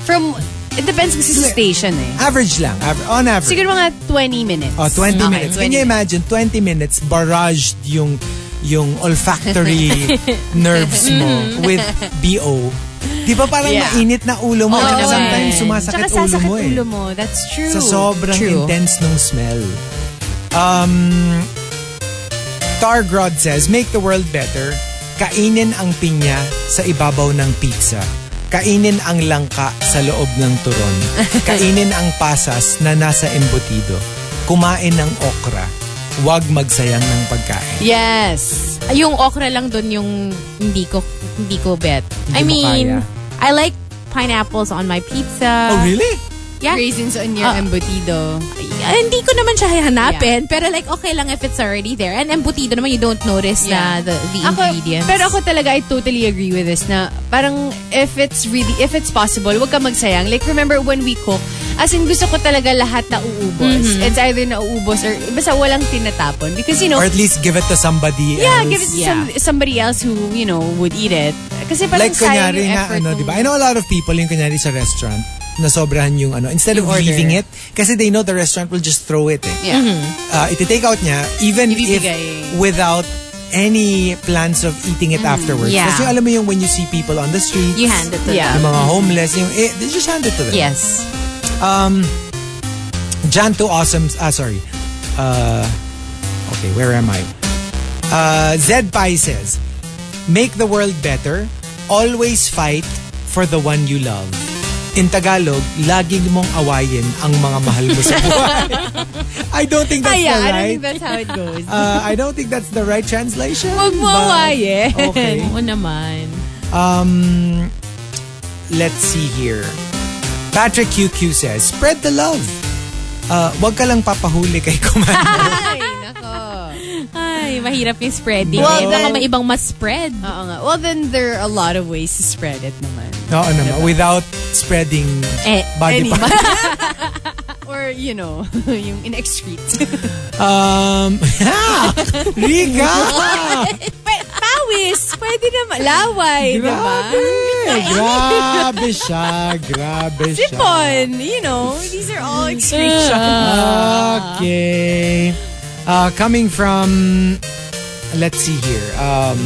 Speaker 5: From, it depends kasi sa station eh.
Speaker 4: Average lang. Aver- on average.
Speaker 5: Siguro mga 20 minutes.
Speaker 4: Oh, 20
Speaker 5: Okay,
Speaker 4: minutes. Can you imagine 20 minutes barraged yung yung olfactory nerves mo with BO? Di ba parang
Speaker 5: Mm-hmm. Yeah.
Speaker 4: mainit na ulo mo?
Speaker 5: Oo
Speaker 4: At
Speaker 5: naman.
Speaker 4: sometimes
Speaker 5: Tsaka
Speaker 4: sumasakit ulo
Speaker 5: sasakit
Speaker 4: mo eh.
Speaker 5: ulo mo. That's true.
Speaker 4: Sa sobrang
Speaker 2: True.
Speaker 4: intense nung smell. Um, Targrod says, make the world better. Kainin ang pinya sa ibabaw ng pizza. Kainin ang langka sa loob ng turon. Kainin ang pasas na nasa embutido. Kumain ng okra. Huwag magsayang ng pagkain.
Speaker 5: Yes.
Speaker 2: Yung okra lang dun yung hindi ko hindi ko bet. I
Speaker 4: mo
Speaker 2: mean,
Speaker 4: kaya.
Speaker 2: I like pineapples on my pizza.
Speaker 5: Ah.
Speaker 4: oh, really?
Speaker 2: Yeah.
Speaker 5: Raisins on your
Speaker 2: Ah.
Speaker 5: embutido.
Speaker 2: Ah, hindi ko naman siya hanapin, pero like okay lang if it's already there. And embutido naman, you don't notice
Speaker 5: Yeah.
Speaker 2: na the, the
Speaker 5: Ako,
Speaker 2: ingredients.
Speaker 5: pero ako talaga, I totally agree with this na parang if it's really, if it's possible, huwag ka magsayang. Like, remember when we cook, as in gusto ko talaga lahat na uubos. It's either na uubos or basta walang tinatapon. Because, you know,
Speaker 4: Or at least give it to somebody
Speaker 5: yeah,
Speaker 4: else.
Speaker 5: give it to
Speaker 2: yeah.
Speaker 5: some- somebody else who, you know, would eat it. Kasi parang
Speaker 4: like
Speaker 5: sayang
Speaker 4: kunyari
Speaker 5: yung
Speaker 4: nga
Speaker 5: effort
Speaker 4: ano,
Speaker 5: nung-
Speaker 4: di ba? I know a lot of people yung kunyari sa restaurant na sobrahan yung ano, instead of
Speaker 5: Yung order.
Speaker 4: leaving it, kasi they know the restaurant will just throw it eh.
Speaker 5: Yeah.
Speaker 4: Uh, iti-take out niya, even if
Speaker 5: Ibibigay. Mm.
Speaker 4: without any plans of eating it afterwards.
Speaker 2: yeah.
Speaker 4: Kasi alam mo yung when you see people on the streets,
Speaker 2: you hand it to
Speaker 5: Yeah.
Speaker 2: them.
Speaker 4: yung mga homeless, yung, eh, they just hand it to them. Um,
Speaker 2: Yes.
Speaker 4: Jan to Awesome, ah, sorry. Uh, okay, where am I? Uh, Zed Pai says, Make the world better, always fight for the one you love. In Tagalog, laging mong awayin ang mga mahal mo sa buhay. I don't think that's
Speaker 5: Ah, yeah,
Speaker 4: the
Speaker 5: I don't
Speaker 4: right.
Speaker 5: think that's how it goes.
Speaker 4: uh, I don't think that's the right translation.
Speaker 5: Huwag mo
Speaker 4: but-
Speaker 5: awayin.
Speaker 2: Diba?
Speaker 4: Okay.
Speaker 2: Oo naman.
Speaker 4: Um, let's see here. Patrick QQ says, spread the love. Uh, wag ka lang papahuli kay Commando.
Speaker 5: Ay, nako.
Speaker 2: Ay, mahirap yung spreading.
Speaker 5: Well,
Speaker 2: eh. Baka
Speaker 5: then-
Speaker 2: may ibang mas spread.
Speaker 5: Oo nga. Well, then there are a lot of ways to spread it naman.
Speaker 4: Oo naman, without spreading
Speaker 2: Eh,
Speaker 4: body
Speaker 5: any-
Speaker 4: pa.
Speaker 5: Or, you know, yung in-excrete.
Speaker 4: Um, yeah! Riga!
Speaker 5: Pawis! Pwede naman. Laway, diba? di ba?
Speaker 4: grabe! Grabe siya! Grabe siya!
Speaker 5: Sipon! You know, these are all
Speaker 4: Hmm.
Speaker 5: excretions.
Speaker 4: Okay. Uh, coming from, let's see here. Um,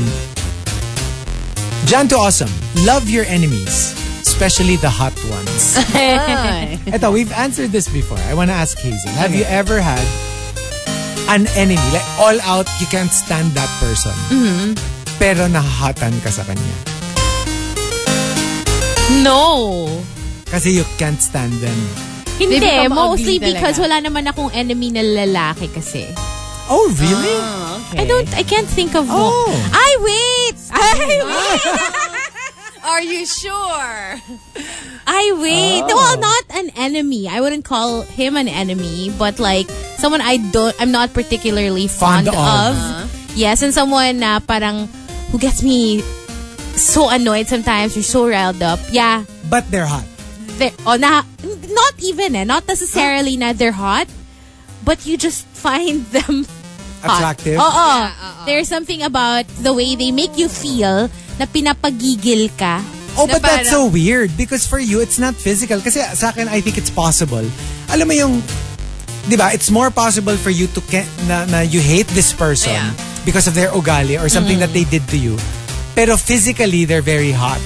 Speaker 4: Jan to Awesome, love your enemies, especially the hot ones.
Speaker 5: Ay.
Speaker 4: Ito, we've answered this before. I want to ask Hazel. Have you ever had an enemy? Like, all out, you can't stand that person. Pero nahahatan ka sa kanya.
Speaker 2: No.
Speaker 4: Kasi you can't stand them.
Speaker 2: Hindi,
Speaker 5: become
Speaker 2: mostly
Speaker 5: ugly
Speaker 2: because
Speaker 5: talaga.
Speaker 2: wala naman akong enemy na lalaki kasi.
Speaker 4: Oh, really?
Speaker 2: I don't, I can't think of one.
Speaker 4: Oh.
Speaker 2: Ay, wait! Ay, wait!
Speaker 5: Are you sure?
Speaker 2: I wait. Well, not an enemy. I wouldn't call him an enemy, but like someone I don't, I'm not particularly
Speaker 4: Fond
Speaker 2: fond,
Speaker 4: of.
Speaker 2: of. Yes, and someone na parang who gets me so annoyed sometimes or so riled up. Yeah,
Speaker 4: But they're hot.
Speaker 2: they're, oh, na, not even eh, not necessarily na they're hot, but you just find them hot.
Speaker 4: Attractive.
Speaker 2: Oo.
Speaker 5: Uh-uh.
Speaker 2: There's something about the way they make you feel na pinapagigil ka.
Speaker 4: Oh,
Speaker 5: Na
Speaker 4: but that's so
Speaker 5: parang-
Speaker 4: weird because for you, it's not physical. Kasi sa akin, I think it's possible. Alam mo yung, di ba, it's more possible for you to, ke- na, na you hate this person
Speaker 5: Yeah.
Speaker 4: because of their ugali or something
Speaker 2: Mm.
Speaker 4: that they did to you. Pero physically, they're very hot.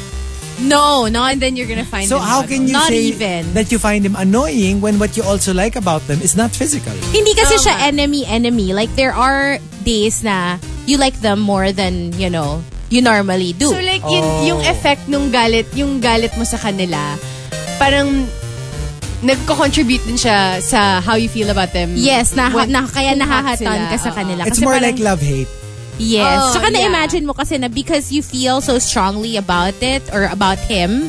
Speaker 2: No, no, and then you're gonna find
Speaker 4: So
Speaker 2: them
Speaker 4: how
Speaker 2: hot.
Speaker 4: can you
Speaker 2: Not
Speaker 4: say
Speaker 2: even.
Speaker 4: that you find them annoying when what you also like about them is not physical?
Speaker 2: Hindi kasi siya enemy-enemy. Like, there are days na you like them more than, you know, you normally do.
Speaker 5: So like, yun,
Speaker 4: Oh.
Speaker 5: yung effect nung galit, yung galit mo sa kanila, parang nagko-contribute din siya sa how you feel about them.
Speaker 2: yes, na,
Speaker 5: When-
Speaker 2: na, kaya
Speaker 5: kung hot
Speaker 2: nahahatan
Speaker 5: sila,
Speaker 2: ka sa
Speaker 5: oo.
Speaker 2: kanila.
Speaker 4: It's
Speaker 2: Kasi
Speaker 4: more
Speaker 2: parang-
Speaker 4: like love-hate.
Speaker 2: Yes.
Speaker 5: Oh,
Speaker 2: Tsaka
Speaker 5: yeah.
Speaker 2: na-imagine mo kasi na because you feel so strongly about it or about him,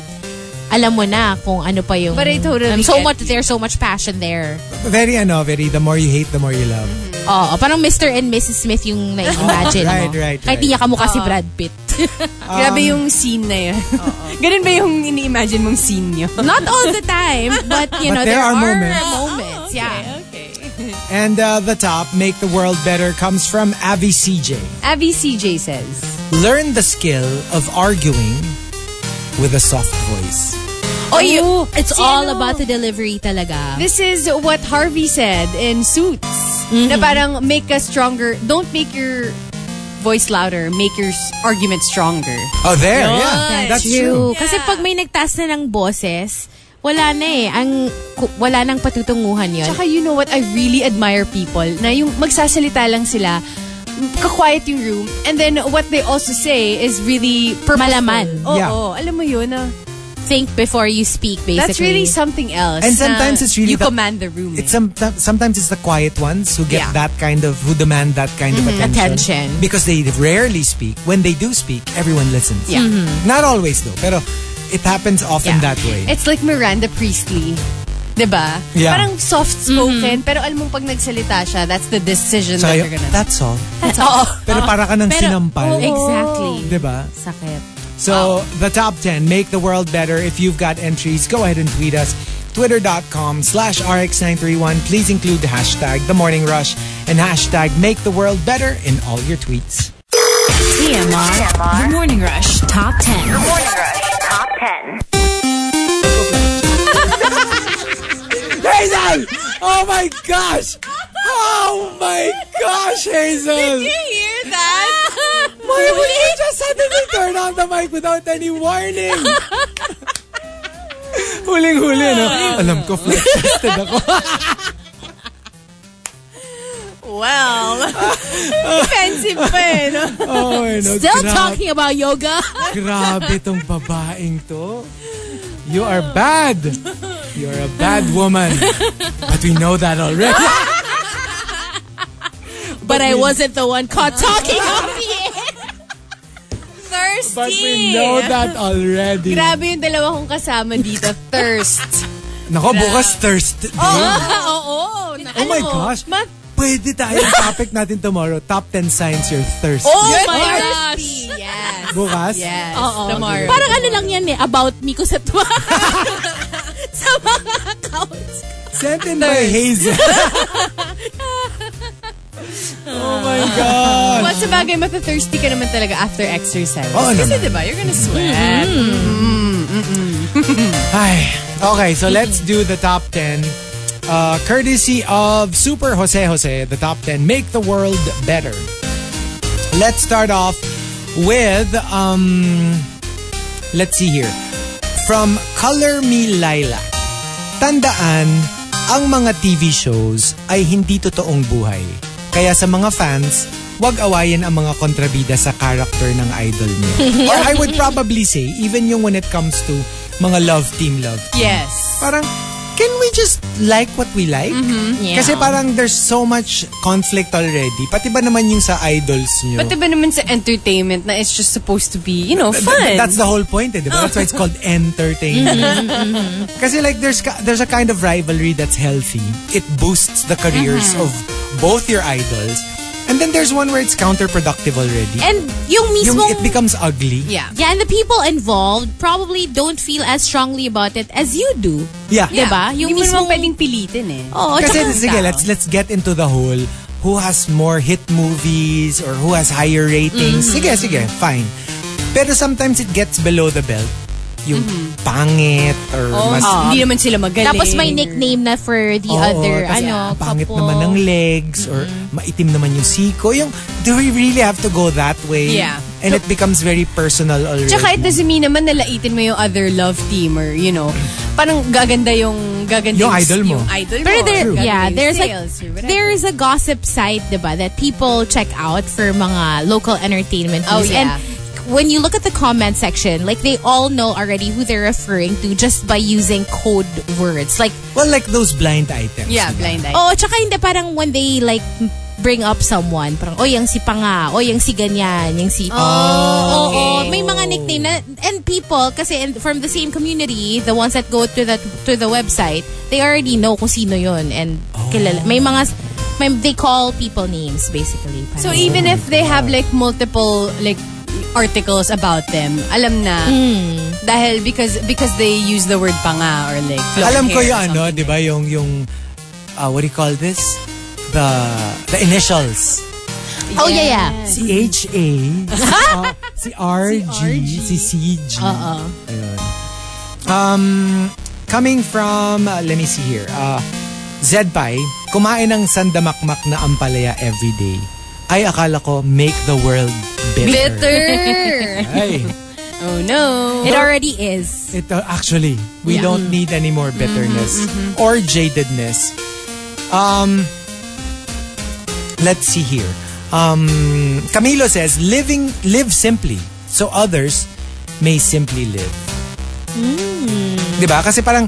Speaker 2: alam mo na kung ano pa yung...
Speaker 5: But I totally
Speaker 2: um, so
Speaker 5: get
Speaker 2: much,
Speaker 5: you.
Speaker 2: There's so much passion there.
Speaker 4: Very ano, very the more you hate, the more you love.
Speaker 2: Oo, parang Mr. and Mrs. Smith yung na-imagine
Speaker 4: Oh, right,
Speaker 2: mo.
Speaker 4: right,
Speaker 2: Kahit
Speaker 4: right.
Speaker 2: hindi niya kamukha si Brad Pitt.
Speaker 5: Grabe
Speaker 4: Um,
Speaker 5: yung scene na yun. Ganun ba yung ini-imagine mong scene nyo?
Speaker 2: Not all the time, but you
Speaker 4: But
Speaker 2: know,
Speaker 4: there
Speaker 2: there,
Speaker 4: are moments.
Speaker 2: moments, yeah.
Speaker 4: And uh, the top, Make the World Better, comes from Avi CJ.
Speaker 5: Abby CJ says,
Speaker 4: Learn the skill of arguing with a soft voice.
Speaker 2: Oh, you, it's
Speaker 5: sino?
Speaker 2: all about the delivery talaga.
Speaker 5: This is what Harvey said in Suits.
Speaker 4: Mm-hmm.
Speaker 5: Na parang make a stronger, don't make your voice louder, make your s- argument stronger.
Speaker 4: Oh, there, yeah. That's true.
Speaker 2: Kasi pag may nagtaas na ng boses, wala na eh. Ang, ku- wala nang patutunguhan yun.
Speaker 5: Tsaka you know what, I really admire people na yung magsasalita lang sila, kaquiet yung room, and then what they also say is really purposeful.
Speaker 2: Malaman.
Speaker 5: Oo,
Speaker 4: Yeah.
Speaker 5: alam mo yun na.
Speaker 2: think before you speak, basically.
Speaker 5: That's really something else.
Speaker 4: And
Speaker 5: na
Speaker 4: sometimes it's really
Speaker 5: You
Speaker 4: the-
Speaker 5: command the room. eh.
Speaker 4: It's some, sometimes it's the quiet ones who get
Speaker 5: Yeah. Mm-hmm.
Speaker 4: that kind of who demand that kind of attention,
Speaker 2: Attention.
Speaker 4: because they rarely speak. When they do speak, everyone listens.
Speaker 5: Yeah. Mm-hmm.
Speaker 4: Not always though, pero it happens often
Speaker 5: Yeah.
Speaker 4: that way.
Speaker 5: It's like Miranda Priestley. 'Di ba?
Speaker 4: Yeah. Mm-hmm.
Speaker 5: Parang soft-spoken, pero alam mo pag nagsalita siya, that's the decision
Speaker 4: So,
Speaker 5: that
Speaker 4: yun,
Speaker 5: you're gonna Ah,
Speaker 4: that's all.
Speaker 2: That's all.
Speaker 4: Pero para ka ng
Speaker 2: Pero-
Speaker 4: sinampal.
Speaker 2: Exactly.
Speaker 4: Diba?
Speaker 2: Sakit.
Speaker 4: So the top 10 make the world better. If you've got entries, go ahead and tweet us. Twitter.com slash RX931. Please include the hashtag The Morning Rush and hashtag Make the World Better in all your tweets.
Speaker 6: TMR.
Speaker 1: The Morning Rush Top 10.
Speaker 6: Morning Rush Top 10.
Speaker 4: Hazel! Oh my gosh! Oh my gosh, Hazel! Did you hear that? Why would you just suddenly turn on the mic without any warning? Huling-huli, no? Alam ko, flat-chested ako.
Speaker 5: Offensive pa eh, no?
Speaker 4: Oh, I know.
Speaker 2: Still
Speaker 4: Grabe.
Speaker 2: talking about yoga.
Speaker 4: Grabe tong babaeng to. You are bad. You're a bad woman. But we know that already.
Speaker 2: But I wasn't the one caught talking on the air. Thirsty.
Speaker 4: But we know that already.
Speaker 5: Grabe yung dalawa kong kasama dito. Thirst.
Speaker 4: Nako, bukas Thursday.
Speaker 2: Oo.
Speaker 4: Oh my
Speaker 5: ano?
Speaker 4: gosh. Pwede tayo yung topic natin tomorrow. Top 10 signs you're thirsty.
Speaker 2: Oh my gosh.
Speaker 5: Yes.
Speaker 4: Bukas?
Speaker 5: Yes.
Speaker 2: Oo.
Speaker 5: Tomorrow.
Speaker 2: Parang ano lang yan eh, about me ko sa tuwa. sa mga accounts.
Speaker 4: Sent in by Hazel. oh my God.
Speaker 5: Well, sa bagay, matathirsty ka naman talaga after exercise.
Speaker 4: Oo
Speaker 5: Kasi
Speaker 4: naman.
Speaker 5: diba, you're gonna sweat.
Speaker 4: Ay. Okay, so let's do the top 10. Uh, courtesy of Super Jose Jose, the top 10 make the world better. Let's start off with um let's see here. From Color Me Laila. Tandaan, ang mga TV shows ay hindi totoong buhay. Kaya sa mga fans, wag awayin ang mga kontrabida sa character ng idol niyo. Or I would probably say, even yung when it comes to mga love team love team.
Speaker 5: Yes.
Speaker 4: Parang, can we just like what we like?
Speaker 2: Yeah.
Speaker 4: Kasi parang there's so much conflict already. Pati ba naman yung sa idols niyo?
Speaker 5: But diba naman sa entertainment na it's just supposed to be, you know,
Speaker 4: Th-
Speaker 5: fun.
Speaker 4: th- That's the whole point, eh, di ba? That's why it's called entertainment. Kasi like there's ka- there's a kind of rivalry that's healthy. It boosts the careers of both your idols. And then there's one where it's counterproductive already.
Speaker 2: And yung
Speaker 4: Yung
Speaker 2: mismong...
Speaker 4: it becomes ugly.
Speaker 5: yeah.
Speaker 2: Yeah, and the people involved probably don't feel as strongly about it as you do.
Speaker 4: Yeah.
Speaker 2: Yeah. Diba? Yung Oh.
Speaker 5: Hindi mo naman
Speaker 2: mismong-
Speaker 5: pwedeng pilitin eh.
Speaker 2: Oo,
Speaker 4: Kasi
Speaker 2: tsaka-
Speaker 4: sige, let's let's get into the whole who has more hit movies or who has higher ratings. Sige, sige, fine. Pero sometimes it gets below the belt. yung pangit or mas...
Speaker 5: Hindi naman sila magaling.
Speaker 2: Tapos may nickname na for the
Speaker 4: Oo,
Speaker 2: other,
Speaker 4: tas
Speaker 2: ano,
Speaker 4: pangit
Speaker 2: couple.
Speaker 4: naman ng legs or
Speaker 5: Mm-hmm.
Speaker 4: maitim naman yung siko. Yung, do we really have to go that way?
Speaker 5: Yeah.
Speaker 4: And it becomes very personal already.
Speaker 5: Tsaka it doesn't mean naman nalaitin mo yung other love team or, you know, parang gaganda yung gaganda
Speaker 4: Yung idol mo.
Speaker 5: Yung idol
Speaker 2: Pero
Speaker 5: mo.
Speaker 2: there,
Speaker 5: Gaganda
Speaker 2: yeah,
Speaker 5: yung
Speaker 2: there's like,
Speaker 5: sales or whatever.
Speaker 2: there's a gossip site, di ba, that people check out for mga local entertainment
Speaker 5: Oh,
Speaker 2: news.
Speaker 5: yeah.
Speaker 2: And when you look at the comment section, like they all know already who they're referring to just by using code words. Like,
Speaker 4: well, like those blind items.
Speaker 5: yeah,
Speaker 4: diba?
Speaker 5: blind eye.
Speaker 2: oh, tsaka hindi parang when they like bring up someone, parang, oh, yung si Panga, oh, yung si ganyan, yung si...
Speaker 5: Oh, okay.
Speaker 2: Oo, may mga nickname na, and people, kasi in- from the same community, the ones that go to that to the website, they already know kung sino yun, and
Speaker 5: Oh.
Speaker 2: kilala. May mga, s- may, they call people names, basically. Parang,
Speaker 5: So even if they have like multiple like articles about them, alam na dahil because because they use the word panga or like long
Speaker 4: Alam ko
Speaker 5: hair
Speaker 4: yung
Speaker 5: or
Speaker 4: ano,
Speaker 5: something
Speaker 4: di ba, yung, yung, uh, what do you call this? The, the initials.
Speaker 2: oh, yeah, yeah.
Speaker 4: Si HA, si, uh, si Uh-uh. RG, si CG.
Speaker 2: Oo.
Speaker 4: Ayun. Um, coming from, uh, let me see here, uh, Zedpai, kumain ng sandamakmak na ampalaya every day. Ay, akala ko, make the world bitter.
Speaker 5: Bitter.
Speaker 4: Ay,
Speaker 5: oh no.
Speaker 2: It already is.
Speaker 4: it, uh, actually, we don't need any more bitterness or jadedness. Um, let's see here. Um, Camilo says, living, live simply so others may simply live. Diba? Kasi parang,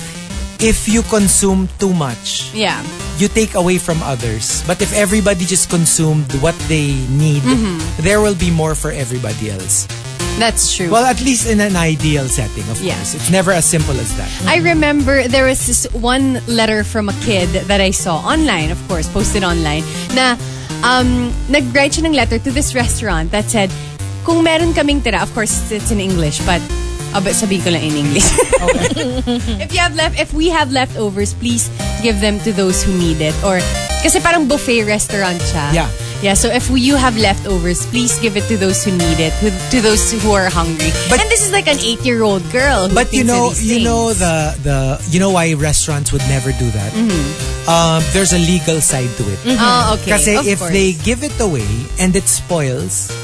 Speaker 4: if you consume too much,
Speaker 5: Yeah.
Speaker 4: you take away from others. But if everybody just consumed what they need, there will be more for everybody else.
Speaker 5: That's true.
Speaker 4: Well, at least in an ideal setting, of
Speaker 5: Yeah.
Speaker 4: course. It's never as simple as that.
Speaker 5: I remember there was this one letter from a kid that I saw online, of course, posted online, na um, nag-write siya ng letter to this restaurant that said, kung meron kaming tira, of course, it's- it's in English, but oh, but sabihin ko lang in English. if you have left, if we have leftovers, please give them to those who need it. Or, kasi parang buffet restaurant siya.
Speaker 4: Yeah.
Speaker 5: Yeah, so if you have leftovers, please give it to those who need it, who, to those who are hungry.
Speaker 4: But-
Speaker 5: and this is like an eight-year-old girl. Who
Speaker 4: But you
Speaker 5: thinks of
Speaker 4: know,
Speaker 5: these
Speaker 4: you
Speaker 5: things.
Speaker 4: know the the you know why restaurants would never do that. Um, there's a legal side to it.
Speaker 5: Mm-hmm. Oh, okay.
Speaker 4: Kasi
Speaker 5: Of
Speaker 4: if
Speaker 5: course.
Speaker 4: they give it away and it spoils,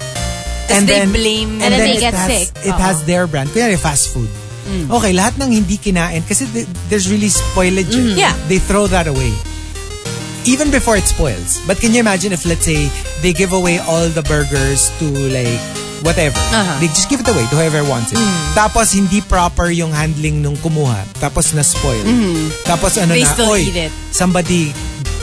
Speaker 4: and
Speaker 5: they
Speaker 4: then
Speaker 5: blame-
Speaker 4: and,
Speaker 5: And
Speaker 2: then
Speaker 4: then
Speaker 2: they
Speaker 4: it
Speaker 2: get
Speaker 4: has,
Speaker 2: sick.
Speaker 4: It has their brand. Kunyari, fast food.
Speaker 5: Mm.
Speaker 4: Okay, lahat ng hindi kinain kasi th- there's really spoilage. eh.
Speaker 5: Mm-hmm. Yeah.
Speaker 4: They throw that away. Even before it spoils. But can you imagine if, let's say, they give away all the burgers to like whatever.
Speaker 5: Uh-huh. Mm.
Speaker 4: They just give it away to whoever wants it. Tapos hindi proper yung handling nung kumuha. Tapos na-spoil. Tapos ano
Speaker 5: Mm-hmm. They
Speaker 4: na,
Speaker 5: still
Speaker 4: "Oy,
Speaker 5: eat it." Mm-hmm.
Speaker 4: somebody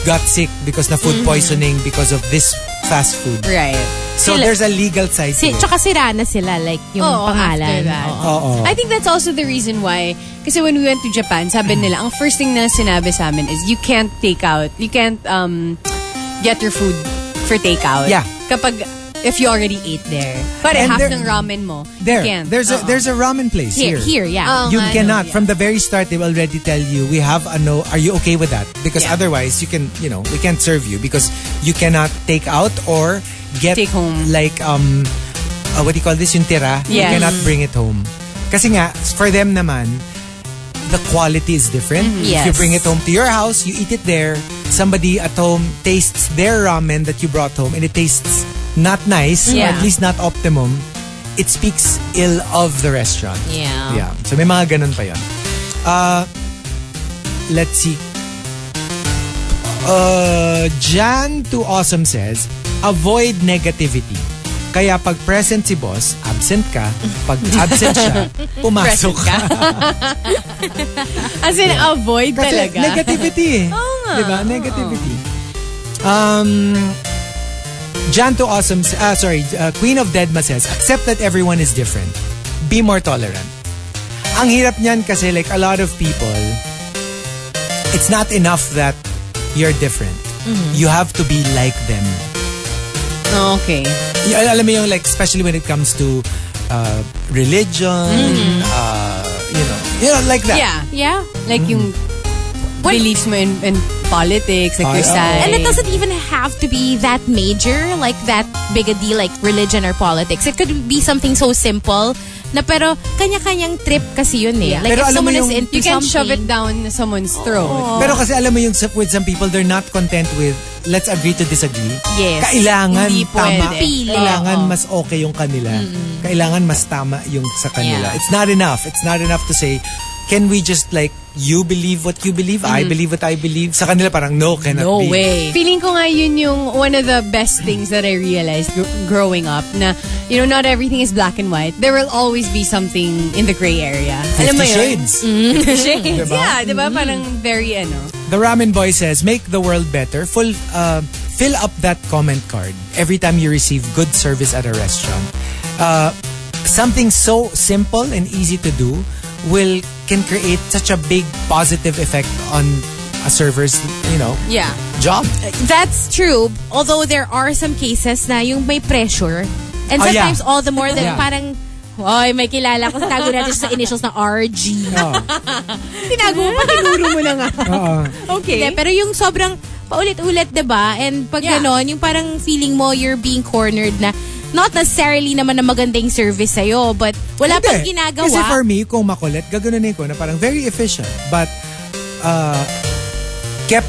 Speaker 4: got sick because na food poisoning because of this fast food.
Speaker 5: right.
Speaker 4: So
Speaker 2: Sila-
Speaker 4: there's a legal side
Speaker 2: Si,
Speaker 4: to it.
Speaker 2: tsaka sira na sila, like, yung
Speaker 5: Oo, Oh, after
Speaker 2: pangalan.
Speaker 5: that.
Speaker 2: Oo.
Speaker 4: Oo.
Speaker 5: I think that's also the reason why kasi when we went to Japan, sabi
Speaker 4: Mm.
Speaker 5: nila ang first thing na sinabi sa amin is you can't take out. You can't um get your food for takeout.
Speaker 4: Yeah.
Speaker 5: Kapag if you already ate there. But
Speaker 4: And
Speaker 5: half
Speaker 4: there-
Speaker 5: ng ramen mo.
Speaker 4: there,
Speaker 5: you can't.
Speaker 4: there's a
Speaker 5: Oo.
Speaker 4: there's a ramen place
Speaker 2: Here,
Speaker 4: here.
Speaker 2: Oh. here, yeah.
Speaker 5: Oo
Speaker 4: You
Speaker 5: nga, no,
Speaker 4: cannot
Speaker 5: yeah.
Speaker 4: from the very start. They already tell you we have a no. Are you okay with that? Because
Speaker 5: Yeah.
Speaker 4: otherwise, you can you know we can't serve you because you cannot take out or get
Speaker 5: Take home.
Speaker 4: like um uh, what do you call this yung tira. You
Speaker 5: Yeah.
Speaker 4: cannot bring it home. Kasi nga for them naman the quality is different. If you
Speaker 2: Yes.
Speaker 4: bring it home to your house, you eat it there. Somebody at home tastes their ramen that you brought home and it tastes not nice or
Speaker 5: Yeah.
Speaker 4: at least not optimum. It speaks ill of the restaurant.
Speaker 2: Yeah.
Speaker 4: Yeah. So may mga ganun pa yun. Uh, let's see. Uh, Jan to Awesome says, avoid negativity. Kaya pag present si boss, absent ka. Pag absent siya, pumasok ka.
Speaker 5: as in avoid
Speaker 4: Kasi
Speaker 5: talaga.
Speaker 4: negativity eh. Oo
Speaker 5: nga.
Speaker 4: Diba? Negativity. Um, Jan to Awesome, s- ah, sorry, uh, Queen of Deadma says, accept that everyone is different. Be more tolerant. Ang hirap niyan kasi like a lot of people, it's not enough that you're different.
Speaker 5: Mm-hmm.
Speaker 4: You have to be like them.
Speaker 5: Oh, okay.
Speaker 4: Y- al- alam mo yung like, especially when it comes to uh, religion, uh, you know, you know, like that.
Speaker 5: Mm-hmm. Yeah.
Speaker 2: Yeah.
Speaker 5: Like yung
Speaker 4: Mm-hmm.
Speaker 5: beliefs mo in, in politics, like your
Speaker 4: Ay, oo.
Speaker 5: side.
Speaker 2: And it doesn't even have to be that major, like that big a deal, like religion or politics. It could be something so simple Na pero, kanya-kanyang trip kasi yun eh. Like,
Speaker 4: Pero
Speaker 2: if
Speaker 4: alam mo
Speaker 2: someone is
Speaker 4: yung-
Speaker 2: into
Speaker 5: You can
Speaker 2: something, Oh.
Speaker 5: shove it down someone's throat.
Speaker 4: Pero kasi alam mo yung sa- with some people, they're not content with let's agree to disagree.
Speaker 2: Yes.
Speaker 4: Kailangan
Speaker 5: Hindi
Speaker 4: tama.
Speaker 5: pwede.
Speaker 2: Pili.
Speaker 4: Kailangan
Speaker 2: Oo.
Speaker 4: mas okay yung kanila. Kailangan mas tama yung sa kanila.
Speaker 2: Yeah.
Speaker 4: It's not enough. It's not enough to say, can we just like, you believe what you believe, I believe what I believe. Sa kanila parang, no, cannot
Speaker 2: no
Speaker 4: be.
Speaker 2: way.
Speaker 5: Feeling ko nga yun yung one of the best things that I realized gr- growing up na, you know, not everything is black and white. There will always be something in the gray area.
Speaker 4: Fifty
Speaker 5: Alam mo yun?
Speaker 4: Shades.
Speaker 5: Shades,
Speaker 4: Diba? Mm-hmm.
Speaker 5: yeah. Diba? Parang very ano.
Speaker 4: The Ramen Boy says, make the world better. Full, uh, fill up that comment card every time you receive good service at a restaurant. Uh, something so simple and easy to do will can create such a big positive effect on a server's, you know,
Speaker 5: Yeah.
Speaker 4: job.
Speaker 2: That's true. Although there are some cases na yung may pressure. And
Speaker 4: Oh, yeah.
Speaker 2: sometimes all the more that
Speaker 4: Yeah.
Speaker 2: parang, Hoy, may kilala ko. Tago natin siya sa initials na RG.
Speaker 4: Oh.
Speaker 2: Tinago mo pa, tinuro mo na nga.
Speaker 4: Uh-huh.
Speaker 5: Okay.
Speaker 2: Hindi, pero yung sobrang paulit-ulit, 'di ba? And pag
Speaker 5: Yeah.
Speaker 2: ganon, yung parang feeling mo you're being cornered na not necessarily naman na magandang service sa'yo, but wala
Speaker 4: Hindi.
Speaker 2: pang ginagawa.
Speaker 4: Kasi for me, kung makulit, gaganunin ko na parang very efficient. But, uh, kept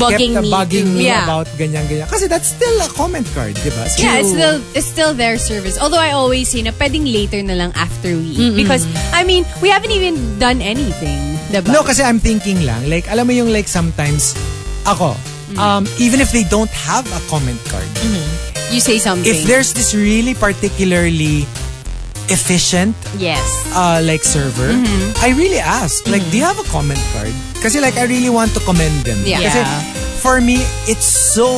Speaker 2: bugging
Speaker 4: kept
Speaker 2: me.
Speaker 4: bugging me
Speaker 5: Yeah.
Speaker 4: about ganyan-ganyan. Kasi that's still a comment card, di ba? So,
Speaker 5: Yeah, it's still it's still their service. Although I always say na pwedeng later na lang after we eat. Because, I mean, we haven't even done anything. Diba?
Speaker 4: No, kasi I'm thinking lang. Like, alam mo yung like sometimes, ako,
Speaker 5: Mm.
Speaker 4: um, even if they don't have a comment card,
Speaker 5: Mm-hmm. you say something.
Speaker 4: if there's this really particularly efficient
Speaker 5: yes. Mm-hmm.
Speaker 4: uh, like server, I really ask, like, do you have a comment card? Kasi like, I really want to commend them.
Speaker 5: Yeah.
Speaker 4: Kasi
Speaker 5: Yeah.
Speaker 4: for me, it's so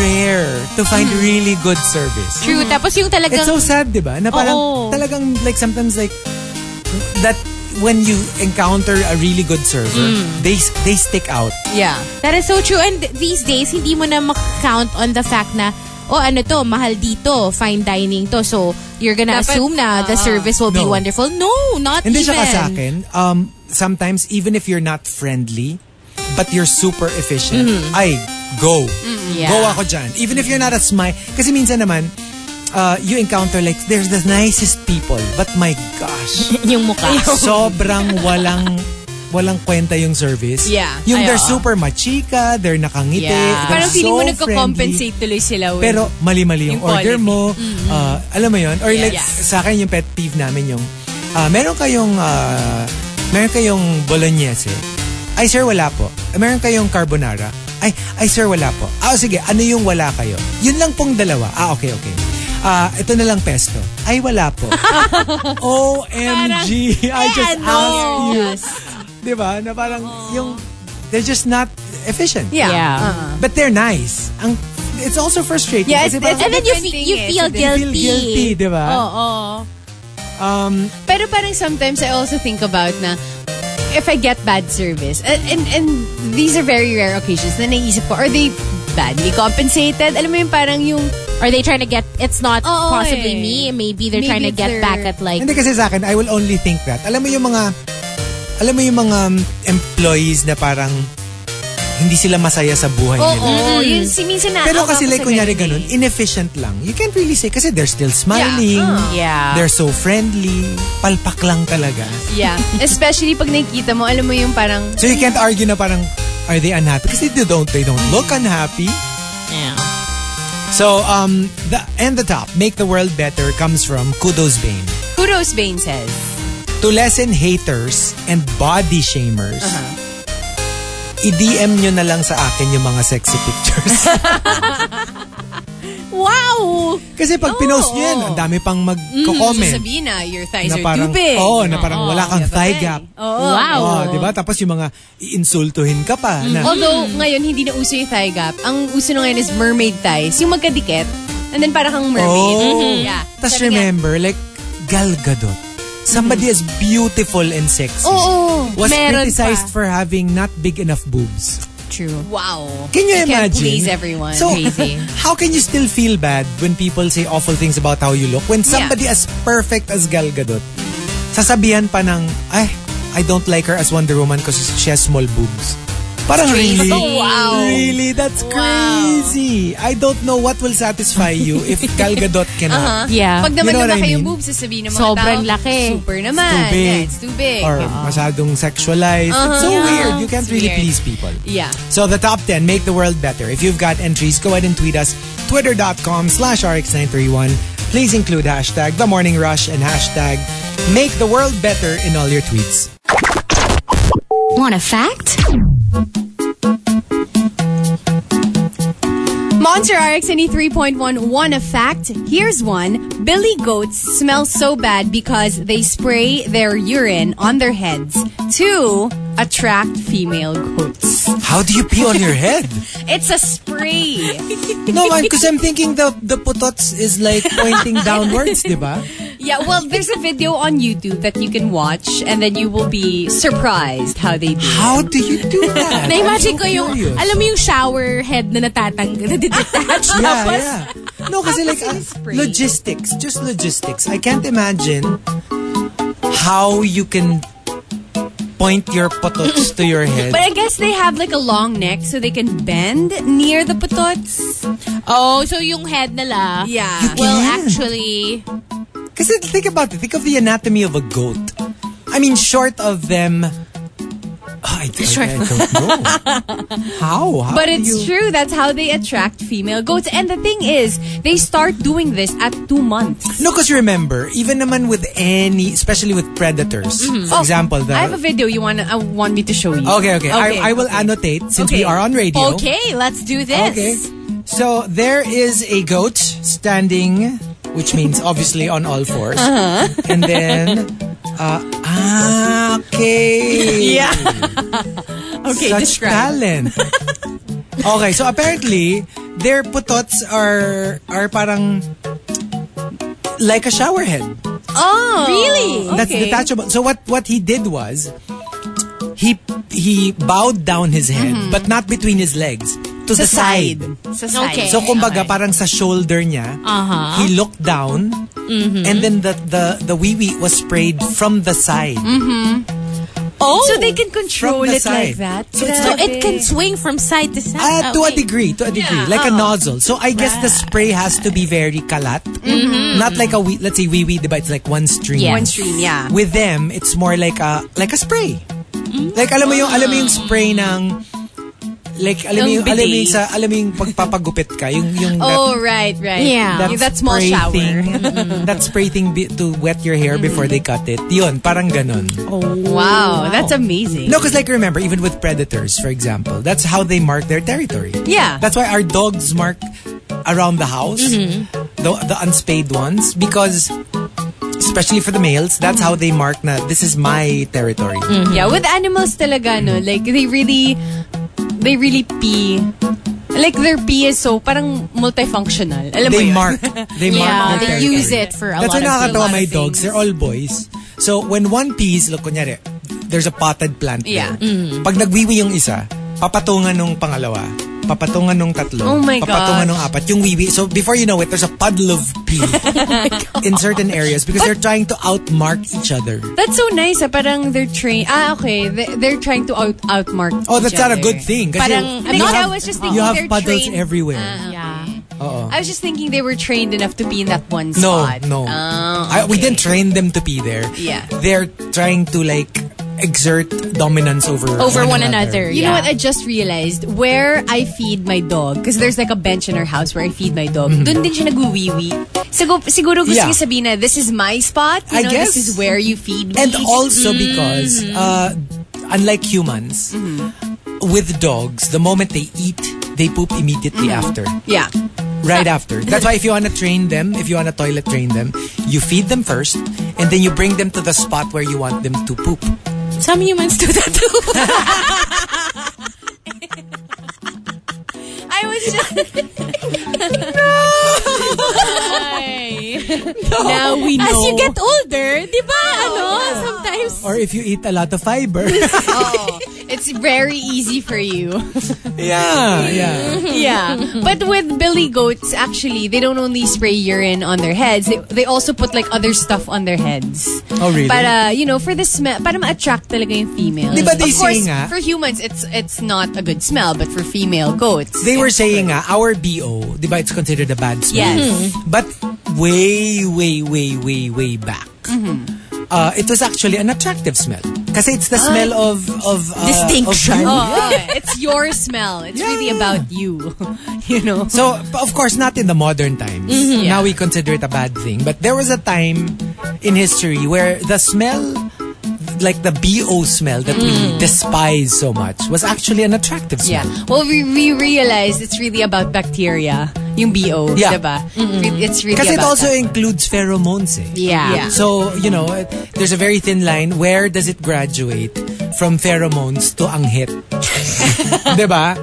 Speaker 4: rare to find
Speaker 5: Mm-hmm.
Speaker 4: really good service.
Speaker 2: True. Tapos yung talagang
Speaker 4: It's so sad, di ba? Na parang
Speaker 2: Oo.
Speaker 4: talagang like sometimes like that when you encounter a really good server,
Speaker 2: Mm.
Speaker 4: they they stick out.
Speaker 5: Yeah.
Speaker 2: That is so true. And these days, hindi mo na mak-count on the fact na, oh, ano to, mahal dito, fine dining to. So, you're gonna
Speaker 5: Dapat-
Speaker 2: assume na the
Speaker 5: Ah.
Speaker 2: service will be
Speaker 4: No.
Speaker 2: wonderful. No, not
Speaker 4: Hindi
Speaker 2: even.
Speaker 4: siya ka sa akin. Um, sometimes even if you're not friendly, but you're super efficient, ay, go.
Speaker 2: Mm-hmm. Yeah.
Speaker 4: Go ako dyan. Even if you're not a smile. Kasi minsan naman, uh, you encounter like, there's the nicest people. But my gosh,
Speaker 2: Yung mukha.
Speaker 4: sobrang walang walang kwenta yung service.
Speaker 5: Yeah.
Speaker 4: Yung
Speaker 5: Ay,
Speaker 4: they're
Speaker 5: oo.
Speaker 4: super machika, they're nakangiti,
Speaker 5: Yeah.
Speaker 4: they're
Speaker 5: Parang
Speaker 4: so
Speaker 5: feeling mo
Speaker 4: friendly.
Speaker 5: nagko-compensate tuloy sila. with-
Speaker 4: Pero mali-mali yung,
Speaker 5: Yung
Speaker 4: order
Speaker 5: quality. Mm-hmm.
Speaker 4: mo. ah, alam mo yun? Or
Speaker 5: Yes.
Speaker 4: like, sa akin yung pet peeve namin yung, ah, meron kayong, ah, meron kayong bolognese. Ay sir, wala po. Ah, Meron kayong carbonara. Ay, ay sir, wala po. Ah, sige, ano yung wala kayo? Yun lang pong dalawa. Ah, okay, okay. Ah, ito na lang pesto. Ay, wala po. OMG. I just
Speaker 5: eh,
Speaker 2: ano?
Speaker 4: asked you. Diba? Na parang yung, they're just not efficient.
Speaker 5: Yeah.
Speaker 2: Yeah.
Speaker 5: Uh-uh.
Speaker 4: But they're nice. Ang, it's also frustrating.
Speaker 5: Yeah,
Speaker 4: kasi
Speaker 5: it's-
Speaker 4: parang-
Speaker 5: it's-
Speaker 2: And then you, fe-
Speaker 5: Different
Speaker 2: you
Speaker 5: thing eh.
Speaker 2: feel
Speaker 5: So,
Speaker 4: feel
Speaker 2: guilty.
Speaker 4: guilty, di ba?
Speaker 2: Oo.
Speaker 4: Um,
Speaker 5: Pero parang sometimes I also think about na if I get bad service, and and, and these are very rare occasions na naisip ko, are they badly compensated? Alam mo yung parang yung,
Speaker 2: Are they trying to get, it's not
Speaker 5: Oo,
Speaker 2: possibly
Speaker 5: eh.
Speaker 2: me. Maybe they're
Speaker 5: Maybe
Speaker 2: trying to get
Speaker 5: they're-
Speaker 2: back at like,
Speaker 4: hindi kasi sa akin, I will only think that. Alam mo yung mga, alam mo yung mga um, employees na parang hindi sila masaya sa buhay
Speaker 5: oo, Ah,
Speaker 4: nila.
Speaker 5: yun, si minsan na
Speaker 4: Pero kasi like kunyari ganun, inefficient lang. You can't really say kasi they're still smiling.
Speaker 5: Ah.
Speaker 2: yeah.
Speaker 4: They're so friendly. Palpak lang talaga.
Speaker 5: yeah. Especially pag nakikita mo, alam mo yung parang,
Speaker 4: So you can't argue na parang, are they unhappy? Kasi they don't, they don't look unhappy. So, um, the, and the top, make the world better comes from Kudos Bane.
Speaker 5: kudos Bane says.
Speaker 4: to lessen haters and body shamers, i-DM nyo na lang sa akin yung mga sexy pictures.
Speaker 2: Wow!
Speaker 4: Kasi pag pinost nyo yan, ang dami pang mag-comment.
Speaker 5: Sabihin na, your thighs
Speaker 4: na
Speaker 5: are
Speaker 4: parang,
Speaker 5: too big.
Speaker 4: oh, na parang wala kang
Speaker 5: you have a
Speaker 4: thigh
Speaker 5: belly.
Speaker 4: gap.
Speaker 5: Oo.
Speaker 2: Wow.
Speaker 4: Oh, di ba? Tapos yung mga iinsultuhin ka pa. Na,
Speaker 5: Although, ngayon, hindi na uso yung thigh gap. Ang uso na ngayon is mermaid thighs. Yung magkadikit. And then parang kang mermaid.
Speaker 4: Oh.
Speaker 5: Mm-hmm. Yeah.
Speaker 4: Tapos
Speaker 5: Sabi nga,
Speaker 4: remember, like, Gal Gadot. Somebody as beautiful and sexy
Speaker 2: Oo.
Speaker 4: was
Speaker 2: Meron
Speaker 4: criticized for having not big enough boobs.
Speaker 2: True.
Speaker 5: Wow.
Speaker 4: Can you
Speaker 5: You can't
Speaker 4: imagine?
Speaker 5: please everyone.
Speaker 4: So,
Speaker 2: Crazy.
Speaker 4: how can you still feel bad when people say awful things about how you look? When somebody as perfect as Gal Gadot, sasabihan pa ng, ay, I don't like her as Wonder Woman because she has small boobs. Parang really,
Speaker 5: Oh, wow.
Speaker 4: really, that's crazy. I don't know what will satisfy you if Gal Gadot
Speaker 5: Uh-huh.
Speaker 4: cannot.
Speaker 2: Yeah.
Speaker 5: Pag naman
Speaker 4: You know
Speaker 5: na
Speaker 4: what I mean?
Speaker 5: kayong boobs, sasabihin ng mga
Speaker 2: Sobrang
Speaker 5: tao,
Speaker 2: laki.
Speaker 5: Super naman.
Speaker 4: Too big.
Speaker 5: Yeah, it's too big.
Speaker 4: Or masyadong sexualized.
Speaker 2: Uh-huh.
Speaker 4: It's so
Speaker 5: Yeah.
Speaker 4: weird. You can't
Speaker 5: It's
Speaker 4: really
Speaker 5: weird.
Speaker 4: please people.
Speaker 5: yeah.
Speaker 4: So the top 10 make the world better. If you've got entries, go ahead and tweet us. Twitter.com slash RX931. Please include hashtag The Morning Rush and hashtag Make the World Better in all your tweets.
Speaker 1: Want a fact?
Speaker 5: Monster RX 3.1 E one a fact. Here's one. Billy goats smell so bad because they spray their urine on their heads to attract female goats.
Speaker 4: How do you pee on your head?
Speaker 5: It's a spray.
Speaker 4: no, because I'm thinking the, the putots is like pointing downwards, di ba?
Speaker 5: yeah, well, there's a video on YouTube that you can watch and then you will be surprised how they do.
Speaker 4: How do you do that?
Speaker 2: Na-imagine
Speaker 4: I'm so
Speaker 2: ko yung,
Speaker 4: curious.
Speaker 2: alam mo yung shower head na natatang, na detach
Speaker 4: Yeah,
Speaker 2: tapos,
Speaker 4: yeah. No, kasi like,
Speaker 5: yung
Speaker 4: uh,
Speaker 5: spray.
Speaker 4: logistics, just logistics. I can't imagine how you can point your potots to your head.
Speaker 5: But I guess they have like a long neck so they can bend near the patots.
Speaker 2: oh, so yung head nila,
Speaker 5: Yeah.
Speaker 2: well,
Speaker 4: Yeah.
Speaker 2: actually,
Speaker 4: Kasi think about it. Think of the anatomy of a goat. I mean, short of them... ah, I, I, I don't know. How? How
Speaker 5: But
Speaker 4: do
Speaker 5: it's
Speaker 4: you-
Speaker 5: true. That's how they attract female goats. And the thing is, they start doing this at two months.
Speaker 4: No, because remember, even naman with any, especially with predators. For example, the...
Speaker 5: Mm-hmm. Oh, I have a video you want I want me to show you.
Speaker 4: okay, okay. I, I will annotate since we
Speaker 5: Okay.
Speaker 4: are on radio.
Speaker 2: okay, let's do this.
Speaker 4: Okay. So there is a goat standing, which means obviously on all 4s And then, uh, ah, okay. Yeah. okay, Such talent. okay, so apparently, their putots are, are parang like a shower head
Speaker 5: Oh, really?
Speaker 4: that's detachable. So what what he did was he he bowed down his head, but not between his legs Mm-hmm. to the side.
Speaker 5: Sa side.
Speaker 2: Okay.
Speaker 4: So kumbaga parang sa shoulder niya,
Speaker 5: Uh-huh.
Speaker 4: he looked down,
Speaker 5: Mm-hmm.
Speaker 4: and then the the the wee wee was sprayed from the side.
Speaker 5: Oh, so they can control
Speaker 4: From the
Speaker 5: Mm-hmm. it
Speaker 4: side.
Speaker 5: like that.
Speaker 4: So it's
Speaker 2: So
Speaker 4: not-
Speaker 2: it can swing from side to side.
Speaker 4: Uh, to a
Speaker 2: Okay.
Speaker 4: degree, to a degree, like a
Speaker 5: Oh.
Speaker 4: nozzle. So I guess the spray has to be very kalat,
Speaker 5: Mm-hmm.
Speaker 4: not like a wee, let's say wee wee, but it's like one stream.
Speaker 2: Yeah.
Speaker 5: one stream, yeah.
Speaker 4: with them, it's more like a like a spray.
Speaker 5: Mm-hmm.
Speaker 4: Like alam mo yung alam mo yung spray ng like alam mo yung
Speaker 5: Yung
Speaker 4: alam mo
Speaker 5: bidet.
Speaker 4: yung sa alam mo yung pagpapagupit ka yung yung
Speaker 5: Oh, right, right.
Speaker 2: Yeah.
Speaker 5: That, small
Speaker 4: spray
Speaker 5: shower. Mm-hmm.
Speaker 4: thing, that spray thing bi- to wet your hair before they cut it. Yun, parang ganon.
Speaker 5: Wow, that's amazing.
Speaker 4: No, because like remember, even with predators, for example, that's how they mark their territory.
Speaker 5: Yeah.
Speaker 4: that's why our dogs mark around the house, the the unspayed ones, because especially for the males, that's how they mark. Na this is my territory.
Speaker 5: Mm-hmm. Yeah, with animals talaga, no? Like, they really, they really pee. Like, their pee is so parang multifunctional. Alam mo
Speaker 4: they
Speaker 5: yun?
Speaker 4: mark they
Speaker 2: Yeah,
Speaker 4: mark
Speaker 2: they
Speaker 4: their
Speaker 2: use
Speaker 4: territory.
Speaker 2: it for a
Speaker 4: that's why
Speaker 2: lot of
Speaker 4: nakakatawa
Speaker 2: a lot
Speaker 4: my
Speaker 2: of
Speaker 4: dogs they're all boys so when one pees look kunyari there's a potted plant
Speaker 5: Yeah. Mm.
Speaker 4: there. pag nagwiwi yung isa papatungan nung pangalawa papatungan nung tatlo
Speaker 5: Oh my
Speaker 4: papatungan
Speaker 5: gosh. Oh
Speaker 4: nung apat yung wiwi so before you know it there's a puddle of pee in certain areas because they're trying to outmark each other
Speaker 5: That's so nice. Ah, parang they're train. Ah, okay. They- They're trying to out outmark.
Speaker 4: oh that's
Speaker 5: each
Speaker 4: not a
Speaker 5: other.
Speaker 4: good thing kasi
Speaker 5: Parang-
Speaker 4: you
Speaker 5: Not-
Speaker 4: have-
Speaker 5: I was just thinking
Speaker 4: you have
Speaker 5: they're
Speaker 4: puddles
Speaker 5: trained-
Speaker 4: everywhere
Speaker 2: Yeah.
Speaker 4: Oo.
Speaker 5: I was just thinking they were trained enough to be in that one
Speaker 4: No,
Speaker 5: spot.
Speaker 4: no.
Speaker 5: Oh,
Speaker 4: I, we
Speaker 5: okay.
Speaker 4: didn't train them to be there.
Speaker 5: Yeah.
Speaker 4: They're trying to like exert dominance over
Speaker 2: Over one another.
Speaker 5: You
Speaker 2: yeah.
Speaker 5: know what? I just realized where I feed my dog because there's like a bench in our house where I feed my dog. Doon din siya nagwiwiwi. Siguro, siguro
Speaker 4: Mm-hmm.
Speaker 5: gusto
Speaker 4: Yeah.
Speaker 5: niya sabihin na this is my spot. You
Speaker 4: I
Speaker 5: know,
Speaker 4: guess.
Speaker 5: this is where you feed me.
Speaker 4: And also because
Speaker 5: Mm-hmm.
Speaker 4: uh, unlike humans, with dogs, the moment they eat, they poop immediately
Speaker 5: Mm-hmm.
Speaker 4: after.
Speaker 5: yeah.
Speaker 4: Right after. That's why if you want to train them, if you want to toilet train them, you feed them first and then you bring them to the spot where you want them to poop.
Speaker 2: Some humans do that too.
Speaker 5: I was just. no! Now we know.
Speaker 2: As you get older, di ba, ano, sometimes
Speaker 4: Or if you eat a lot of fiber.
Speaker 5: Oh, It's very easy for you.
Speaker 4: Yeah, yeah.
Speaker 5: yeah. But with billy goats, actually, they don't only spray urine on their heads. They, they also put like other stuff on their heads.
Speaker 4: Oh, really?
Speaker 5: Para, you know, for the smell, para ma-attract talaga yung female.
Speaker 4: Di ba they
Speaker 5: of course,
Speaker 4: say nga-
Speaker 5: for humans, it's it's not a good smell, but for female goats.
Speaker 4: They were saying uh, our BO, di ba it's considered a bad smell.
Speaker 5: Yes.
Speaker 4: But way, way, way, way, way back,
Speaker 5: Mm-hmm.
Speaker 4: uh, it was actually an attractive smell. Kasi it's the smell of... of uh,
Speaker 2: Distinction.
Speaker 4: of you.
Speaker 5: Ah. Oh, oh, it's your smell. It's
Speaker 4: Yeah.
Speaker 5: really about you. you know?
Speaker 4: So, p- of course, not in the modern times.
Speaker 5: Mm-hmm. Yeah.
Speaker 4: Now we consider it a bad thing. But there was a time in history where the smell, like the BO smell that we despise so much, was actually an attractive smell.
Speaker 5: Mm. Yeah. Well, we, we realized it's really about bacteria. Yung BO,
Speaker 4: Yeah.
Speaker 5: diba? Re- It's really
Speaker 4: Because it
Speaker 5: about
Speaker 4: also
Speaker 5: that.
Speaker 4: includes pheromones. eh.
Speaker 5: Yeah.
Speaker 4: So, you know, it- there's a very thin line. Where does it graduate from pheromones to anghit? diba?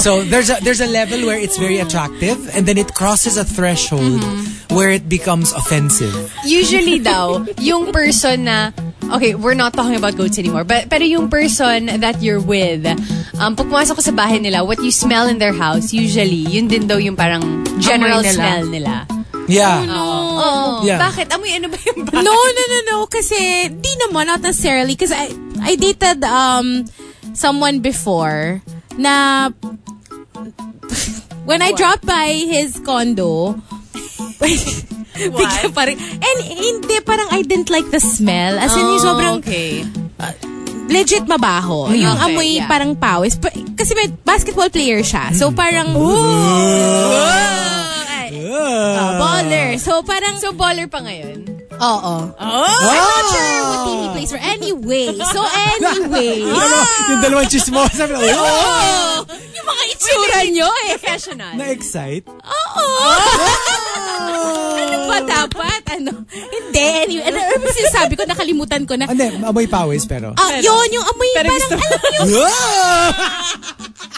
Speaker 4: So there's a there's a level where it's very attractive and then it crosses a threshold
Speaker 2: Mm-hmm.
Speaker 4: where it becomes offensive.
Speaker 5: Usually daw, yung person na, okay, we're not talking about goats anymore, but pero yung person that you're with, um, pag pumasok ko sa bahay nila, what you smell in their house, usually, yun din daw yung parang general
Speaker 3: Amoy nila.
Speaker 5: smell nila.
Speaker 4: Yeah.
Speaker 5: Oh,
Speaker 4: Yeah.
Speaker 5: bakit? Amoy ano ba yung bahay?
Speaker 2: No, no, no, no. Kasi, di naman, not necessarily. Because I, I dated um someone before na when I dropped by his condo, bigla parang, and hindi, parang I didn't like the smell. As in, yung sobrang
Speaker 5: Oh, okay.
Speaker 2: legit mabaho. Yung
Speaker 5: Okay,
Speaker 2: amoy
Speaker 5: yeah. Mm.
Speaker 2: parang pawis. Pa- Kasi may basketball player siya. So parang,
Speaker 4: Uh,
Speaker 2: oh, baller. So parang,
Speaker 5: So, baller pa ngayon?
Speaker 2: oo.
Speaker 5: Oh!
Speaker 2: I'm not sure what team he plays for. Anyway. So anyway.
Speaker 4: Yung dalawa- yung dalawang chismosa. Oh,
Speaker 2: Yung mga itsura nyo eh.
Speaker 5: Professional.
Speaker 4: na-excite.
Speaker 2: Oo. Ah! ano ba dapat? Ano? Hindi. Anyway, ano, ano ba sinasabi ko? Nakalimutan ko na.
Speaker 4: Ano, amoy pawis pero. Ah!
Speaker 2: Ah, yun, yung amoy
Speaker 5: Pero
Speaker 2: parang,
Speaker 5: gusto mo.
Speaker 2: alam mo yung,
Speaker 4: Whoa!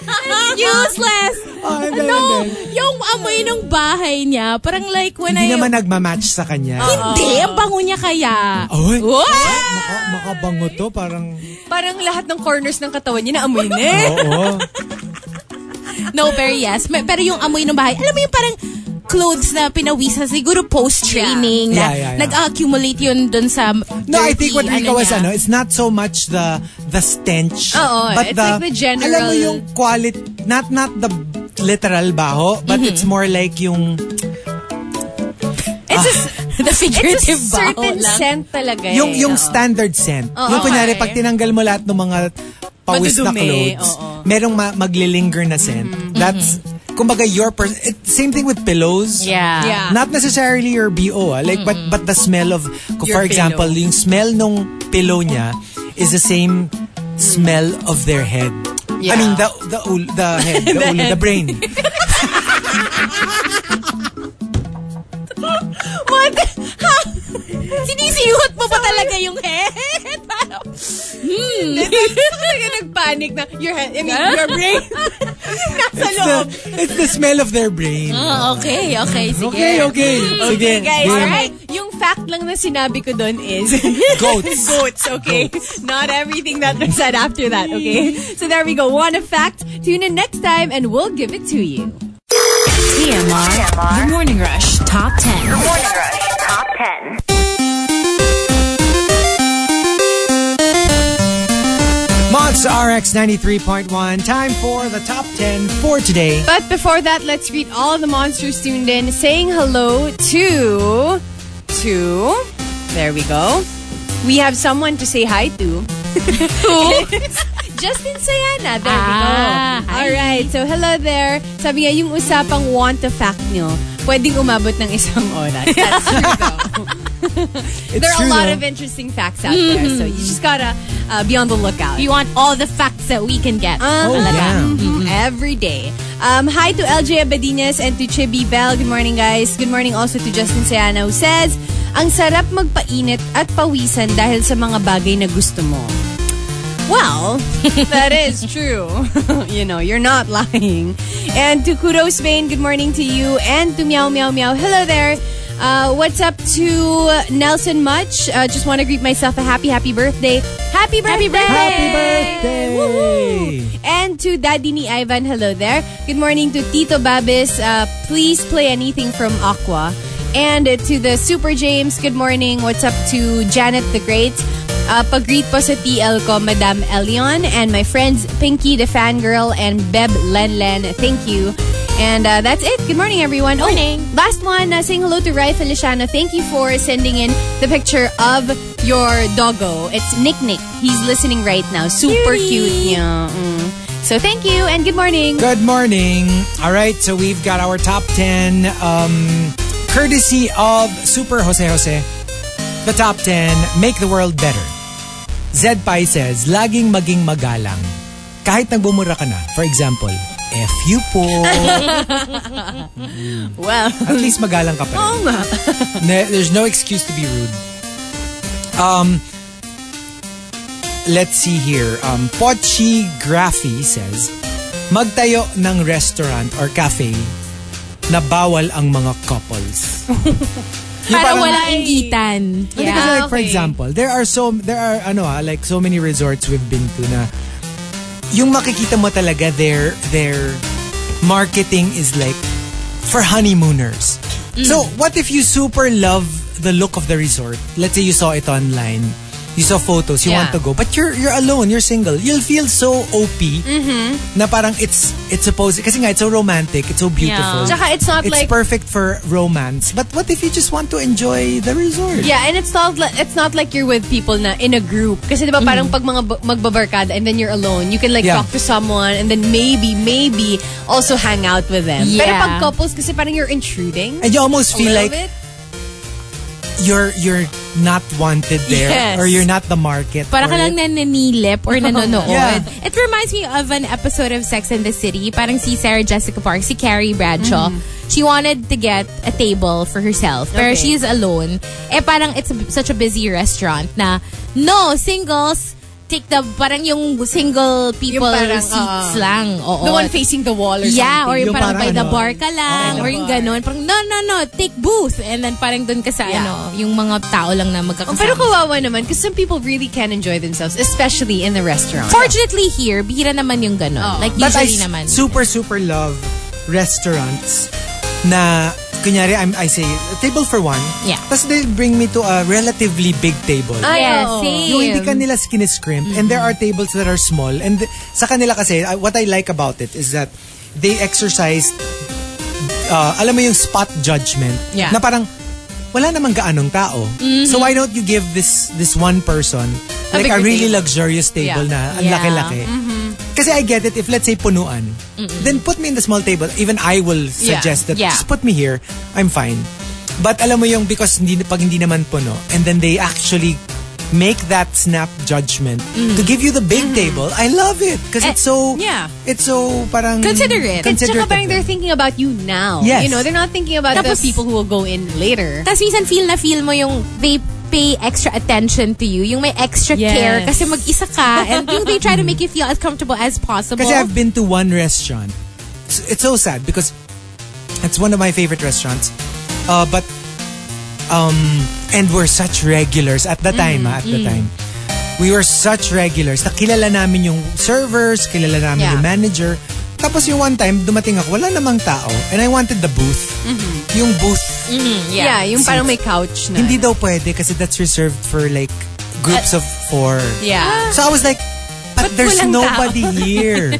Speaker 2: useless.
Speaker 4: Ah, and then,
Speaker 2: no,
Speaker 4: and then.
Speaker 2: yung amoy ng bahay niya, parang like when
Speaker 4: Hindi
Speaker 2: I...
Speaker 4: naman nagmamatch sa kanya.
Speaker 2: Hindi, ang bango niya kaya.
Speaker 4: Oy.
Speaker 5: Oh,
Speaker 2: Wow!
Speaker 4: Maka, makabango to, parang...
Speaker 5: Parang lahat ng corners ng katawan niya naamoy na eh.
Speaker 4: Oo.
Speaker 2: No, pero yes. May- pero yung amoy ng bahay, alam mo yung parang clothes na pinawisan, siguro
Speaker 4: Yeah.
Speaker 2: post-training, na
Speaker 4: Yeah, yeah, yeah.
Speaker 2: nag-accumulate yun dun sa
Speaker 4: No, I think what
Speaker 2: dirty,
Speaker 4: Rika was,
Speaker 2: niya.
Speaker 4: ano, it's not so much the the stench.
Speaker 5: Oo,
Speaker 4: but
Speaker 5: it's like the general-
Speaker 4: Alam mo yung quality, not not the literal baho, but
Speaker 5: Mm-hmm.
Speaker 4: it's more like yung...
Speaker 5: It's a, it's
Speaker 2: the
Speaker 5: a
Speaker 2: figurative
Speaker 5: certain
Speaker 2: baho lang.
Speaker 5: scent talaga eh.
Speaker 4: Yung yung
Speaker 5: Oo.
Speaker 4: standard scent.
Speaker 5: Oo,
Speaker 4: yung kunyari,
Speaker 5: okay.
Speaker 4: pag tinanggal mo lahat ng mga pawis na
Speaker 5: Madudumi,
Speaker 4: clothes,
Speaker 5: oo. Mm-hmm.
Speaker 4: merong ma- maglilinger na scent. That's, kumbaga, your person. Same thing with pillows.
Speaker 3: Yeah.
Speaker 5: Yeah.
Speaker 4: Not necessarily your BO, ah. like but but the smell of for
Speaker 5: Your
Speaker 4: example,
Speaker 5: pillow.
Speaker 4: yung smell nung pillow niya is the same smell of their head. I
Speaker 5: Mm-hmm. Yeah.
Speaker 4: mean the the ul, the head, the, ulo, the brain.
Speaker 2: What? Ha? Sinisiyot mo pa talaga yung head? Parang, hmm.
Speaker 5: Talaga nag-panic na your head, I mean, your brain. Nasa
Speaker 4: It's the,
Speaker 5: loob.
Speaker 4: it's the smell of their brain.
Speaker 2: Ah, okay, okay, sige.
Speaker 4: Okay, okay. Sige.
Speaker 5: Mm, Guys,
Speaker 4: game.
Speaker 5: alright. Yung fact lang na sinabi ko doon is
Speaker 4: Goats.
Speaker 5: goats, okay? Not everything that was said after that, okay? So there we go. One a fact. Tune in next time and we'll give it to you.
Speaker 1: TMR.
Speaker 6: TMR.
Speaker 1: The Morning Rush Top 10.
Speaker 6: Morning Rush Top 10.
Speaker 4: Monster RX 93.1. Time for the top 10 for today.
Speaker 5: But before that, let's greet all the monsters tuned in, saying hello to to. There we go. We have someone to say hi to. It's Justin Sayana. There
Speaker 2: Ah,
Speaker 5: we go. All right. So hello there. Sabi nga yung usapang want a fact nyo, pwedeng umabot ng isang oras. That's true though.
Speaker 4: It's
Speaker 5: there are
Speaker 4: true,
Speaker 5: a lot
Speaker 4: though.
Speaker 5: of interesting facts out there. So you just gotta uh, be on the lookout.
Speaker 2: We want all the facts that we can get.
Speaker 5: Ah,
Speaker 4: Oh,
Speaker 5: talaga.
Speaker 4: yeah.
Speaker 5: Mhm. Every day. Um, hi to LJ Abadinas and to Chibi Bell. Good morning, guys. Good morning also to Justin Sayana who says, Ang sarap magpainit at pawisan dahil sa mga bagay na gusto mo. Well, that is true. you know, you're not lying. And to Kudos Bain, good morning to you. And to Meow Meow Meow, hello there. Uh, what's up to Nelson Much? Uh, just want to greet myself a happy, happy birthday. Happy birthday! Happy
Speaker 4: birthday!
Speaker 5: Woohoo! And to Daddy ni Ivan, hello there. Good morning to Tito Babis. Uh, please play anything from Aqua. And uh, to the Super James, good morning. What's up to Janet the Great? Uh, pag-greet po sa TL ko, Madam Elion. And my friends, Pinky the Fangirl and Beb Lenlen. Thank you. And uh, that's it. Good morning, everyone. Morning. last one, uh, saying hello to Rai Feliciano. Thank you for sending in the picture of your doggo. It's Nick Nick. He's listening right now. Super cute. Yeah. mm. So thank you and good morning.
Speaker 4: Good morning. All right, so we've got our top 10 um, courtesy of Super Jose Jose. The top 10 make the world better. Zed Pai says, laging maging magalang. Kahit nagbumura ka na, for example, F you po.
Speaker 5: Well,
Speaker 4: At least magalang ka pa rin. Ne- there's no excuse to be rude. Um, let's see here. Um, Pochi Graffi says, magtayo ng restaurant or cafe na bawal ang mga couples. Yung
Speaker 2: Para
Speaker 4: parang-
Speaker 2: walang ingitan.
Speaker 4: Hindi, kasi like, for
Speaker 5: okay.
Speaker 4: example, there are so there are ano ah, like so many resorts we've been to na yung makikita mo talaga their their marketing is like for honeymooners. So,
Speaker 5: Mm.
Speaker 4: what if you super love the look of the resort? Let's say you saw it online. You saw photos, you
Speaker 5: Yeah.
Speaker 4: want to go, but you're you're alone, you're single. You'll feel so OP
Speaker 5: Mm-hmm.
Speaker 4: na parang it's it's supposed kasi nga it's so romantic, it's so beautiful.
Speaker 5: Tsaka it's not
Speaker 4: It's
Speaker 5: like
Speaker 4: perfect for romance. But what if you just want to enjoy the resort?
Speaker 5: Yeah, and it's not li- it's not like you're with people na in a group. Kasi 'di ba parang pag mga bu- magbabarkada and then you're alone, you can like
Speaker 4: Mm. Yeah.
Speaker 5: talk to someone and then maybe maybe also hang out with them. Pero
Speaker 2: Yeah.
Speaker 5: pag couples kasi parang you're intruding.
Speaker 4: And you almost
Speaker 5: a
Speaker 4: feel
Speaker 5: little
Speaker 4: like
Speaker 5: bit.
Speaker 4: you're you're not wanted there
Speaker 5: Yes.
Speaker 4: or you're not the market.
Speaker 2: Para
Speaker 4: for
Speaker 2: ka lang
Speaker 4: it.
Speaker 2: nananilip or nanonood.
Speaker 4: Yeah.
Speaker 2: It reminds me of an episode of Sex and the City. Parang si Sarah Jessica Parker, si Carrie Bradshaw. She wanted to get a table for herself. Pero
Speaker 5: Okay.
Speaker 2: she's alone. Eh parang it's a- such a busy restaurant na, no, singles, take the, parang yung single people
Speaker 5: parang,
Speaker 2: seats
Speaker 5: ah,
Speaker 2: lang. Oo.
Speaker 5: The one facing the wall or
Speaker 2: Yeah, or
Speaker 5: something.
Speaker 2: yung,
Speaker 4: Yung
Speaker 2: parang,
Speaker 4: parang
Speaker 2: by the
Speaker 4: ano,
Speaker 2: bar ka lang,
Speaker 5: by the
Speaker 2: or yung
Speaker 5: bar.
Speaker 2: ganun. Parang, no, no, no, take booth. And then parang dun ka sa,
Speaker 5: Yeah.
Speaker 2: ano, yung mga tao lang na magkakasama.
Speaker 5: Pero kawawa naman because some people really can enjoy themselves, especially in the restaurant.
Speaker 2: Fortunately here, bihira naman yung ganun.
Speaker 5: Oh.
Speaker 2: Like
Speaker 4: But I
Speaker 2: usually
Speaker 4: s-
Speaker 2: naman.
Speaker 4: super super love restaurants na kunyari I'm, I say table for one.
Speaker 2: Yeah. Ah,
Speaker 4: Tapos they bring me to a relatively big table.
Speaker 5: Ay,
Speaker 2: yeah,
Speaker 5: oo.
Speaker 2: same.
Speaker 4: Yung hindi ka nila skin-scrimp and there are tables that are small and th- sa kanila kasi I- what I like about it is that they exercise uh, alam mo yung spot judgment
Speaker 2: Yeah.
Speaker 4: na parang wala namang gaanong tao so why don't you give this this one person like a
Speaker 5: bigger
Speaker 4: really
Speaker 5: table.
Speaker 4: luxurious table
Speaker 5: Yeah.
Speaker 4: na ang
Speaker 2: Yeah.
Speaker 4: laki-laki kasi I get it if let's say punuan then put me in the small table even I will suggest that
Speaker 2: Yeah.
Speaker 4: just put me here I'm fine but alam mo yung because hindi, pag hindi naman puno and then they actually make that snap judgment to give you the big table I love it because it's so
Speaker 5: yeah.
Speaker 4: it's so parang
Speaker 2: Considerate.
Speaker 5: Kasi
Speaker 4: considerate of
Speaker 5: tsaka parang
Speaker 4: them.
Speaker 5: they're thinking about you now.
Speaker 4: Yes.
Speaker 5: You know, they're not thinking about
Speaker 2: Tapos-
Speaker 5: the people who will go in later.
Speaker 2: Tapos minsan feel na feel mo yung they pay extra attention to you. Yung may extra
Speaker 5: Yes.
Speaker 2: care kasi mag-isa ka and yung they try to make you feel as comfortable as possible.
Speaker 4: Kasi I've been to one restaurant. It's, it's so sad because it's one of my favorite restaurants. Uh, but um, and we're such regulars at the time. ah, at the time, we were such regulars. Nakilala namin yung servers, kilala namin
Speaker 5: Yeah.
Speaker 4: yung manager. Tapos yung one time, dumating ako, wala namang tao. And I wanted the booth. Yung booth,
Speaker 5: Yeah, yung parang may couch na.
Speaker 4: hindi daw pwede kasi that's reserved for like groups of four.
Speaker 5: Yeah.
Speaker 4: So I was like, but, there's
Speaker 5: walang
Speaker 4: nobody here.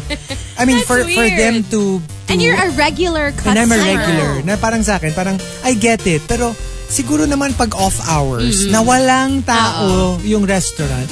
Speaker 4: I mean, for for
Speaker 5: weird.
Speaker 4: them to, to
Speaker 2: and you're a regular customer.
Speaker 4: and I'm a regular. Na parang sa akin, parang I get it, pero siguro naman pag off hours na walang tao yung restaurant.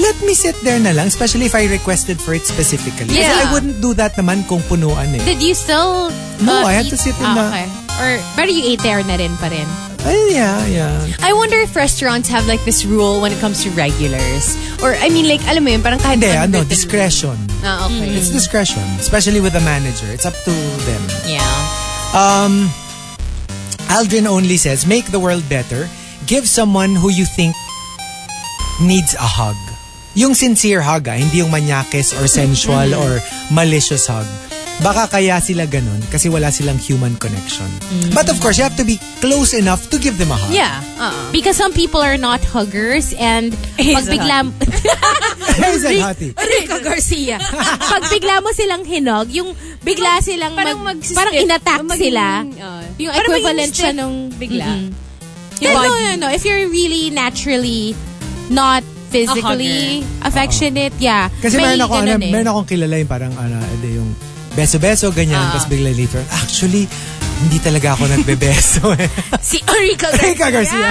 Speaker 4: Let me sit there na lang, especially if I requested for it specifically. Kasi
Speaker 5: Yeah.
Speaker 4: I wouldn't do that naman kung punuan eh.
Speaker 2: Did you still
Speaker 4: No,
Speaker 2: uh,
Speaker 4: I had
Speaker 2: eat-
Speaker 4: to sit in
Speaker 2: Ah,
Speaker 4: the-
Speaker 2: okay. Or, pero you ate there na rin pa rin.
Speaker 4: Ay, yeah, yeah.
Speaker 5: I wonder if restaurants have like this rule when it comes to regulars. Or I mean like, alam mo yun, parang kahit
Speaker 4: Hindi, ano,
Speaker 5: unwritten-
Speaker 4: discretion.
Speaker 5: Ah, okay.
Speaker 4: It's discretion. Especially with the manager. It's up to them.
Speaker 2: Yeah.
Speaker 4: Um, Aldrin only says, make the world better. Give someone who you think needs a hug.
Speaker 5: Mm-hmm.
Speaker 4: Yung sincere hug, ah, hindi yung manyakis or sensual or malicious hug. Baka kaya sila ganun kasi wala silang human connection. But of course, you have to be close enough to give them a hug.
Speaker 5: Mm-hmm. Yeah. Uh-uh.
Speaker 2: Because some people are not huggers and pag
Speaker 5: Hazel
Speaker 2: bigla,
Speaker 4: Hazel Hati.
Speaker 2: Rico Garcia. Pag bigla mo silang hinog, yung bigla silang
Speaker 5: Parang
Speaker 2: mag,
Speaker 5: mag-stiff.
Speaker 2: parang inattack
Speaker 5: Maging,
Speaker 2: sila. Mm-hmm.
Speaker 5: oh.
Speaker 2: yung
Speaker 5: Parang
Speaker 2: equivalent
Speaker 5: maging
Speaker 2: siya
Speaker 5: stiff
Speaker 2: nung
Speaker 5: bigla.
Speaker 2: Mm-mm. Then, no, no, no. If you're really naturally not physically affectionate, yeah.
Speaker 4: Kasi
Speaker 2: May
Speaker 4: meron ako, ano,
Speaker 2: ganun eh.
Speaker 4: meron akong kilala yung parang ano, ano, yung beso-beso, ganyan.
Speaker 5: Ah.
Speaker 4: Tapos bigla later, actually, hindi talaga ako nagbebeso eh.
Speaker 2: Si Rico Garcia.
Speaker 4: Eka Garcia.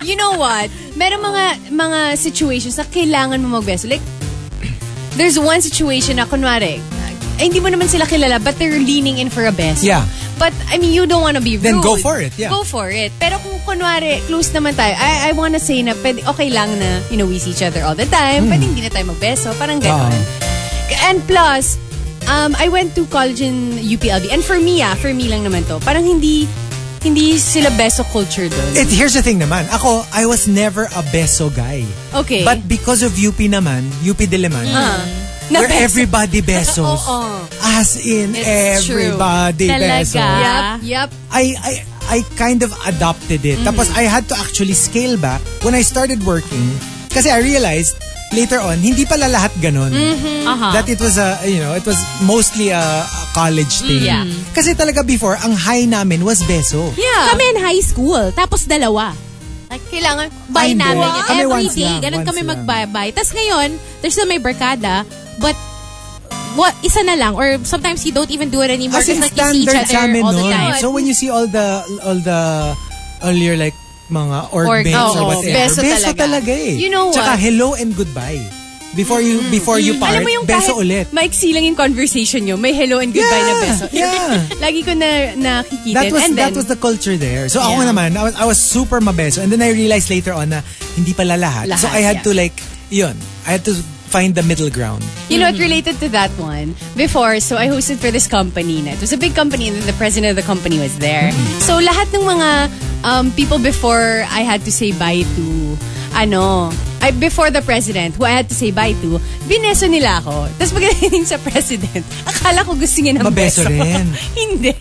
Speaker 5: You know what? Meron mga mga situations na kailangan mo magbeso. Like, there's one situation na, kunwari, eh, hindi mo naman sila kilala, but they're leaning in for a beso.
Speaker 4: Yeah.
Speaker 5: But, I mean, you don't want to be rude.
Speaker 4: Then go for it, yeah.
Speaker 5: Go for it. Pero kung kunwari, close naman tayo, I, I wanna say na pwede, okay lang na, you know, we see each other all the time,
Speaker 4: Hmm.
Speaker 5: pwede hindi na tayo magbeso, parang gano'n. And plus, um, I went to college in UPLB. And for me, ah, for me lang naman to, parang hindi, hindi sila beso culture doon.
Speaker 4: It, here's the thing naman. Ako, I was never a beso guy.
Speaker 5: Okay. Ah.
Speaker 4: But because of UP naman, UP Diliman,
Speaker 5: Na
Speaker 4: where
Speaker 5: beso.
Speaker 4: everybody besos.
Speaker 5: Oo.
Speaker 4: As in,
Speaker 5: It's true.
Speaker 4: everybody besos.
Speaker 2: Talaga.
Speaker 4: Ah.
Speaker 5: Yep, yep.
Speaker 4: I, I, I kind of adopted
Speaker 5: Mm-hmm.
Speaker 4: it. Tapos I had to actually scale back when I started working kasi I realized later on, hindi pala lahat ganun.
Speaker 5: Mm-hmm. Uh-huh.
Speaker 4: That it was a, you know, it was mostly a, a college thing.
Speaker 5: Mm-hmm. Yeah.
Speaker 4: Kasi talaga before, ang high namin was beso.
Speaker 5: Yeah.
Speaker 2: Kami in high school, tapos dalawa.
Speaker 5: Like, kailangan,
Speaker 2: Buy
Speaker 4: Ay, hindi.
Speaker 2: namin. yun.
Speaker 4: Kami
Speaker 2: Every
Speaker 4: once
Speaker 2: day,
Speaker 4: lang,
Speaker 2: ganun
Speaker 4: once
Speaker 2: kami
Speaker 4: lang.
Speaker 2: magbabay. Tapos ngayon, there's still may barkada, but what, isa na lang. Or sometimes you don't even do it anymore
Speaker 4: As in
Speaker 2: because like, you see each
Speaker 4: standard sa
Speaker 2: other
Speaker 4: amin
Speaker 2: all the
Speaker 4: nun.
Speaker 2: time.
Speaker 4: So when you see all the, all the, all your like, mga org, org
Speaker 5: Org, oo,
Speaker 4: or whatever.
Speaker 5: beso
Speaker 4: beso
Speaker 5: talaga.
Speaker 4: talaga eh.
Speaker 5: You know
Speaker 4: Tsaka
Speaker 5: what? Mm-hmm.
Speaker 4: hello and goodbye. Before you, before you part,
Speaker 5: Alam mo yung
Speaker 4: beso
Speaker 5: kahit
Speaker 4: ulit.
Speaker 5: maiksi lang yung conversation nyo, may hello and goodbye
Speaker 4: Yeah,
Speaker 5: na beso.
Speaker 4: yeah.
Speaker 5: Lagi ko na nakikita.
Speaker 4: That was
Speaker 5: and then,
Speaker 4: that was the culture there. So ako
Speaker 5: Yeah.
Speaker 4: naman, I was I was super mabeso and then I realized later on na hindi pala lahat. so
Speaker 5: Lahat,
Speaker 4: I had
Speaker 5: yeah.
Speaker 4: to like yun, I had to find the middle ground.
Speaker 5: you know what, related to that one, before, so I hosted for this company na. It was a big company and then the president of the company was there.
Speaker 4: Mm-hmm.
Speaker 5: So lahat ng mga um, people before I had to say bye to, ano, I, before the president, who I had to say bye to, bineso nila ako. Tapos pagdating sa president, akala ko gusto niya ng
Speaker 4: Mabeso
Speaker 5: beso.
Speaker 4: rin.
Speaker 5: Hindi.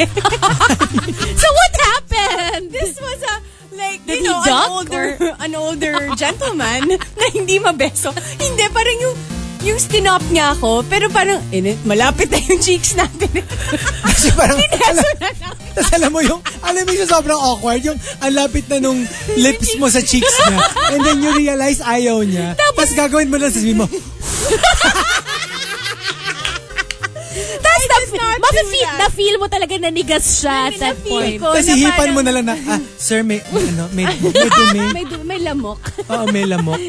Speaker 5: so what happened? This was a like you
Speaker 2: Did
Speaker 5: know
Speaker 2: he
Speaker 5: an
Speaker 2: duck
Speaker 5: older an older gentleman na hindi mabeso. Hindi parang yung yung stinop niya ako pero parang eh, malapit na yung cheeks natin.
Speaker 4: Kasi parang alam, tas alam mo yung alam mo yung sobrang awkward yung ang lapit na nung lips mo sa cheeks niya and then you realize ayaw niya. Tapos gagawin mo lang sasabihin mo,
Speaker 2: Tapos na, mafe-feel, na-feel mo talaga na nigas siya at that point.
Speaker 5: ko
Speaker 4: tapos
Speaker 5: Oh, na
Speaker 4: hihipan mo
Speaker 5: parang
Speaker 4: na lang na, ah, sir, may, ano, may, may dumi.
Speaker 5: may, du- may lamok.
Speaker 4: Oo, may lamok.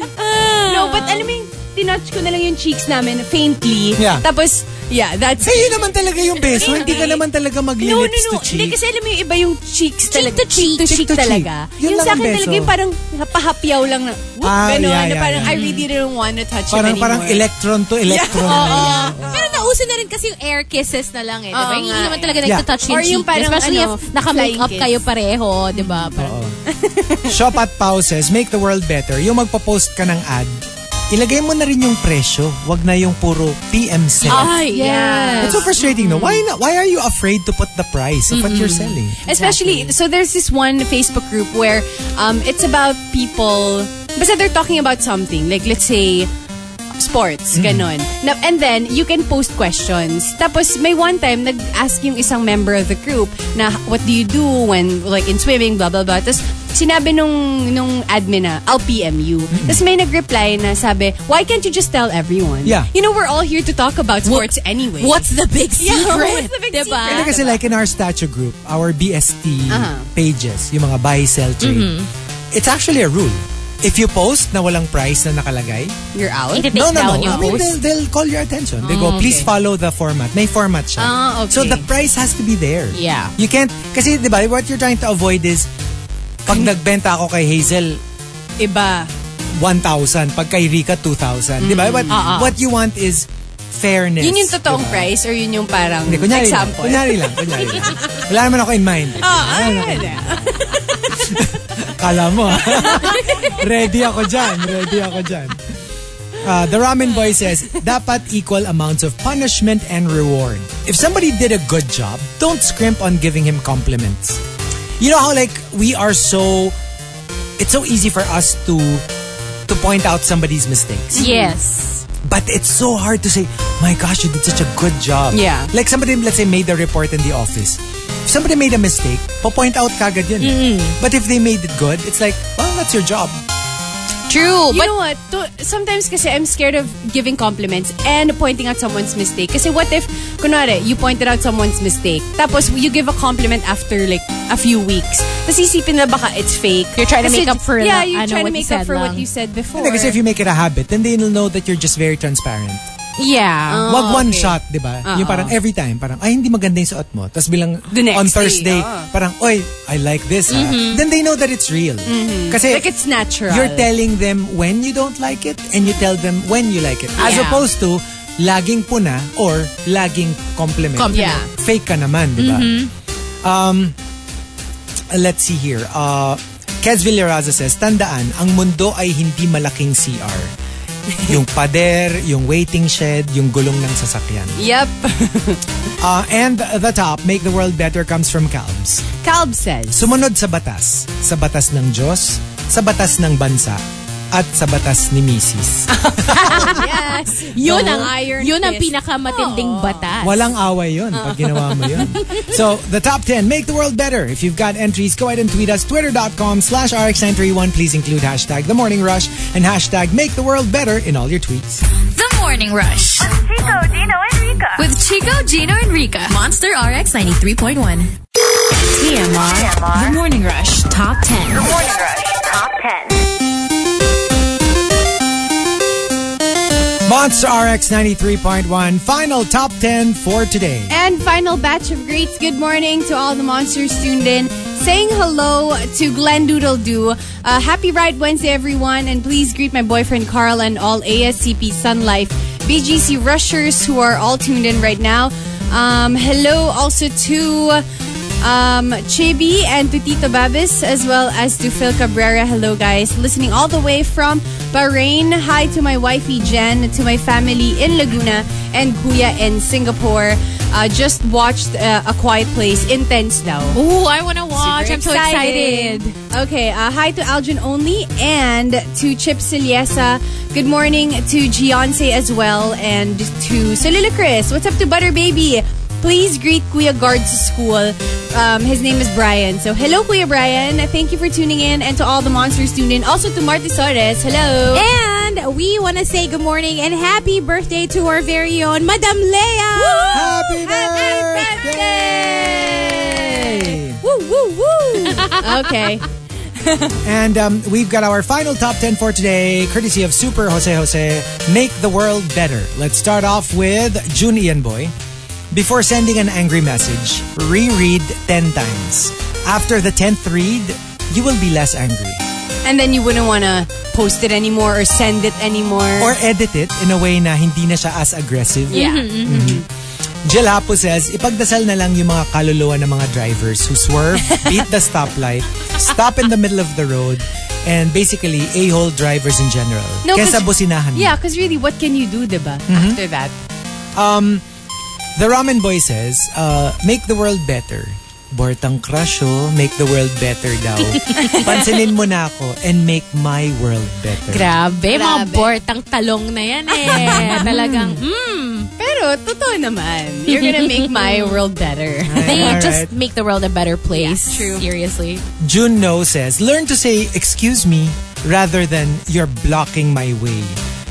Speaker 5: No, but alam mo yung tinouch ko na lang yung cheeks namin faintly.
Speaker 4: Yeah.
Speaker 5: Tapos, yeah, that's
Speaker 4: Sa'yo naman talaga yung beso. Hindi ka naman talaga magli-lips
Speaker 5: No, no, no.
Speaker 4: to
Speaker 5: Hindi
Speaker 4: cheeks.
Speaker 5: kasi alam mo yung iba yung cheeks talaga.
Speaker 2: to cheek.
Speaker 5: to cheek
Speaker 4: Cheek to cheek.
Speaker 5: talaga.
Speaker 4: Yun
Speaker 5: yung
Speaker 4: lang
Speaker 5: sa
Speaker 4: ang
Speaker 5: akin
Speaker 4: beso.
Speaker 5: talaga yung parang napahapyaw lang na, whoop,
Speaker 4: Ah,
Speaker 5: gano'n,
Speaker 4: yeah,
Speaker 5: na
Speaker 4: yeah,
Speaker 5: parang
Speaker 4: yeah.
Speaker 5: I really didn't want to touch
Speaker 4: Parang,
Speaker 5: him anymore.
Speaker 4: parang electron to electron.
Speaker 2: Pero Ah, nauso na rin kasi yung air kisses na lang eh. Diba?
Speaker 5: Oo
Speaker 2: Hindi
Speaker 5: nga
Speaker 2: naman
Speaker 5: eh.
Speaker 2: talaga
Speaker 4: Yeah.
Speaker 2: nagtatouch yung
Speaker 5: Or yung
Speaker 2: cheek.
Speaker 5: parang
Speaker 2: Especially
Speaker 5: ano,
Speaker 2: if naka-make up
Speaker 5: flying kiss.
Speaker 2: kayo pareho. Diba? Parang,
Speaker 4: Shop at Pau says, make the world better. Yung magpapost ka ng ad, ilagay mo na rin yung presyo. Wag na yung puro PM sale.
Speaker 2: Ay, yeah.
Speaker 4: It's so frustrating no? Why not? Why are you afraid to put the price of what you're selling?
Speaker 5: Especially, so there's this one Facebook group where um, it's about people, basta they're talking about something. Like, let's say, sports,
Speaker 2: Mm-hmm.
Speaker 5: ganon. Na, and then, you can post questions. Tapos, may one time, nag-ask yung isang member of the group na, what do you do when, like, in swimming, blah, blah, blah. Tapos, sinabi nung, nung admin na, I'll PM you.
Speaker 2: Mm-hmm.
Speaker 5: Tapos, may nag-reply na sabi, why can't you just tell everyone?
Speaker 4: Yeah.
Speaker 5: You know, we're all here to talk about sports anyway.
Speaker 2: What's the big secret?
Speaker 5: Yeah, what's the big
Speaker 2: diba? Uh-huh.
Speaker 5: secret?
Speaker 4: Kasi kasi like in our statue group, our BST pages, yung mga buy, sell, trade,
Speaker 2: Mm-hmm.
Speaker 4: it's actually a rule. If you post na walang price na nakalagay,
Speaker 5: You're out?
Speaker 2: Iti-take
Speaker 4: no, no,
Speaker 2: down
Speaker 4: no.
Speaker 2: yung
Speaker 4: I mean,
Speaker 2: post.
Speaker 4: they'll, they'll call your attention. They go, please follow the format. May format siya.
Speaker 5: Ah, okay.
Speaker 4: So the price has to be there.
Speaker 2: Yeah.
Speaker 4: You can't, kasi di ba, what you're trying to avoid is, pag nagbenta ako kay Hazel,
Speaker 5: Iba.
Speaker 4: 1,000. Pag kay Rika, 2,000. Di ba? But what you want is fairness.
Speaker 5: Mm-hmm. Ah, Yun yung totoong
Speaker 4: diba?
Speaker 5: price or yun yung parang
Speaker 4: Hindi, kunyari
Speaker 5: example?
Speaker 4: lang. Kunyari lang. Kunyari lang. Wala naman ako in mind.
Speaker 5: Ah, ah,
Speaker 4: Kala mo. ah. Ready ako dyan. Ready ako dyan. Uh, the Ramen Boy says, dapat equal amounts of punishment and reward. If somebody did a good job, don't scrimp on giving him compliments. You know how like we are so it's so easy for us to to point out somebody's mistakes.
Speaker 3: Yes.
Speaker 4: But it's so hard to say, my gosh, you did such a good job.
Speaker 5: Yeah.
Speaker 4: Like somebody, let's say, made a report in the office. If somebody made a mistake, po-point out kagad yun. eh. But if they made it good, it's like, well, that's your job.
Speaker 3: True.
Speaker 5: You
Speaker 3: but
Speaker 5: know what? To, sometimes kasi I'm scared of giving compliments and pointing out someone's mistake. Kasi what if, kunwari, you pointed out someone's mistake, tapos you give a compliment after like a few weeks. Tapos isipin na baka it's fake.
Speaker 2: You're trying to
Speaker 5: Kasi-
Speaker 2: make up for
Speaker 5: Yeah,
Speaker 2: na-
Speaker 5: you're
Speaker 2: ano,
Speaker 5: trying to
Speaker 2: what you
Speaker 5: make up
Speaker 2: said
Speaker 5: for what
Speaker 2: lang.
Speaker 5: you said before.
Speaker 4: Hindi, kasi if you make it a habit, then they'll know that you're just very transparent.
Speaker 2: Yeah.
Speaker 4: Wag one
Speaker 5: okay.
Speaker 4: shot, di ba? Yung parang every time, parang, ay, hindi maganda yung suot mo. Tapos bilang
Speaker 5: The next
Speaker 4: on
Speaker 5: day,
Speaker 4: Thursday,
Speaker 5: ah.
Speaker 4: parang, oy, I like this. ah." Then they know that it's real. Kasi
Speaker 5: Like it's natural.
Speaker 4: you're telling them when you don't like it and you tell them when you like it. As
Speaker 5: Yeah.
Speaker 4: opposed to laging puna or laging compliment.
Speaker 5: Compliment. Mm-hmm. Yeah.
Speaker 4: Fake ka naman, di ba? Um, let's see here. Uh, Kes Villaraza says, Tandaan, ang mundo ay hindi malaking CR. yung pader, yung waiting shed, yung gulong ng sasakyan.
Speaker 5: Yep.
Speaker 4: Uh, and the top, Make the World Better comes from Calbs.
Speaker 5: Calb says,
Speaker 4: Sumunod sa batas. Sa batas ng Diyos, sa batas ng bansa, at sa batas ni Mrs.
Speaker 5: yes.
Speaker 2: Yun
Speaker 5: The
Speaker 2: ang
Speaker 5: iron
Speaker 2: yun ang
Speaker 5: fist.
Speaker 2: pinakamatinding batas.
Speaker 4: Walang away yun pag ginawa mo yun. so, the top 10, make the world better. If you've got entries, go ahead and tweet us, twitter.com slash rxn31. Please include hashtag the morning rush and hashtag make the world better in all your tweets.
Speaker 1: The Morning Rush
Speaker 6: Chico, Dino, and Rika.
Speaker 1: with Chico, Gino, and Rika. Monster RX 93.1. TMR.
Speaker 6: TMR.
Speaker 1: The Morning Rush Top 10.
Speaker 6: Morning Rush Top 10.
Speaker 4: Monster RX 93.1, final top 10 for today.
Speaker 5: And final batch of greets. Good morning to all the monsters tuned in. Saying hello to Glenn Doodle Doo. Uh, happy Ride Wednesday, everyone. And please greet my boyfriend Carl and all ASCP Sun Life BGC rushers who are all tuned in right now. Um, hello also to um, Chebi and to Tito Babis, as well as to Phil Cabrera. Hello, guys. Listening all the way from Bahrain. Hi to my wifey Jen, to my family in Laguna, and Kuya in Singapore. Uh, just watched uh, A Quiet Place. Intense now.
Speaker 3: Ooh, I want to watch.
Speaker 5: Super
Speaker 3: I'm so excited.
Speaker 5: Okay, uh, hi to Algin only and to Chip Siliesa. Good morning to Giance as well and to Solila Chris. What's up to Butter Baby? Please greet Kuya Guard to school. Um, his name is Brian. So, hello, Kuya Brian. Thank you for tuning in and to all the monsters tuned in. Also to Marty Soares. Hello.
Speaker 2: And we want to say good morning and happy birthday to our very own Madam Leia.
Speaker 4: Happy birthday!
Speaker 5: Woo, woo, woo. okay.
Speaker 4: And um, we've got our final top 10 for today, courtesy of Super Jose Jose, Make the World Better. Let's start off with June Ian Boy. Before sending an angry message, reread 10 times. After the 10th read, you will be less angry.
Speaker 5: And then you wouldn't want to post it anymore or send it anymore.
Speaker 4: Or edit it in a way na hindi na siya as aggressive.
Speaker 5: yeah.
Speaker 3: Mm-hmm.
Speaker 4: Jill Hapo says, ipagdasal na lang yung mga kaluluwa ng mga drivers who swerve, beat the stoplight, stop in the middle of the road, and basically a-hole drivers in general.
Speaker 5: No,
Speaker 4: Kesa
Speaker 5: 'cause-
Speaker 4: businahan mo.
Speaker 5: Yeah, because really, what can you do, diba? After that.
Speaker 4: The Ramen Boy says, uh, make the world better. Bortang crush oh, make the world better daw. Pansinin mo na ako and make my world better.
Speaker 2: Grabe, mga
Speaker 5: Grabe.
Speaker 2: bortang talong na yan eh. Talagang, mm,
Speaker 5: Pero, totoo naman. You're gonna make my world better.
Speaker 2: they
Speaker 4: Alright.
Speaker 2: just make the world a better place.
Speaker 5: Yeah, true.
Speaker 2: Seriously.
Speaker 4: June No says, learn to say, excuse me, rather than you're blocking my way.